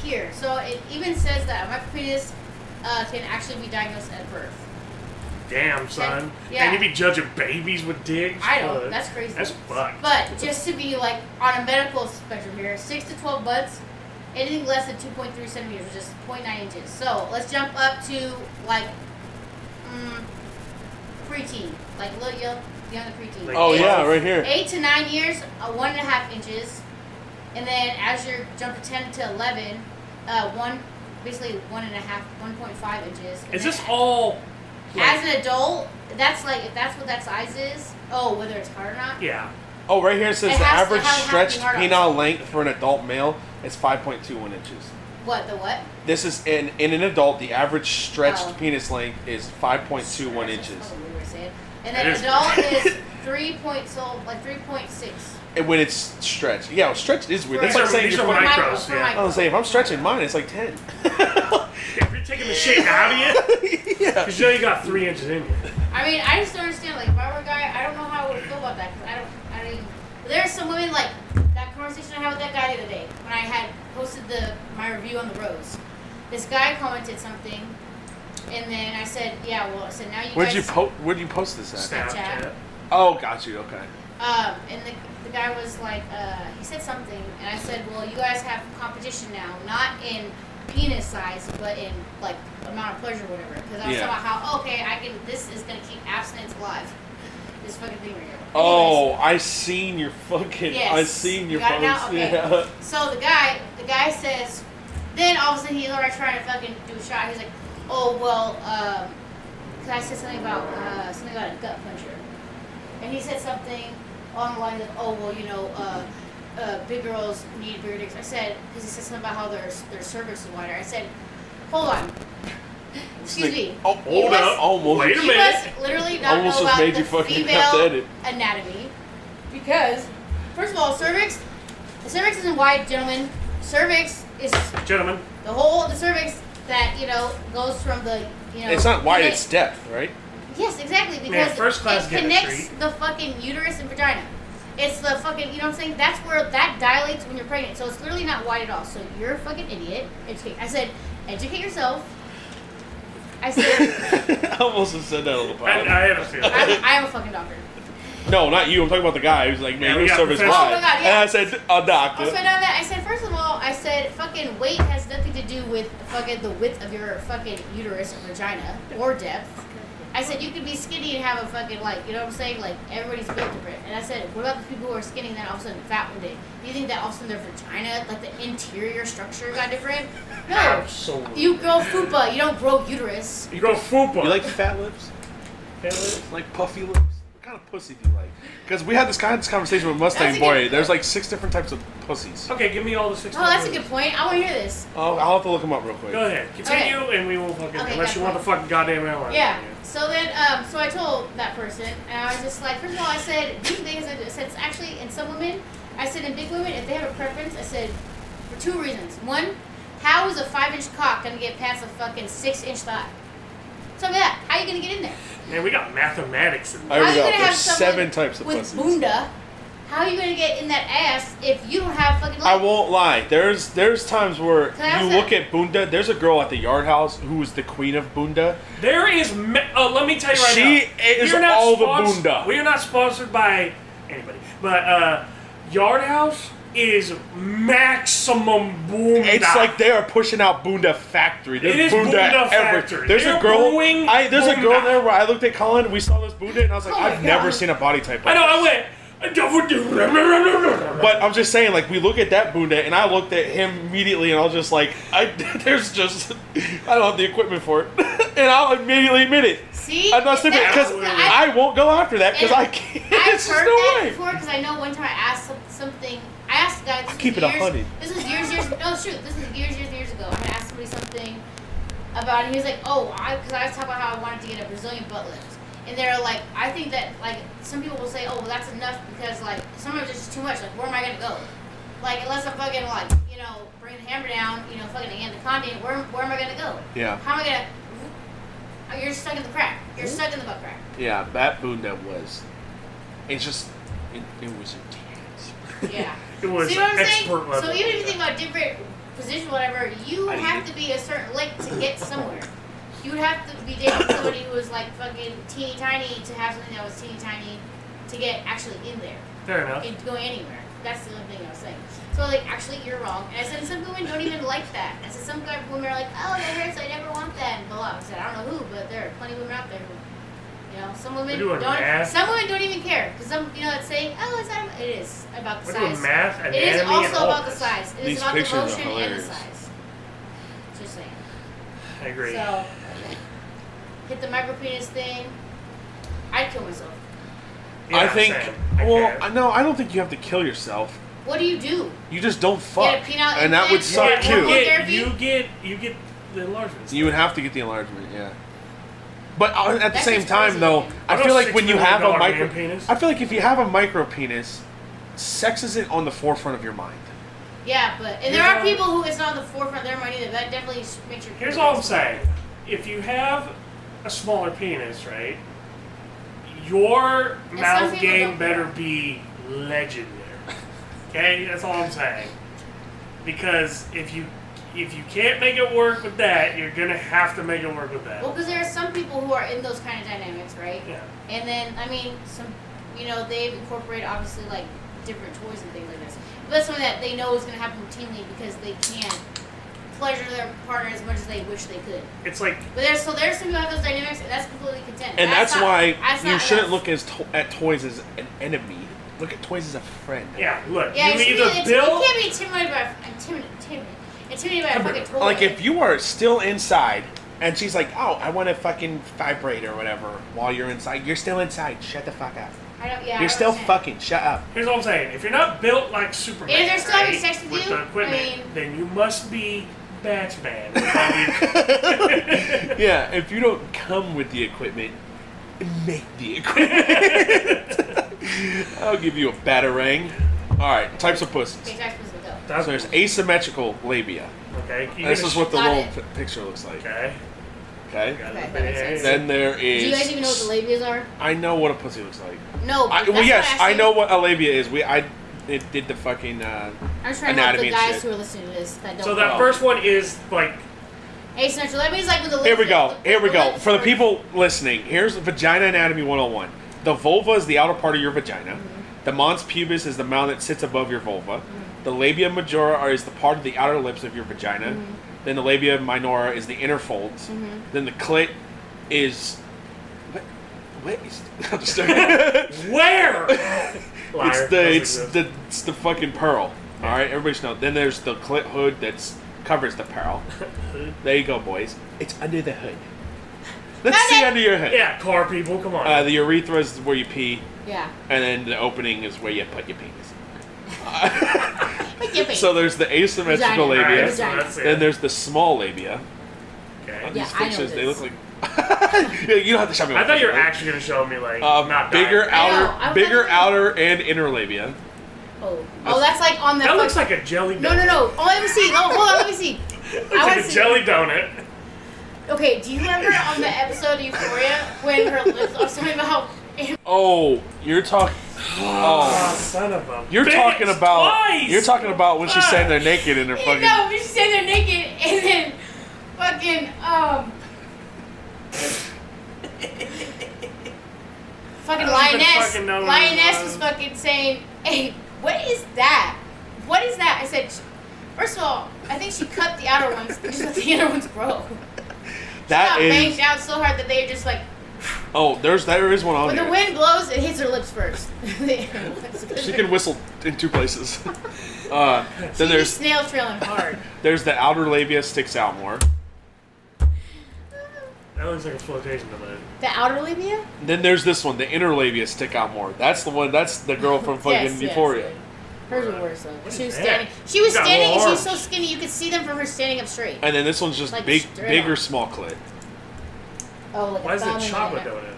S3: here. So it even says that my penis uh, can actually be diagnosed at birth.
S2: Damn, son.
S3: Yeah.
S2: And you be judging babies with dicks?
S3: I don't.
S2: Fuck.
S3: That's crazy.
S2: That's fucked.
S3: But just to be like on a medical spectrum here, six to twelve butts, anything less than two point three centimeters, which is point nine inches. So let's jump up to like mm, preteen, like little young, young preteen.
S2: Like
S4: Oh
S3: Eight-
S4: yeah, right here.
S3: Eight to nine years, uh, one and a half inches, and then as you jump to ten to eleven, uh, one basically one and a half, one point five inches. And
S2: Is
S3: then
S2: this all.
S3: as an adult? That's like if that's what that size is. Oh, whether it's hard or not.
S2: Yeah.
S4: Oh, right here it says
S3: It
S4: the
S3: has to
S4: average
S3: have- have to
S4: stretched
S3: be hard on.
S4: penile length for an adult male is 5.21 inches.
S3: What the what?
S4: This is in in an adult, the average stretched
S3: Oh.
S4: penis length is 5.21 inches.
S3: That's what we were saying. And
S2: It
S3: then
S2: is-
S3: adult is three point so like three point six.
S4: And when it's stretched, yeah, well, stretched is weird.
S2: These
S4: That's like
S2: are-
S4: saying
S2: these
S4: you're
S2: are
S4: fucking.
S2: micros,
S3: for
S2: yeah.
S4: I was saying if I'm stretching mine, it's like 10.
S2: If you're taking the shit out of you,
S4: yeah.
S2: because you know you got three inches in you.
S3: I mean, I just don't understand. Like, if I were a guy, I don't know how I would feel about that. 'cause I don't. I mean, there's some women like that conversation I had with that guy the other day when I had posted the my review on the rose. This guy commented something, and then I said, "Yeah, well," I said, "Now you
S4: Where'd
S3: guys."
S4: you po- Where'd you post this at?
S2: Snapchat.
S4: Oh, got you. Okay.
S3: Um, and the, the guy was like, uh, he said something, and I said, well, you guys have competition now, not in penis size, but in like amount of pleasure, or whatever. Because I was
S4: Yeah.
S3: talking about how oh, okay, I can. This is gonna keep abstinence alive. This fucking thing right here. Anyways,
S4: Oh, I seen your fucking. I
S3: Yes.
S4: seen
S3: You
S4: your
S3: got it now?
S4: post.
S3: Okay.
S4: Yeah.
S3: So the guy, the guy says, then all of a sudden he started trying to fucking do a shot. He's like, oh well, um, 'cause I said something about uh, something about a gut puncher, and he said something on the line of, oh well, you know, uh, uh, big girls need bigger dicks. I said, because he said something about how their their cervix is wider. I said, hold on, excuse me.
S4: Oh,
S3: You
S4: hold
S3: must-
S4: up. Almost.
S2: Wait a
S3: You
S2: minute.
S3: must literally not
S4: Almost
S3: know
S4: just
S3: about
S4: made
S3: the
S4: you fucking
S3: female
S4: have to edit.
S3: anatomy because, first of all, cervix, the cervix isn't wide, gentlemen. Cervix is
S2: Gentlemen,
S3: the whole the cervix that you know goes from the you know.
S4: It's not wide.
S3: connect-
S4: It's depth, right?
S3: yes, exactly because
S2: first class
S3: it connects
S2: chemistry.
S3: the fucking uterus and vagina. It's the fucking you know what I'm saying. That's where that dilates when you're pregnant. So it's literally not wide at all. So you're a fucking idiot. Educate. I said, educate yourself. I said.
S4: I almost have said that on the
S2: I, I
S4: pod.
S2: had a feeling.
S3: I'm, I'm a fucking doctor.
S4: No, not you. I'm talking about the guy who's like,
S2: Yeah,
S4: man,
S2: we
S4: your
S2: got
S4: service
S2: professional-
S4: wide.
S3: Oh my God, yeah.
S4: And I said, a
S3: I was
S4: doctor.
S3: right on that. I said, first of all, I said fucking weight has nothing to do with fucking the width of your fucking uterus or vagina or depth. I said you could be skinny and have a fucking like, you know what I'm saying? Like everybody's built different. And I said, what about the people who are skinny and then all of a sudden fat one day? Do you think that all of a sudden their vagina, like the interior structure, got different? No.
S2: Absolutely.
S3: You grow fupa, you don't grow uterus.
S2: You grow fupa.
S4: You like fat lips? Like puffy lips? What kind of pussy do you like? Because we had this kind of conversation with
S3: That's
S4: Mustang
S3: a
S4: Boy.
S3: good-
S4: There's like six different types of pussies.
S2: Okay, give me all the six.
S3: Oh, that's a good point. I want to hear this.
S4: Oh, I'll have to look them up real quick.
S2: Go ahead. Continue, and we will fucking.
S3: Okay,
S2: unless you
S3: got
S2: want the fucking goddamn hour.
S3: Yeah. So then, um, so I told that person, and I was just like, first of all, I said these things. I said it's actually in some women. I said in big women, if they have a preference, I said for two reasons. One, how is a five-inch cock gonna get past a fucking six-inch thigh? Tell me that. How you gonna get in there?
S2: Man, we got mathematics in
S4: There
S3: how
S4: we
S3: you
S4: go.
S3: gonna
S4: There's
S3: someone
S4: seven types of
S3: with
S4: pussies.
S3: bunda? How are you gonna get in that ass if you don't have fucking?
S4: I
S3: Legs?
S4: won't lie. There's there's times where
S3: Can I
S4: you
S3: ask
S4: look
S3: that-
S4: at Bunda. There's a girl at the yard house who is the queen of Bunda.
S2: There is. Ma- oh, let me tell you right now.
S4: She is
S2: We are
S4: all the
S2: spons-
S4: bunda.
S2: We are not sponsored by anybody, but uh, Yard House is maximum bunda.
S4: It's like they are pushing out Bunda Factory. There's
S2: It is
S4: Bunda,
S2: Bunda
S4: every-
S2: Factory.
S4: There's
S2: They're
S4: a girl.
S2: brewing
S4: I, there's a girl
S2: Bunda.
S4: there where I looked at Colin. We saw this Bunda, and I was like,
S3: Oh my
S4: I've never
S3: God.
S4: seen a body type.
S2: I
S4: Like
S2: know.
S4: that.
S2: I went. I don't do-
S4: But I'm just saying, like, we look at that Bunda, and I looked at him immediately, and I was just like, I there's just I don't have the equipment for it, and I'll immediately admit it.
S3: See,
S4: I'm not stupid
S3: That's-
S4: because
S3: I-
S4: I won't go after that because
S3: And
S4: I can't.
S3: I've
S4: There's
S3: heard
S4: no
S3: that
S4: way.
S3: before because I know one time I asked some- something. I asked a guy. This was
S4: Keep it a
S3: years,
S4: hundred.
S3: This was years, years. No, shoot. This was years, years, years ago. I had asked somebody something about, it. he was like, "Oh, I," because I was talking about how I wanted to get a Brazilian butt lift, and they're like, "I think that like some people will say, oh, well, that's enough because like sometimes it's just too much. Like, where am I gonna go? Like, unless I'm fucking like, you know, bring the hammer down, you know, fucking anaconda, where where am I gonna go?
S4: Yeah.
S3: How am I gonna? Oh, you're stuck in the crack. You're stuck in the butt crack.
S4: Yeah, that boon that was. It's just, it, it was intense.
S3: Yeah.
S2: It was
S3: See what I'm saying?
S2: expert level.
S3: So even if you think about different position, whatever, you
S4: I
S3: have
S4: did.
S3: to be a certain length to get somewhere. You would have to be dating somebody who was like fucking teeny tiny to have something that was teeny tiny to get actually in there
S2: Fair enough.
S3: and go anywhere. That's the only thing I was saying. So like, actually, you're wrong. And I said some women don't even like that. I said some guy- women are like, oh, that hurts. I never want that. And blah. blah. I said I don't know who, but there are plenty of women out there who, you know, some women
S2: doing
S3: don't.
S2: math.
S3: Some women don't even care because some, you know, it's saying, oh, it's not. It is about the
S2: We're
S3: size.
S2: doing math,
S3: It
S2: anatomy,
S3: is
S2: and
S3: also
S2: all
S3: about the
S2: this.
S3: size. It
S4: These
S3: is about the
S4: pictures are
S3: motion and the
S4: hilarious.
S3: size. Just saying.
S2: I agree.
S3: So, hit the micro penis thing. I'd kill myself.
S2: Yeah,
S4: I think,
S2: same.
S4: well, I
S2: can't.
S4: no, I don't think you have to kill yourself.
S3: What do you do?
S4: You just don't fuck.
S3: penile
S4: and that would suck
S2: Yeah,
S3: implant?
S2: you
S4: too.
S3: Hormone
S2: get,
S3: therapy?
S2: you get you get the enlargements.
S4: You would have to get the enlargement, yeah. But uh, at the
S3: That's
S4: same
S3: just
S4: time,
S3: crazy.
S4: though, I
S2: What
S4: feel
S2: about
S4: like
S2: six
S4: when you
S2: million
S4: have a
S2: dollar
S4: micro
S2: man penis?
S4: I feel like if you have a micro penis, sex isn't on the forefront of your mind.
S3: Yeah, but and
S2: Here's
S3: there are
S2: all-
S3: people who it's not on the forefront of their mind either. That definitely sh- makes your.
S2: Here's all I'm saying: if you have a smaller penis, right, your
S3: And some
S2: mouth
S3: people
S2: game
S3: don't-
S2: better be legendary. Okay, that's all I'm saying. Because if you if you can't make it work with that, you're gonna have to make it work with that.
S3: Well, because there are some people who are in those kind of dynamics, right?
S2: Yeah.
S3: And then I mean, some you know they've incorporated obviously like different toys and things like this. But that's something that they know is going to happen routinely because they can't pleasure their partner as much as they wish they could.
S2: It's like
S3: But there's so there's some who have those dynamics, and that's completely content.
S4: And that's,
S3: not-
S4: why
S3: that's
S4: you
S3: not
S4: shouldn't
S3: us.
S4: look as to- at toys as an enemy. Look at toys as a friend.
S2: yeah, look,
S3: Yeah,
S2: you
S3: you, should be,
S2: either
S3: it's-
S2: build.
S3: you can't be intimidated by a- intimidated intimidated intimidated by a fucking toy.
S4: Like if you are still inside and she's like, "Oh, I want to fucking vibrate or whatever," while you're inside, you're still inside. Shut the fuck up.
S3: I don't, yeah, I
S4: you're still
S3: understand.
S4: fucking. Shut up.
S2: Here's what I'm saying: if you're not built like Superman,
S3: And if they're still having
S2: right,
S3: sex with you,
S2: the equipment,
S3: I mean-
S2: then you must be Batman. with all the-
S4: yeah, if you don't come with the equipment, make the equipment. I'll give you a batarang. All right, types of pussies.
S3: Okay, Jack's supposed to go.
S4: So there's asymmetrical labia.
S2: okay. you
S4: This
S2: gonna-
S4: is what the
S3: Got
S4: little
S3: it.
S4: p- picture looks like.
S2: Okay.
S4: Okay.
S2: Got a
S3: Okay,
S2: little bit
S3: that
S2: of-
S3: makes sense.
S4: Then there is.
S3: Do you guys even know what the labias are?
S4: I know what a pussy looks like.
S3: No.
S4: I,
S3: but
S4: well,
S3: that's
S4: yes,
S3: what
S4: I
S3: actually-
S4: know what a labia is. We I it did the fucking. Uh,
S3: I'm just trying to help
S4: anatomy
S3: the
S4: and
S3: guys
S4: shit.
S3: who are listening to this that don't.
S2: So that
S4: Oh.
S2: first one is like
S3: asymmetrical labias like with the.
S4: Here we
S3: lips-
S4: go.
S3: the-
S4: Here we
S3: the
S4: go.
S3: lips
S4: For the
S3: are-
S4: people listening, here's Vagina Anatomy 101. The vulva is the outer part of your vagina.
S3: Mm-hmm.
S4: The mons pubis is the mound that sits above your vulva. The labia majora are- is the part of the outer lips of your vagina.
S3: Mm-hmm.
S4: Then the labia minora is the inner folds. Then the clit is. What? What is. I'm just
S2: where?
S4: it's
S2: Liar.
S4: the
S2: Doesn't
S4: it's
S2: exist.
S4: the it's the fucking pearl. All right, everybody should know. Then there's the clit hood that's covers the pearl. there you go, boys. It's under the hood. Let's see
S3: Okay.
S4: under your hood.
S2: yeah car people. Come on.
S4: Uh, the urethra is where you pee,
S3: Yeah.
S4: and then the opening is where you put your penis.
S3: Like yippee.
S4: So there's the
S3: Vagina.
S4: asymmetrical
S2: All right,
S4: labia.
S2: so that's it.
S4: Then there's the small labia.
S2: Okay.
S3: Yeah,
S4: These
S3: I know
S4: pictures, they
S3: this.
S4: look like. Yeah, you don't have to show me.
S2: I
S4: what
S2: thought you were
S4: picture, right?
S2: actually gonna show me like
S4: Uh,
S2: not
S4: bigger
S2: dying.
S3: I know,
S4: outer,
S3: I was
S4: bigger
S3: like-
S4: outer and inner labia.
S3: oh. oh, that's like on the.
S2: That looks like a jelly. Donut.
S3: No, no, no. Oh, let me see. Oh, hold on. Let me see.
S2: It's
S3: I
S2: like
S3: want
S2: a
S3: to see.
S2: jelly donut.
S3: Okay, do you remember on the episode of Euphoria when her lips are something about?
S4: Oh, you're talking.
S2: Oh,
S4: Oh,
S2: son of a.
S4: you're
S2: bitch,
S4: talking about.
S2: Twice!
S4: You're talking about when she's standing there naked in her
S3: You
S4: fucking.
S3: know, she's sitting there naked, and then fucking um.
S2: I don't
S3: fucking
S2: even
S3: lioness,
S2: fucking know what
S3: lioness
S2: it
S3: was
S2: was.
S3: fucking saying, "Hey, what is that? What is that?" I said, "Sh- first of all, I think she cut the outer ones, and just let the inner ones grow.
S4: That
S3: Got
S4: is.
S3: banged out so hard that they're just like."
S4: Oh, there's there is one on
S3: When the
S4: here.
S3: wind blows, it hits her lips first. The inner ones.
S4: She can whistle in two places. Uh, then
S3: She's
S4: there's
S3: snail trailing hard.
S4: there's the outer labia sticks out more.
S2: That looks like a flotation donut.
S3: The outer labia?
S4: Then there's this one, the inner labia stick out more. That's the one. That's the girl from fucking
S3: Yes, yes.
S4: Euphoria.
S3: Hers were worse though.
S2: What
S3: She
S2: is
S3: was
S2: that?
S3: standing. She was
S2: You got
S3: standing, and she
S2: little
S3: was so
S2: arms.
S3: skinny you could see them from her standing up straight.
S4: And then this one's just
S3: Like
S4: big,
S3: straight
S4: big or
S3: on.
S4: small clit.
S3: Oh, like
S2: Why
S3: a
S2: is it
S3: thumb and
S2: chocolate
S3: then a-
S2: donut?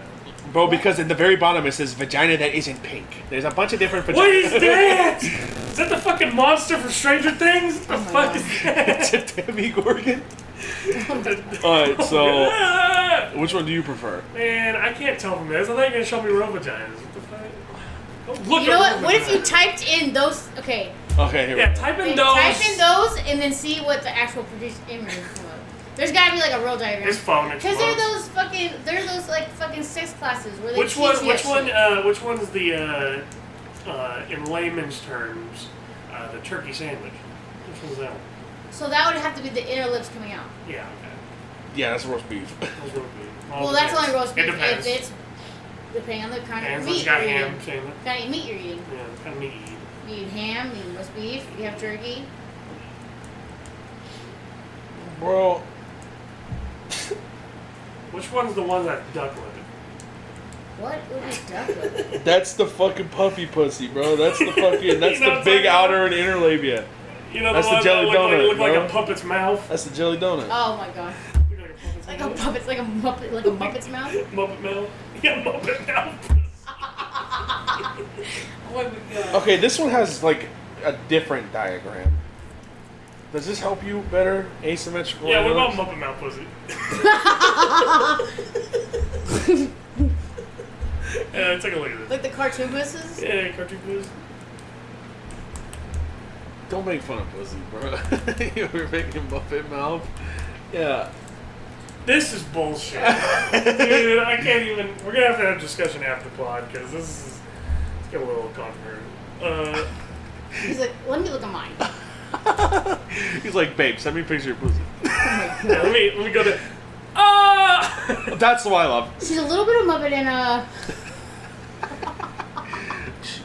S4: Bro, because in the very bottom it says vagina that isn't pink. There's a bunch of different vaginas.
S2: What is that? is that the fucking monster from Stranger Things? What the
S3: Oh my
S2: fuck
S3: God.
S2: is that?
S4: It's a Demi Gorgon. All right, so.
S2: Ah!
S4: Yeah, which one do you prefer?
S2: Man, I can't tell from this. I think you're gonna show me real vaginas. What the fuck? Don't Look
S3: You know
S2: at
S3: what? What
S2: real
S3: if you
S2: vaginas.
S3: typed in those? Okay,
S4: Okay, here
S2: Yeah,
S4: we go.
S2: type in
S3: then
S2: those.
S3: type in those and then see what the actual produced image is. come up. There's gotta be like a real diagram.
S2: His phone
S3: Because
S2: explodes.
S3: there are those fucking, there are those like fucking sex classes where they
S2: which
S3: teach
S2: one?
S3: you
S2: Which
S3: that
S2: one?
S3: shit.
S2: Uh, which one's the uh, uh, in layman's terms uh, the turkey sandwich? Which one's that one?
S3: So that would have to be the inner lips coming out.
S2: Yeah. Okay.
S4: Yeah, that's roast beef.
S2: Those would be-
S3: well, that's
S2: depends.
S3: only roast beef.
S2: Oh, It depends.
S3: If it's depending on the kind
S2: And
S3: of
S2: it's
S3: meat
S2: got
S3: you're
S2: ham,
S3: eating.
S2: sandwich.
S3: Kind of meat you're eating.
S2: Yeah, kind of meat.
S3: You eat ham. You eat roast beef. You have turkey.
S4: Bro,
S2: Which one's the one that duck liver?
S3: What would be duck with?
S4: that's the fucking puffy pussy, bro. That's the fucking, that's
S2: You know
S4: the
S2: what I'm talking
S4: big
S2: about?
S4: outer and inner labia.
S2: You know
S4: That's
S2: the
S4: the
S2: one that
S4: jelly
S2: look, like,
S4: donut,
S2: look like
S4: bro.
S2: a puppet's mouth.
S4: That's the jelly donut.
S3: Oh my god!
S2: Look like a puppet's
S3: Like a
S2: mouth.
S3: puppet, like a muppet, like a muppet's mouth.
S2: Muppet mouth. Yeah, Muppet mouth.
S3: Oh my god!
S4: Okay, this one has like a different diagram. Does this help you better? Asymmetrical.
S2: Yeah, what about
S4: analogs?
S2: Muppet mouth pussy? yeah, take a look at this.
S3: Like the cartoon voices.
S2: Yeah, cartoon pussy.
S4: Don't make fun of pussy, bro. you were making Muppet mouth. Yeah.
S2: This is bullshit, dude. I can't even. We're gonna have to have a discussion after pod because this is it's getting a little controversial. Uh,
S3: He's like, let me look at mine. Oh
S4: He's like, babe, send me a picture of your pussy.
S3: my
S2: yeah,
S3: god!
S2: let me let me go to. Ah!
S4: That's why I love.
S3: She's a little bit of muppet and uh.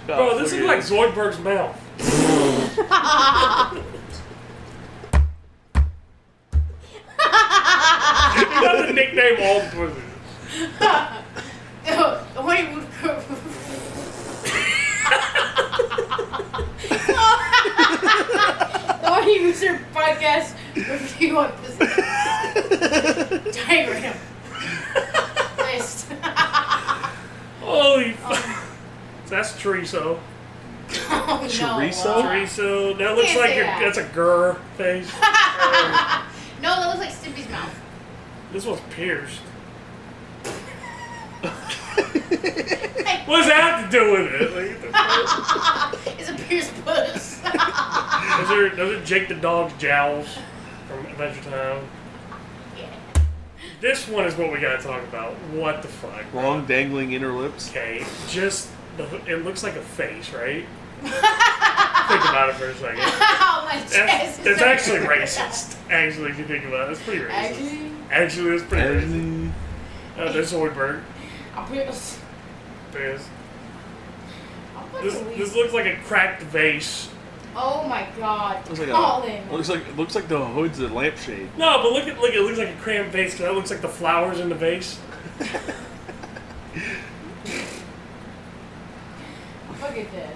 S2: Bro, Oh, this is like Zoidberg's mouth. That's a nickname all pussy.
S3: Wait, the Horny Rooster podcast review on this diagram Oh, list.
S2: Holy fuck. That's Chorizo.
S3: Oh, no.
S4: Chorizo?
S2: Chorizo. That looks
S3: Can't
S2: like
S3: say
S2: a,
S3: that.
S2: that's a gur face. Um,
S3: No, that looks like Stimpy's mouth.
S2: this one's pierced. What does that have to do with it? Like, what the fuck?
S3: It's a pierced puss.
S2: those, are, those are Jake the dog's jowls from Adventure Time. This one is what we gotta talk about. What the fuck?
S4: long dangling inner lips.
S2: Okay, just the, it looks like a face, right? think about it for a second.
S3: oh, my
S2: That's,
S3: chest.
S2: that's actually racist. Actually, if you think about it, it's pretty racist. Actually,
S3: Actually,
S2: it's pretty racist. Uh, there's Zoidberg.
S3: I'm pierced.
S2: There's,
S3: I'm
S2: this,
S3: fucking
S2: this
S3: weak.
S2: looks like a cracked vase.
S3: Oh my god.
S4: Looks like,
S3: Colin.
S4: a, looks like looks like the hood's a lampshade.
S2: No, but look at look. It looks like a cramped vase because that looks like the flowers in the vase.
S3: I'm fucking dead.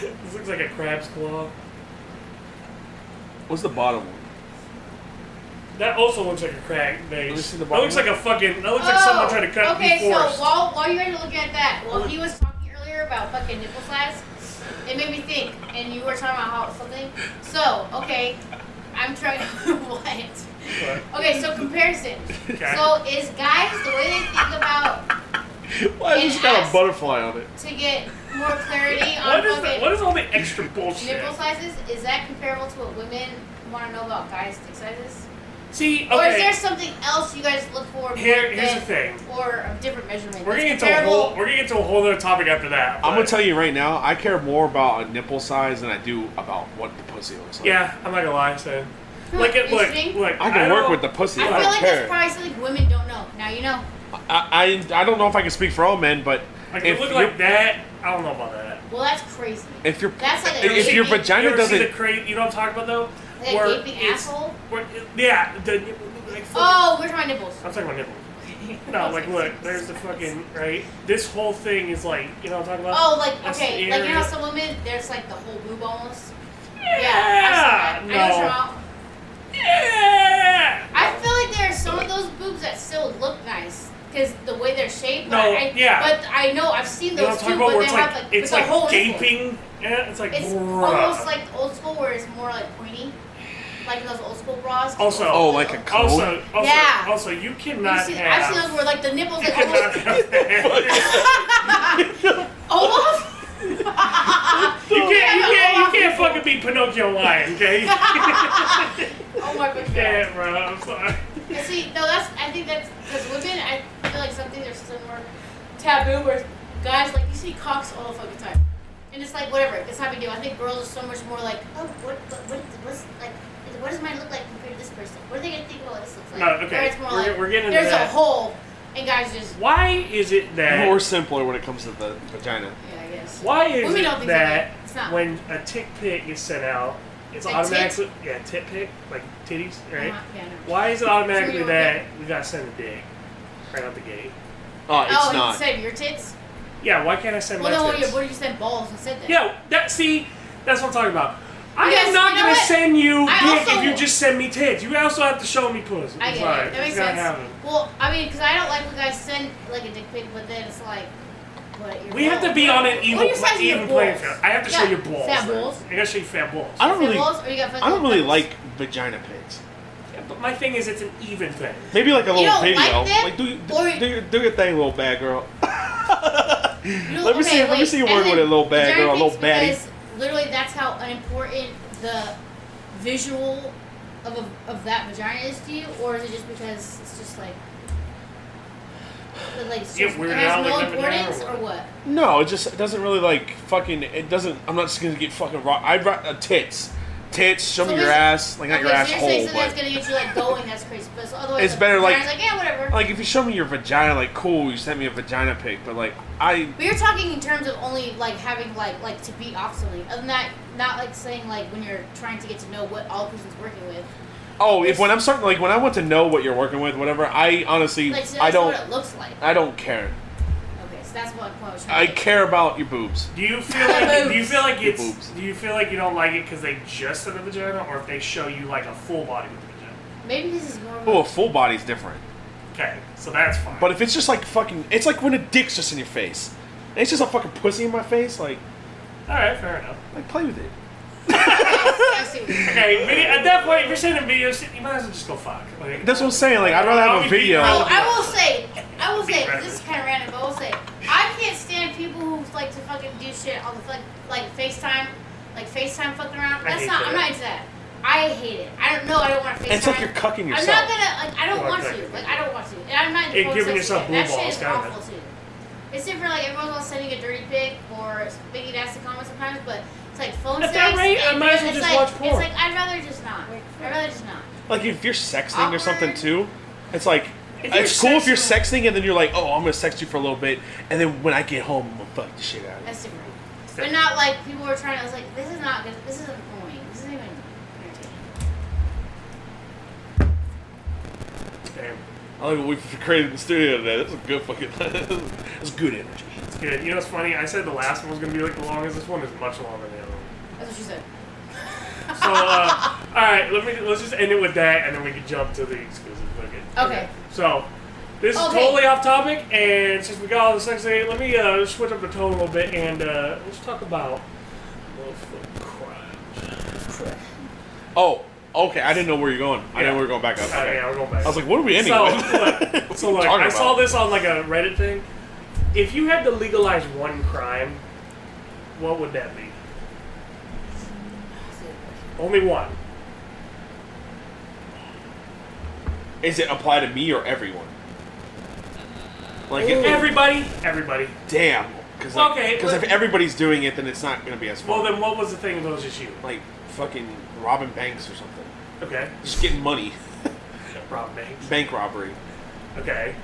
S2: This looks like a crab's claw.
S4: What's the bottom one?
S2: That also looks like a cracked
S4: Let me
S2: vase.
S4: see the
S2: That looks like
S4: bottom.
S2: a fucking. That looks like someone
S3: Oh,
S2: tried to cut
S3: Okay,
S2: me forced.
S3: so while, while you guys are looking at that, while he was talking earlier about fucking nipple size, it made me think, and you were talking about how something. So, okay, I'm trying what?
S2: But-
S3: Okay, so comparison.
S2: Okay.
S3: So is guys the way they think about
S4: Why
S3: It
S4: is this got
S3: has-
S4: a butterfly on it?
S3: to get more clarity on
S2: what is that?
S3: fucking
S2: What is all the extra bullshit?
S3: nipple sizes? Is that comparable to what women want to know about guys' dick sizes?
S2: See, okay.
S3: Or is there something else you guys look for? more
S2: Here- here's
S3: than-
S2: the thing.
S3: Or a different measurement.
S2: We're gonna get
S3: that's
S2: to a
S3: comparable-
S2: whole. We're gonna get to a whole other topic after that.
S4: I'm gonna
S2: but-
S4: tell you right now, I care more about a nipple size than I do about what the pussy looks like.
S2: Yeah, I'm not gonna lie. So,
S3: Huh,
S2: like, it, look,
S3: interesting.
S2: look.
S4: I can work
S2: don't-
S4: with the pussy.
S3: I
S4: I,
S3: feel
S4: don't
S3: like
S4: care.
S3: that's probably something women don't know. Now you know.
S4: I, I I don't know if I can speak for all men, but
S2: Like,
S4: if
S2: it look
S4: your-
S2: like that. I don't know about that.
S3: Well, that's crazy.
S4: if your
S3: That's like a
S4: if, if your
S3: creepy-
S2: You
S4: vagina
S2: ever see the
S4: doesn't
S2: cra- You know what I'm talking about though?
S3: That
S2: Where
S3: gaping
S2: it's-
S3: asshole.
S2: where it- yeah. The, like, fucking-
S3: Oh, we're talking nipples.
S2: I'm talking about nipples. No, like, look. There's the fucking right. This whole thing is like, you know what I'm talking about?
S3: Oh, like
S2: That's
S3: okay,
S2: the
S3: like you know how
S2: area.
S3: some women there's like the whole boob almost.
S2: Yeah.
S3: I've seen that. I know what you're
S2: No.
S3: talking about.
S2: Yeah.
S3: I feel like there are some of those boobs that still look nice because the way they're shaped.
S2: No,
S3: but I,
S2: yeah.
S3: But I know I've seen
S2: You know what
S3: those
S2: I'm
S3: too.
S2: talking about?
S3: but
S2: Where
S3: they
S2: it's
S3: have
S2: like
S3: like
S2: it's
S3: a
S2: like
S3: whole nipple.
S2: gaping. Yeah, it's like.
S3: It's
S2: bruh.
S3: almost like old school where it's more like pointy. like those old school bras.
S2: Also,
S4: Oh, like a coat.
S2: also, also,
S3: Yeah.
S2: also, you cannot
S3: I've seen,
S2: have.
S3: I've seen those where like the nipples
S2: you
S3: like
S2: cannot
S3: almost
S2: have that.
S3: Olaf.
S2: You can't, you can't,
S3: Olaf
S2: you can't
S3: nipple.
S2: fucking be Pinocchio lying, okay? You
S3: Oh my god.
S2: can't, bro. I'm sorry.
S3: Yeah, See, no, that's I think that's because women. I feel like something there's some more taboo where guys like you see cocks all the fucking time, and it's like whatever. It's not a big deal. I think girls are so much more like, oh, what, what, what is, what's like, what does mine look like compared to this person? What are they gonna think about what this looks like?
S2: No, okay.
S3: Or it's more
S2: We're-
S3: like
S2: we're getting into
S3: there's
S2: that.
S3: a hole, and guys just
S2: Why is it that?
S4: More simpler when it comes to the vagina.
S3: yeah, I guess.
S2: Why is
S3: Women
S2: it
S3: don't think so,
S2: that
S3: it's not.
S2: when a tick pic is sent out, it's
S3: A tit?
S2: automatically yeah tit pic like titties, right?
S3: Uh-huh, yeah, no.
S2: Why is it
S3: So
S2: automatically
S3: you don't
S2: that we got to send a dick right out the gate?
S4: Oh, it's
S3: oh,
S4: not.
S3: instead of your tits?
S2: Yeah, why can't I send
S3: Well, no,
S2: my
S3: what do you-
S2: tits?
S3: what do you send balls instead then?
S2: Yeah, that see, that's what I'm talking about. I
S3: Yes,
S2: am not
S3: you know
S2: gonna
S3: what?
S2: send you
S3: I
S2: dick
S3: also-
S2: if you just send me tits. You also have to show me puss.
S3: I
S2: It's
S3: get
S2: like,
S3: it. That
S2: it's
S3: makes
S2: gotta
S3: sense.
S2: happen.
S3: Well, I mean, because I don't like when guys send like a dick pic, but then it's like, what? Your
S2: We have to be
S3: balls.
S2: on an
S3: What
S2: even,
S3: are your
S2: pla-
S3: sizes of your
S2: even playing
S3: balls?
S2: field. I have to show
S3: Yeah,
S2: you balls.
S3: Fat
S2: then.
S3: balls.
S2: I gotta show you fat balls.
S4: I don't
S3: Fat
S4: really,
S3: balls, or you got
S4: I don't really like vagina pics.
S2: Yeah, but my thing is, it's an even thing.
S4: Maybe like a little
S3: don't like
S4: video.
S3: that?
S4: Like, do, do,
S3: Or-
S4: do, your- do your thing, little bad girl.
S3: No,
S4: Let me see- let me see you work with a little bad
S3: vagina
S4: girl, a little
S3: pics
S4: baddie.
S3: because Literally, that's how unimportant the visual of a, of that vagina is to you, or is it just because it's just like, like it's
S2: Yeah,
S3: just,
S2: weird
S3: it
S2: how
S3: has
S2: they
S3: no
S2: live in there or
S3: importance, or what?
S4: No, it just it doesn't really like fucking. It doesn't. I'm not just gonna get fucking raw. I ra- uh, tits, tits. Show
S3: So
S4: me your
S3: is it-
S4: ass, like not your
S3: Okay, so you're saying
S4: asshole,
S3: something that's
S4: but
S3: gonna get you like going. That's crazy, but otherwise
S4: It's
S3: the
S4: better, like-
S3: vagina's like yeah, whatever.
S4: like if you show me your vagina, like cool, you sent me a vagina pic, but like I
S3: But you're talking in terms of only like having like like to be off something. Other than that, not like saying like when you're trying to get to know what all the person's working with.
S4: oh if when I'm starting like when I want to know what you're working with, whatever. I honestly
S3: Like so that's
S4: I don't
S3: what it looks like.
S4: I don't care.
S3: Okay, so that's what I was trying
S4: I
S3: to get.
S4: care about your boobs.
S2: Do you feel like do you feel like
S4: Your
S2: it's
S4: boobs.
S2: do you feel like you don't like it because they just said the vagina, or if they show you like a full body with the vagina?
S3: Maybe this is more. Of a-
S4: Oh, a full body's different.
S2: Okay, so that's fine.
S4: But if it's just like fucking, it's like when a dick's just in your face. And it's just a fucking pussy in my face. Like,
S2: all right, fair enough.
S4: like play with it.
S3: I see what you're saying.
S2: Okay, video, at that point, if you're sending videos, you might as well just go fuck. Like,
S4: That's what I'm saying. Like, I'd rather have a video.
S3: Oh, I will say, I will
S2: Be
S3: say,
S2: random.
S3: this is kind of random, but I will say, I can't stand people who like to fucking do shit on the fuck, like FaceTime, like FaceTime fucking around.
S2: I
S3: That's
S2: hate
S3: not, I'm
S2: that.
S3: not into that. I hate it. I don't know, I don't want to FaceTime.
S4: It's like you're cucking
S3: I'm not
S4: yourself.
S3: gonna, like, I don't
S2: Well,
S3: want
S2: exactly.
S3: to. Like, I don't want to. And I'm not into
S2: It
S3: phone
S2: giving
S3: sex
S2: yourself
S3: either.
S2: blue
S3: That shit
S2: balls,
S3: is
S2: kinda.
S3: awful, too. It's different, like, everyone's all sending a dirty pic or big ass to comment sometimes, but it's like phone
S2: At
S3: sex.
S2: that rate, I
S3: and
S2: might as well
S3: it's
S2: just
S3: like-
S2: watch porn.
S3: It's like, I'd rather just not. I'd rather just not.
S4: Like if you're sexting or something
S3: Awkward.
S4: too, it's like
S2: If you're
S4: it's cool if you're
S2: sexting-
S4: sexting and then you're like, oh, I'm gonna sext you for a little bit, and then when I get home, I'm gonna fuck the shit out of you.
S3: That's different. But not like people were trying. I was like, this is not good. This is annoying. This isn't even entertaining.
S2: Damn,
S4: I like what we created in the studio today. That's a good fucking. That's good energy.
S2: it's good. You know what's funny? I said the last one was gonna be like the longest. This one is much longer than the other one.
S3: That's what she said.
S2: So, uh, all right, let me let's just end it with that, and then we can jump to the exclusive. Okay.
S3: Okay.
S2: So, this is
S3: Okay.
S2: totally off topic, and since we got all the sex thing, let me uh, switch up the tone a little bit, and uh, let's talk about motherfucking crime.
S4: Oh, okay. I didn't know where you're going.
S2: Yeah.
S4: I didn't know we were going back up.
S2: Oh,
S4: Okay.
S2: yeah, we're going back.
S4: I was like, what are we ending
S2: so,
S4: with?
S2: look, so
S4: What
S2: look,
S4: are we
S2: I
S4: talking
S2: saw
S4: about?
S2: this on like a Reddit thing. If you had to legalize one crime, what would that be? Only one.
S4: Is it apply to me or everyone? Like if
S2: Everybody, everybody.
S4: damn. Because
S2: Okay,
S4: if
S2: but-
S4: everybody's doing it, then it's not gonna be as fun.
S2: Well, then what was the thing that was just you?
S4: like fucking robbing banks or something.
S2: Okay,
S4: Just getting money,
S2: Rob Banks.
S4: bank robbery.
S2: Okay.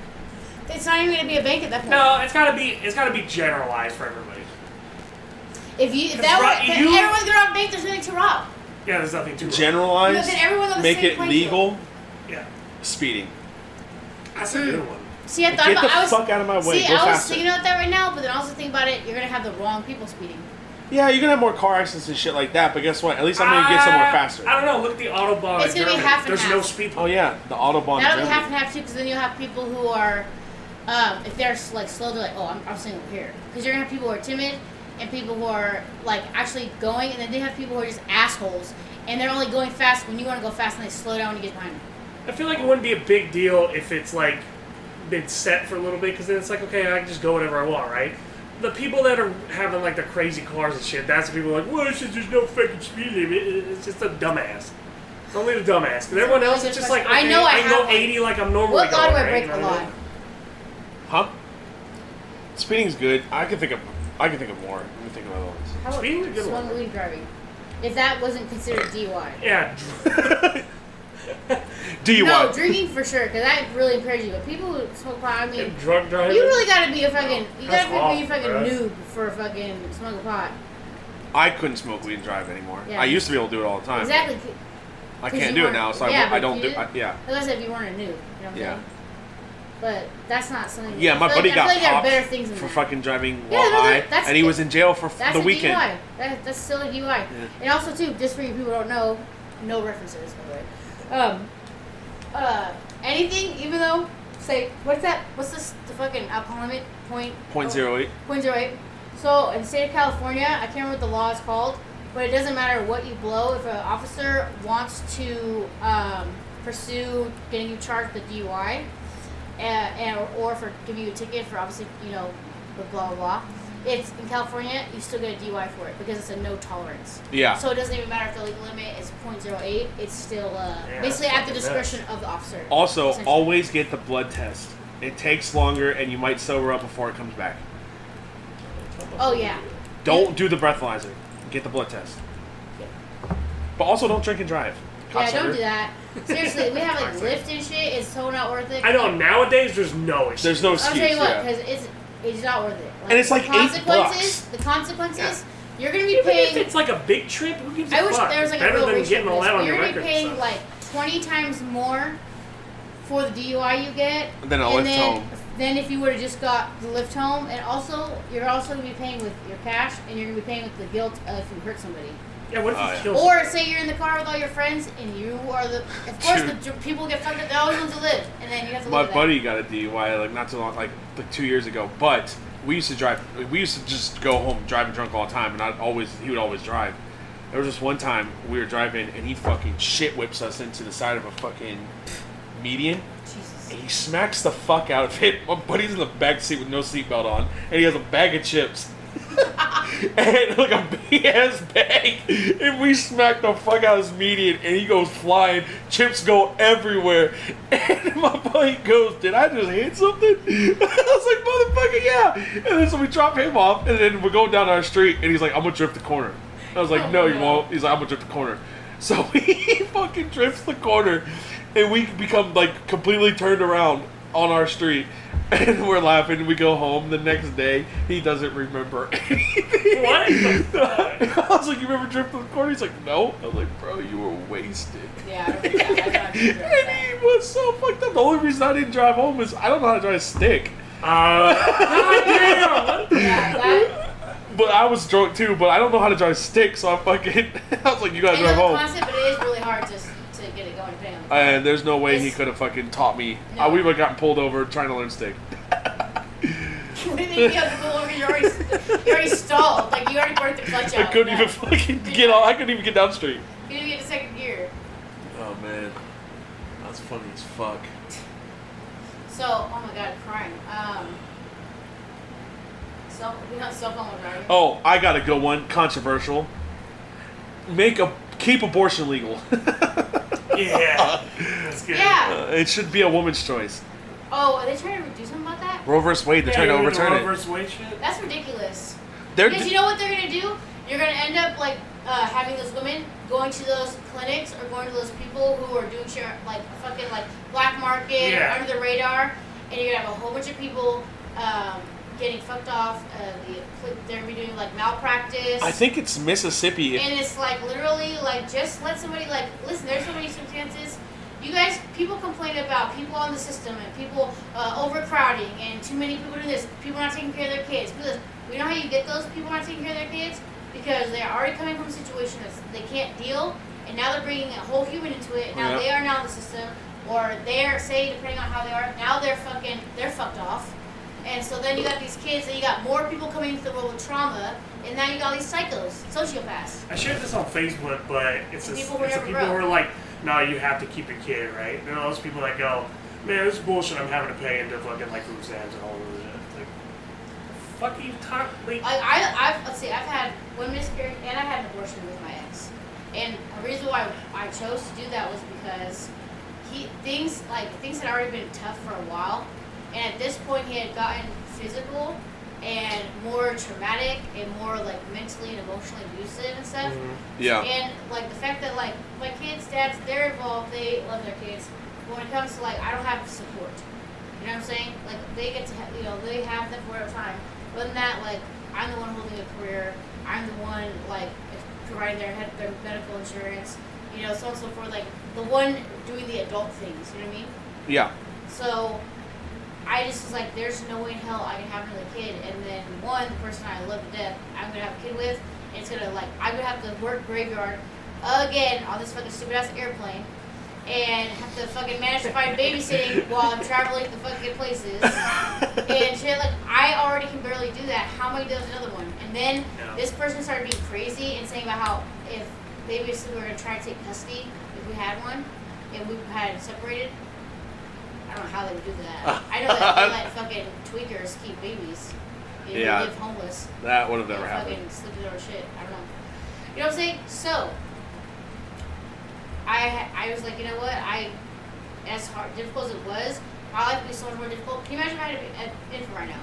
S3: It's not even gonna be a bank at that point.
S2: No, it's gotta be it's gotta be generalized for everybody.
S3: If you, if
S2: It's
S3: that
S2: right-
S3: was, if
S2: you-
S3: everyone's gonna rob bank, there's nothing to rob.
S2: Yeah, there's nothing to it.
S3: No,
S4: Generalized.
S3: then everyone's on the
S4: make
S3: same
S4: it
S3: playing
S4: legal.
S3: field.
S2: Yeah,
S4: Speeding.
S2: that's a good one.
S3: See, I thought
S4: Get
S3: about.
S4: the
S3: I was,
S4: fuck out of my way.
S3: See,
S4: Go
S3: I was
S4: faster.
S3: thinking about that right now, but then also think about it. You're gonna have the wrong people speeding.
S4: Yeah, you're gonna have more car accidents and shit like that. But guess what? At least I'm gonna get somewhere
S2: I-
S4: faster.
S2: Uh, I don't know. Look at the autobahn.
S3: It's
S2: in
S3: gonna be
S2: Germany.
S3: half and
S2: There's
S3: half.
S2: no speed.
S4: Oh yeah, the autobahn. in
S3: That'll be
S4: Germany.
S3: half and half too, because then you'll have people who are, um, if they're like slow, they're like, oh, I'm, I'm single here. Because you're gonna have people who are timid and people who are like actually going, and then they have people who are just assholes and they're only going fast when you want to go fast, and they slow down when you get behind them.
S2: I feel like it wouldn't be a big deal if it's like been set for a little bit because then it's like okay, I can just go whatever I want, right? The people that are having like the crazy cars and shit, that's the people like, well, it's just, there's no fucking speed limit. It- It's just a dumbass. It's only the dumbass. 'Cause everyone else is just like, okay,
S3: I know I
S2: can go
S3: have one.
S2: 80 like I'm normally
S3: What law
S2: going.
S3: do I
S2: right?
S3: break
S2: You
S3: the
S2: know what I
S3: law?
S2: mean?
S4: Huh? Speeding's good. I can think of I can think of more. Let me think of other ones.
S3: How about
S2: Speeding's a good
S3: slung
S2: one.
S3: weed driving? If that wasn't considered DUI.
S2: Yeah,
S4: DUI.
S3: No, drinking for sure, because that really impairs you. But people who smoke pot, I mean,
S2: and drunk driving.
S3: you really gotta be a fucking, you
S2: That's
S3: gotta be a
S2: off,
S3: fucking
S2: bro.
S3: noob for fucking smoking pot.
S4: I couldn't smoke weed and drive anymore.
S3: Yeah.
S4: I used to be able to do it all the time.
S3: Exactly. c-
S4: I
S3: 'cause
S4: can't
S3: you
S4: do it
S3: weren't-
S4: now, so I
S3: yeah,
S4: won't- I,
S3: but
S4: don't
S3: you
S4: do.
S3: did.
S4: I, yeah.
S3: Like I said, if you weren't a noob, you know what I'm
S4: Yeah.
S3: saying? But that's not something.
S4: Yeah,
S3: I
S4: my
S3: feel
S4: buddy
S3: like, I
S4: got
S3: feel like there are
S4: popped
S3: better things than
S4: for
S3: that.
S4: fucking driving
S3: Yeah,
S4: while
S3: no, no,
S4: high,
S3: that's-
S4: and he was in jail for f-
S3: That's
S4: the
S3: a
S4: weekend.
S3: DUI. That, that's still a DUI. And also, too, just for you people who don't know, no references, by the way. Um, uh, anything, even though, say, what's that? What's this? The fucking alcohol limit? Point
S4: Point
S3: oh,
S4: zero eight.
S3: point zero eight. So in the state of California, I can't remember what the law is called, but it doesn't matter what you blow. If an officer wants to um, pursue getting you charged with DUI, uh, and or for giving you a ticket for obviously you know, blah blah blah. It's in California, you still get a DUI for it because it's a no tolerance.
S4: Yeah.
S3: So it doesn't even matter if the legal limit is .08. It's still uh,
S2: Yeah,
S3: basically
S2: that's
S3: at the
S2: fucking
S3: discretion of the officer.
S4: also,
S3: Essentially.
S4: always get the blood test. It takes longer, and you might sober up before it comes back.
S3: Oh yeah.
S4: Don't do the breathalyzer. Get the blood test. But also, don't drink and drive.
S3: Yeah, don't
S4: cocksucker.
S3: do that. Seriously, we have like Lyft and shit. It's so not worth it.
S2: I know nowadays there's no excuse.
S4: There's no
S3: I'll
S4: excuse.
S3: tell you what,
S4: yeah.
S3: because it's it's not worth it.
S4: And it's
S3: the
S4: like eight bucks.
S3: consequences. The consequences you're gonna be
S2: Even if
S3: paying.
S2: it's like a big trip, who gives a
S3: I wish
S2: fuck?
S3: there was like a
S2: Better
S3: real
S2: than
S3: ratio
S2: getting
S3: for
S2: all
S3: this.
S2: that on
S3: You're
S2: your
S3: gonna
S2: record.
S3: be paying
S2: so.
S3: like twenty times more for the DUI you get
S4: Than a Lyft
S3: and then,
S4: home.
S3: Then if you would have just got the lift home, and also you're also gonna be paying with your cash, and you're gonna be paying with the guilt of if you hurt somebody.
S2: yeah, what if
S4: Oh,
S2: you
S4: yeah.
S2: kill
S3: Or say you're in the car with all your friends, and you are the. Of course, the dr- people get fucked up. They're always ones to live, and then you have to.
S4: My
S3: live with that.
S4: buddy got a DUI like not too long, like like two years ago. But we used to drive. We used to just go home driving drunk all the time, and I'd always he would always drive. There was just one time we were driving, and he fucking shit whips us into the side of a fucking median.
S3: Jesus.
S4: And he smacks the fuck out of it. My buddy's in the back seat with no seatbelt on, and he has a bag of chips. and like a big ass bag. And we smack the fuck out of his median, and he goes flying. Chips go everywhere. And my buddy goes, Did I just hit something? I was like, Motherfucker, yeah. And then so we drop him off, and then we're going down our street, and he's like, I'm gonna drift the corner. I was like,
S3: Oh,
S4: No, you
S3: no.
S4: won't. He's like, I'm gonna drift the corner. So he fucking drifts the corner, and we become like completely turned around on our street. And we're laughing. We go home the next day. He doesn't remember anything.
S2: What the
S4: I was like, "You remember drifting the corner?" He's like, "No." I was like, "Bro, you were wasted."
S3: Yeah, I don't think that- I don't think
S4: And
S3: that.
S4: he was so fucked up. The only reason I didn't drive home is I don't know how to drive a stick.
S2: Uh,
S3: Yeah, that,
S4: But I was drunk too. But I don't know how to drive a stick, so I fucking. I was like, "You gotta
S3: I know
S4: drive
S3: the
S4: home."
S3: concept, but it is really hard just to get it going. Depending on the
S4: And there's no way he
S3: It's-
S4: could have fucking taught me.
S3: No.
S4: I, we would have gotten pulled over trying to learn stick.
S3: what do you mean you have to pull over? You already, you already stalled. Like you already worked the clutch
S4: I
S3: out.
S4: couldn't
S3: Yeah.
S4: even fucking get on. I couldn't even get down the street.
S3: You didn't get to second gear.
S4: Oh man, that's funny as fuck.
S3: So, oh my god, crying. Um, so we have cell phone driving.
S4: Oh, I got a good one. Controversial. Make a keep abortion legal.
S2: yeah, that's good.
S3: Yeah.
S4: Uh, it should be a woman's choice.
S3: Oh, are they trying to do something about that?
S4: Roe versus Wade. They're trying to overturn it.
S2: it.
S3: That's ridiculous.
S4: They're
S3: Because you know what they're gonna do? You're gonna end up like uh, having those women going to those clinics or going to those people who are doing shit like fucking like black market
S2: Yeah.
S3: or under the radar, and you're gonna have a whole bunch of people um, getting fucked off. Uh, the, they're gonna be doing like malpractice.
S4: I think it's Mississippi. If,
S3: And it's like literally like just let somebody like listen. There's so many circumstances. You guys, people complain about people on the system and people uh, overcrowding and too many people doing this. People not taking care of their kids. People this. We know how you get those people not taking care of their kids because they're already coming from a situation that they can't deal, and now they're bringing a whole human into it. Now
S4: Yeah.
S3: they are now in the system, or they're say depending on how they are. Now they're fucking they're fucked off, And so then you got these kids, and you got more people coming into the world with trauma, and now you got all these psychos, sociopaths.
S2: I shared this on Facebook, but it's
S3: To
S2: a,
S3: people
S2: people
S3: who
S2: it's the
S3: never
S2: people who
S3: broke.
S2: are like, no, you have to keep your kid, right? And all those people that go, man, this is bullshit. I'm having to pay into fucking like food stamps and all of that. Like, fuck you, talk. Like,
S3: Like I, I've let's see, I've had one miscarriage and I had an abortion with my ex, and the reason why I chose to do that was because he things like things had already been tough for a while, and at this point he had gotten physical and more traumatic and more like mentally and emotionally abusive and stuff.
S4: Yeah.
S3: And like the fact that like my kids' dads, they're involved, they love their kids. But when it comes to like, I don't have support. You know what I'm saying? Like they get to, ha- you know, they have them for a time. But than that, like I'm the one holding a career. I'm the one like providing their head, their medical insurance. You know, so on and so forth. Like the one doing the adult things. You know what I mean?
S4: Yeah.
S3: So I just was like, there's no way in hell I can have another kid. And then one, the person I love to death, I'm gonna have a kid with. And it's gonna like, I'm gonna have to work graveyard again on this fucking stupid ass airplane. And have to fucking manage to find babysitting while I'm traveling to fucking places and shit. Like I already can barely do that. How am I gonna do another one? And then
S2: No.
S3: this person started being crazy and saying about how if they basically were gonna try to take custody if we had one and we had it separated. I don't know how they would do that.
S4: Ah.
S3: I know that they let fucking tweakers keep babies. You know,
S4: Yeah.
S3: They live homeless.
S4: that would have
S3: They
S4: never
S3: fucking
S4: happened.
S3: sleep over shit. I don't know. You know what I'm saying? So I I was like, you know what? I as hard difficult as it was, my life would be so much more difficult. Can you imagine if I had an infant right now?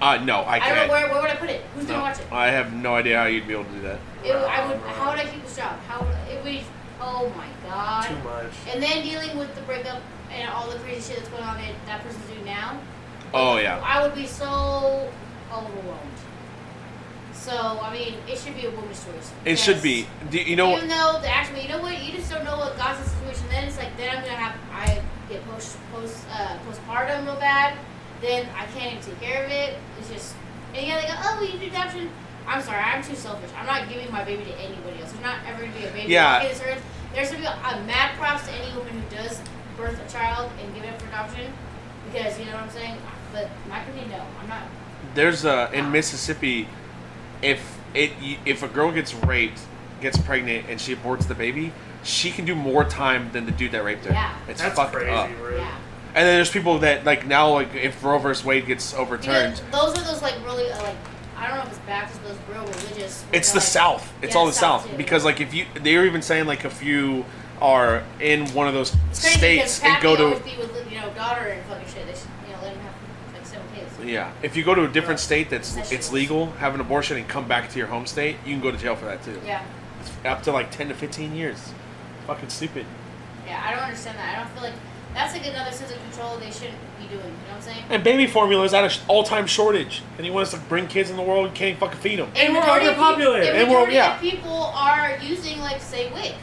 S4: Uh, no, I
S3: I, don't
S4: can't.
S3: know where, where would I put it? Who's
S4: No,
S3: gonna watch it?
S4: I have no idea how you'd be able to do that.
S3: it I would. How would I keep this job? How would it would? Oh my god.
S2: too much.
S3: And then dealing with the breakup and all the crazy shit that's going on that that person's doing now.
S4: Oh yeah.
S3: I would be so overwhelmed. So I mean, it should be a woman's choice.
S4: It should
S3: because
S4: be. Do, you know
S3: Even
S4: what?
S3: though the actual, you know what, you just don't know what God's situation. Then it's like, then I'm gonna have I get post post uh, postpartum real bad. Then I can't even take care of it. It's just and yeah, they go, oh, we need adoption. I'm sorry, I'm too selfish. I'm not giving my baby to anybody else. There's not ever gonna be a baby.
S4: Yeah.
S3: on this earth. There's gonna be a, a mad props to any woman who does birth a child and give it up for adoption because you know what I'm saying. But my community, no, I'm not.
S4: There's a in Mississippi, if it if a girl gets raped, gets pregnant, and she aborts the baby, she can do more time than the dude that raped her.
S3: Yeah.
S4: It's
S2: That's
S4: fucked
S2: crazy,
S4: up.
S2: really.
S3: Yeah.
S4: And then there's people that like now like if Roe versus Wade gets overturned,
S3: Because those are those like really uh, like I don't know if it's Baptist, but it's real religious. where
S4: it's
S3: they're
S4: the
S3: like-
S4: South. It's
S3: Yeah,
S4: all the South,
S3: too.
S4: because like if you they're even saying like if you are in one of those
S3: It's crazy
S4: states
S3: because
S4: and go
S3: Pappy
S4: to
S3: always be with you know daughter and fucking shit. They should you know let him have like seven kids.
S4: Yeah, if you go to a different state that's
S3: Sessions.
S4: it's legal, have an abortion and come back to your home state, you can go to jail for that too.
S3: Yeah,
S4: Up to like ten to fifteen years. Fucking stupid.
S3: yeah. I don't understand that. I don't feel like that's like another sense of control they shouldn't be doing. You know what I'm saying?
S4: And baby formula is at an all time shortage, and you want us to bring kids in the world, you can't fucking feed them.
S2: And we're
S3: majority of peop-
S2: overpopulated.
S3: And
S4: And we're-
S3: majority
S4: yeah.
S3: of people are using like say WIC,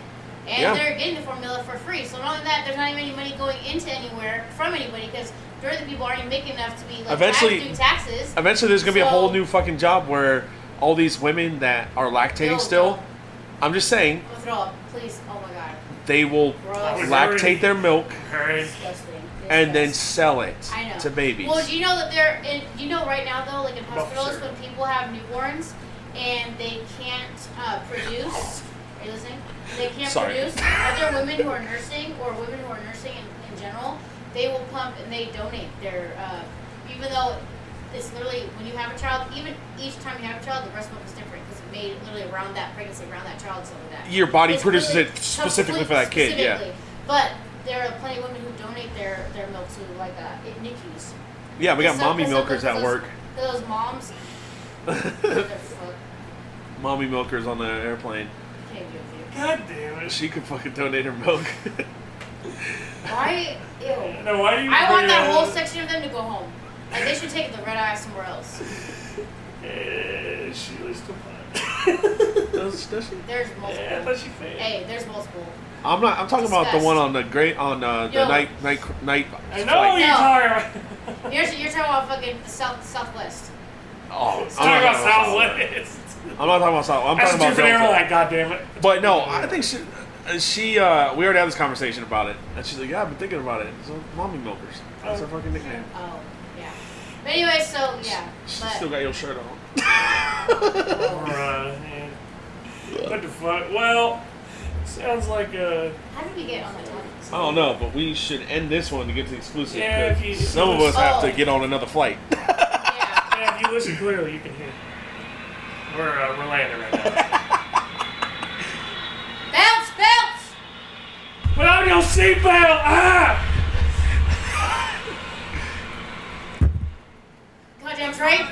S3: and
S4: Yeah.
S3: they're getting the formula for free. So not only that, there's not even any money going into anywhere from anybody because majority of the people aren't even making enough to be like
S4: Eventually-
S3: tax, do taxes.
S4: Eventually, there's gonna be a
S3: So-
S4: whole new fucking job where all these women that are lactating
S3: No,
S4: still,
S3: no.
S4: I'm just saying,
S3: I'm gonna throw up, please. Oh my god,
S4: they will
S3: gross.
S4: lactate their milk
S2: Hurry.
S3: disgusting.
S4: and then
S3: Disgusting.
S4: sell it
S3: I know.
S4: to babies.
S3: Well, do you know that they're in, you know right now though, like in
S2: Buffer
S3: hospitals
S2: syrup.
S3: when people have newborns and they can't uh, produce. Are you listening? They can't
S4: Sorry.
S3: produce. Other women who are nursing or women who are nursing in, in general, they will pump and they donate their, uh, even though it's literally when you have a child, even each time you have a child, the breast milk is different because it's made literally around that pregnancy, around that child, something like that.
S4: Your body
S3: It's
S4: produces
S3: really
S4: it specifically for that
S3: complete-
S4: kid. Yeah,
S3: specifically. But there are plenty of women who donate their, their milk to like uh, NICUs.
S4: yeah, we got
S3: So-
S4: mommy
S3: so
S4: milkers
S3: those-
S4: at work.
S3: Those moms. motherfuck,
S4: mommy milkers on the airplane.
S3: can't do it,
S2: God damn it.
S4: She could fucking donate her milk.
S3: dude. Why? Ew.
S2: No, why do you?
S3: I want
S2: bring
S3: that whole
S2: up-
S3: section of them to go home. Like they should take the red eye somewhere else.
S2: Eh, she was the
S4: Does- does she?
S3: There's
S2: Yeah, I thought
S3: multiple.
S2: she failed.
S3: Hey, there's multiple.
S4: I'm not. I'm talking about the
S3: Disgust.
S4: one on the great on uh, the
S3: Yo.
S4: night night night.
S2: I know
S4: flight.
S2: you're
S3: No.
S2: tired.
S3: You're, you're talking about fucking the south southwest.
S4: Oh,
S2: It's
S4: I'm
S2: talking
S4: not
S2: about
S4: talking about Southwest.
S2: Southwest.
S4: I'm not talking about South. I'm
S2: That's
S4: talking about
S2: stupid airline.
S4: Delta.
S2: God damn it.
S4: But no, I think she. uh, She. Uh, we already had this conversation about it, and she's like, "Yeah, I've been thinking about it." So, mommy milkers. That's her fucking nickname.
S3: Oh, yeah. But anyway, so yeah.
S4: She
S3: But
S4: still got your shirt on.
S2: Right, yeah. What the fuck? Well, sounds like uh
S3: how did we get on the topic?
S4: I don't know, but we should end this one to get to the exclusive.
S2: Yeah, if
S4: 'cause
S2: you-
S4: some of us have to
S3: Oh.
S4: get on another flight.
S3: Yeah.
S2: Yeah, if you listen clearly, you can hear. We're uh, we're landing right now.
S3: Bounce, bounce.
S2: Without your seatbelt, ah!
S3: Goddamn train.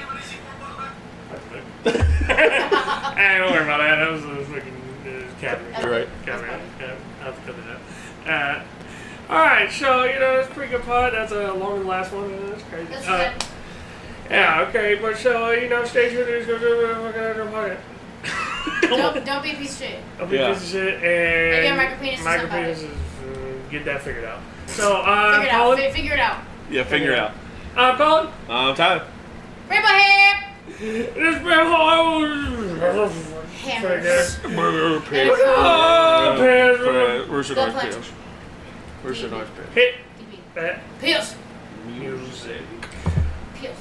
S2: hey, don't worry about that. That was a fucking uh, cabin.
S4: You're right.
S2: Cabin. Yeah, I'll have to cut it out. Uh, all right, so you know it's a pretty good pod. That's a longer than the last one. and That's crazy.
S3: That's
S2: Uh,
S3: good.
S2: yeah, okay, but so you know, stay tuned. It's gonna be a fucking pocket. oh.
S3: Don't, don't be a piece of shit.
S2: I'll be
S4: Yeah.
S2: busy shit and
S3: Again, micropenis to somebody.
S2: micropenis is, uh, get that figured out. So uh,
S3: Figure it out.
S2: Colin,
S3: Fi- Figure it out.
S4: Yeah, figure it out.
S2: uh, Colin,
S4: Um, time.
S3: Rip my hair.
S2: This been hard.
S3: Hammers.
S2: Oh, Pedro.
S4: Where's your
S3: The
S4: knife,
S3: punch.
S4: Pedro? Where's your knife, Pedro?
S2: Hit
S3: DB.
S2: that
S3: Pills.
S2: music.
S3: Pills.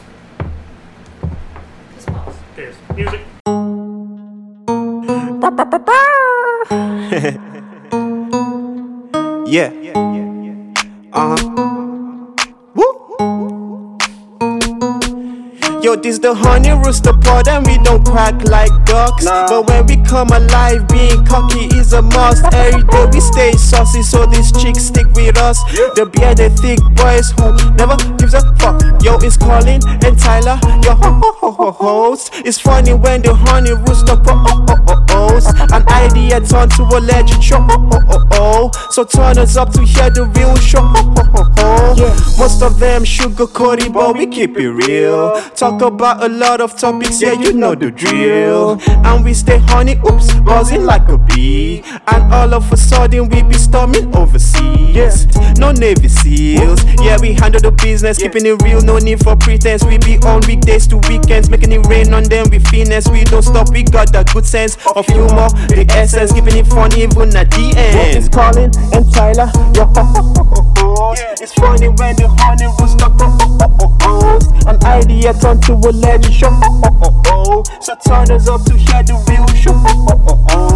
S3: Piss balls.
S2: There's music.
S7: Yeah. Uh huh. Woo. Yo, this the honey rooster pod and we don't quack like ducks. But when we come alive, being cocky is a must. Every day we stay saucy, so these chicks stick with us. The beer, the thick boys who never gives a fuck. Yo, it's Colin and Tyler, your ho ho ho ho host. It's funny when the honey rooster pod oh oh oh ohs. An idea turned to a legend show oh oh oh oh. So turn us up to hear the real show oh oh oh oh. Most of them sugar coated, but we keep it real. Talk about a lot of topics, yeah, you know the drill. And we stay honey, oops, buzzing like a bee. And all of a sudden, we be storming overseas. No Navy SEALs, yeah, we handle the business, keeping it real, no need for pretense. We be on weekdays to weekends, making it rain on them with finesse. We don't stop, we got that good sense of humor, the essence, keeping it fun even at the end. It's Colin and Tyler, yo ho ho ho ho ho. It's funny when the honey rooster crows. An idea turned to a legend show. So turn us up to hear the real show.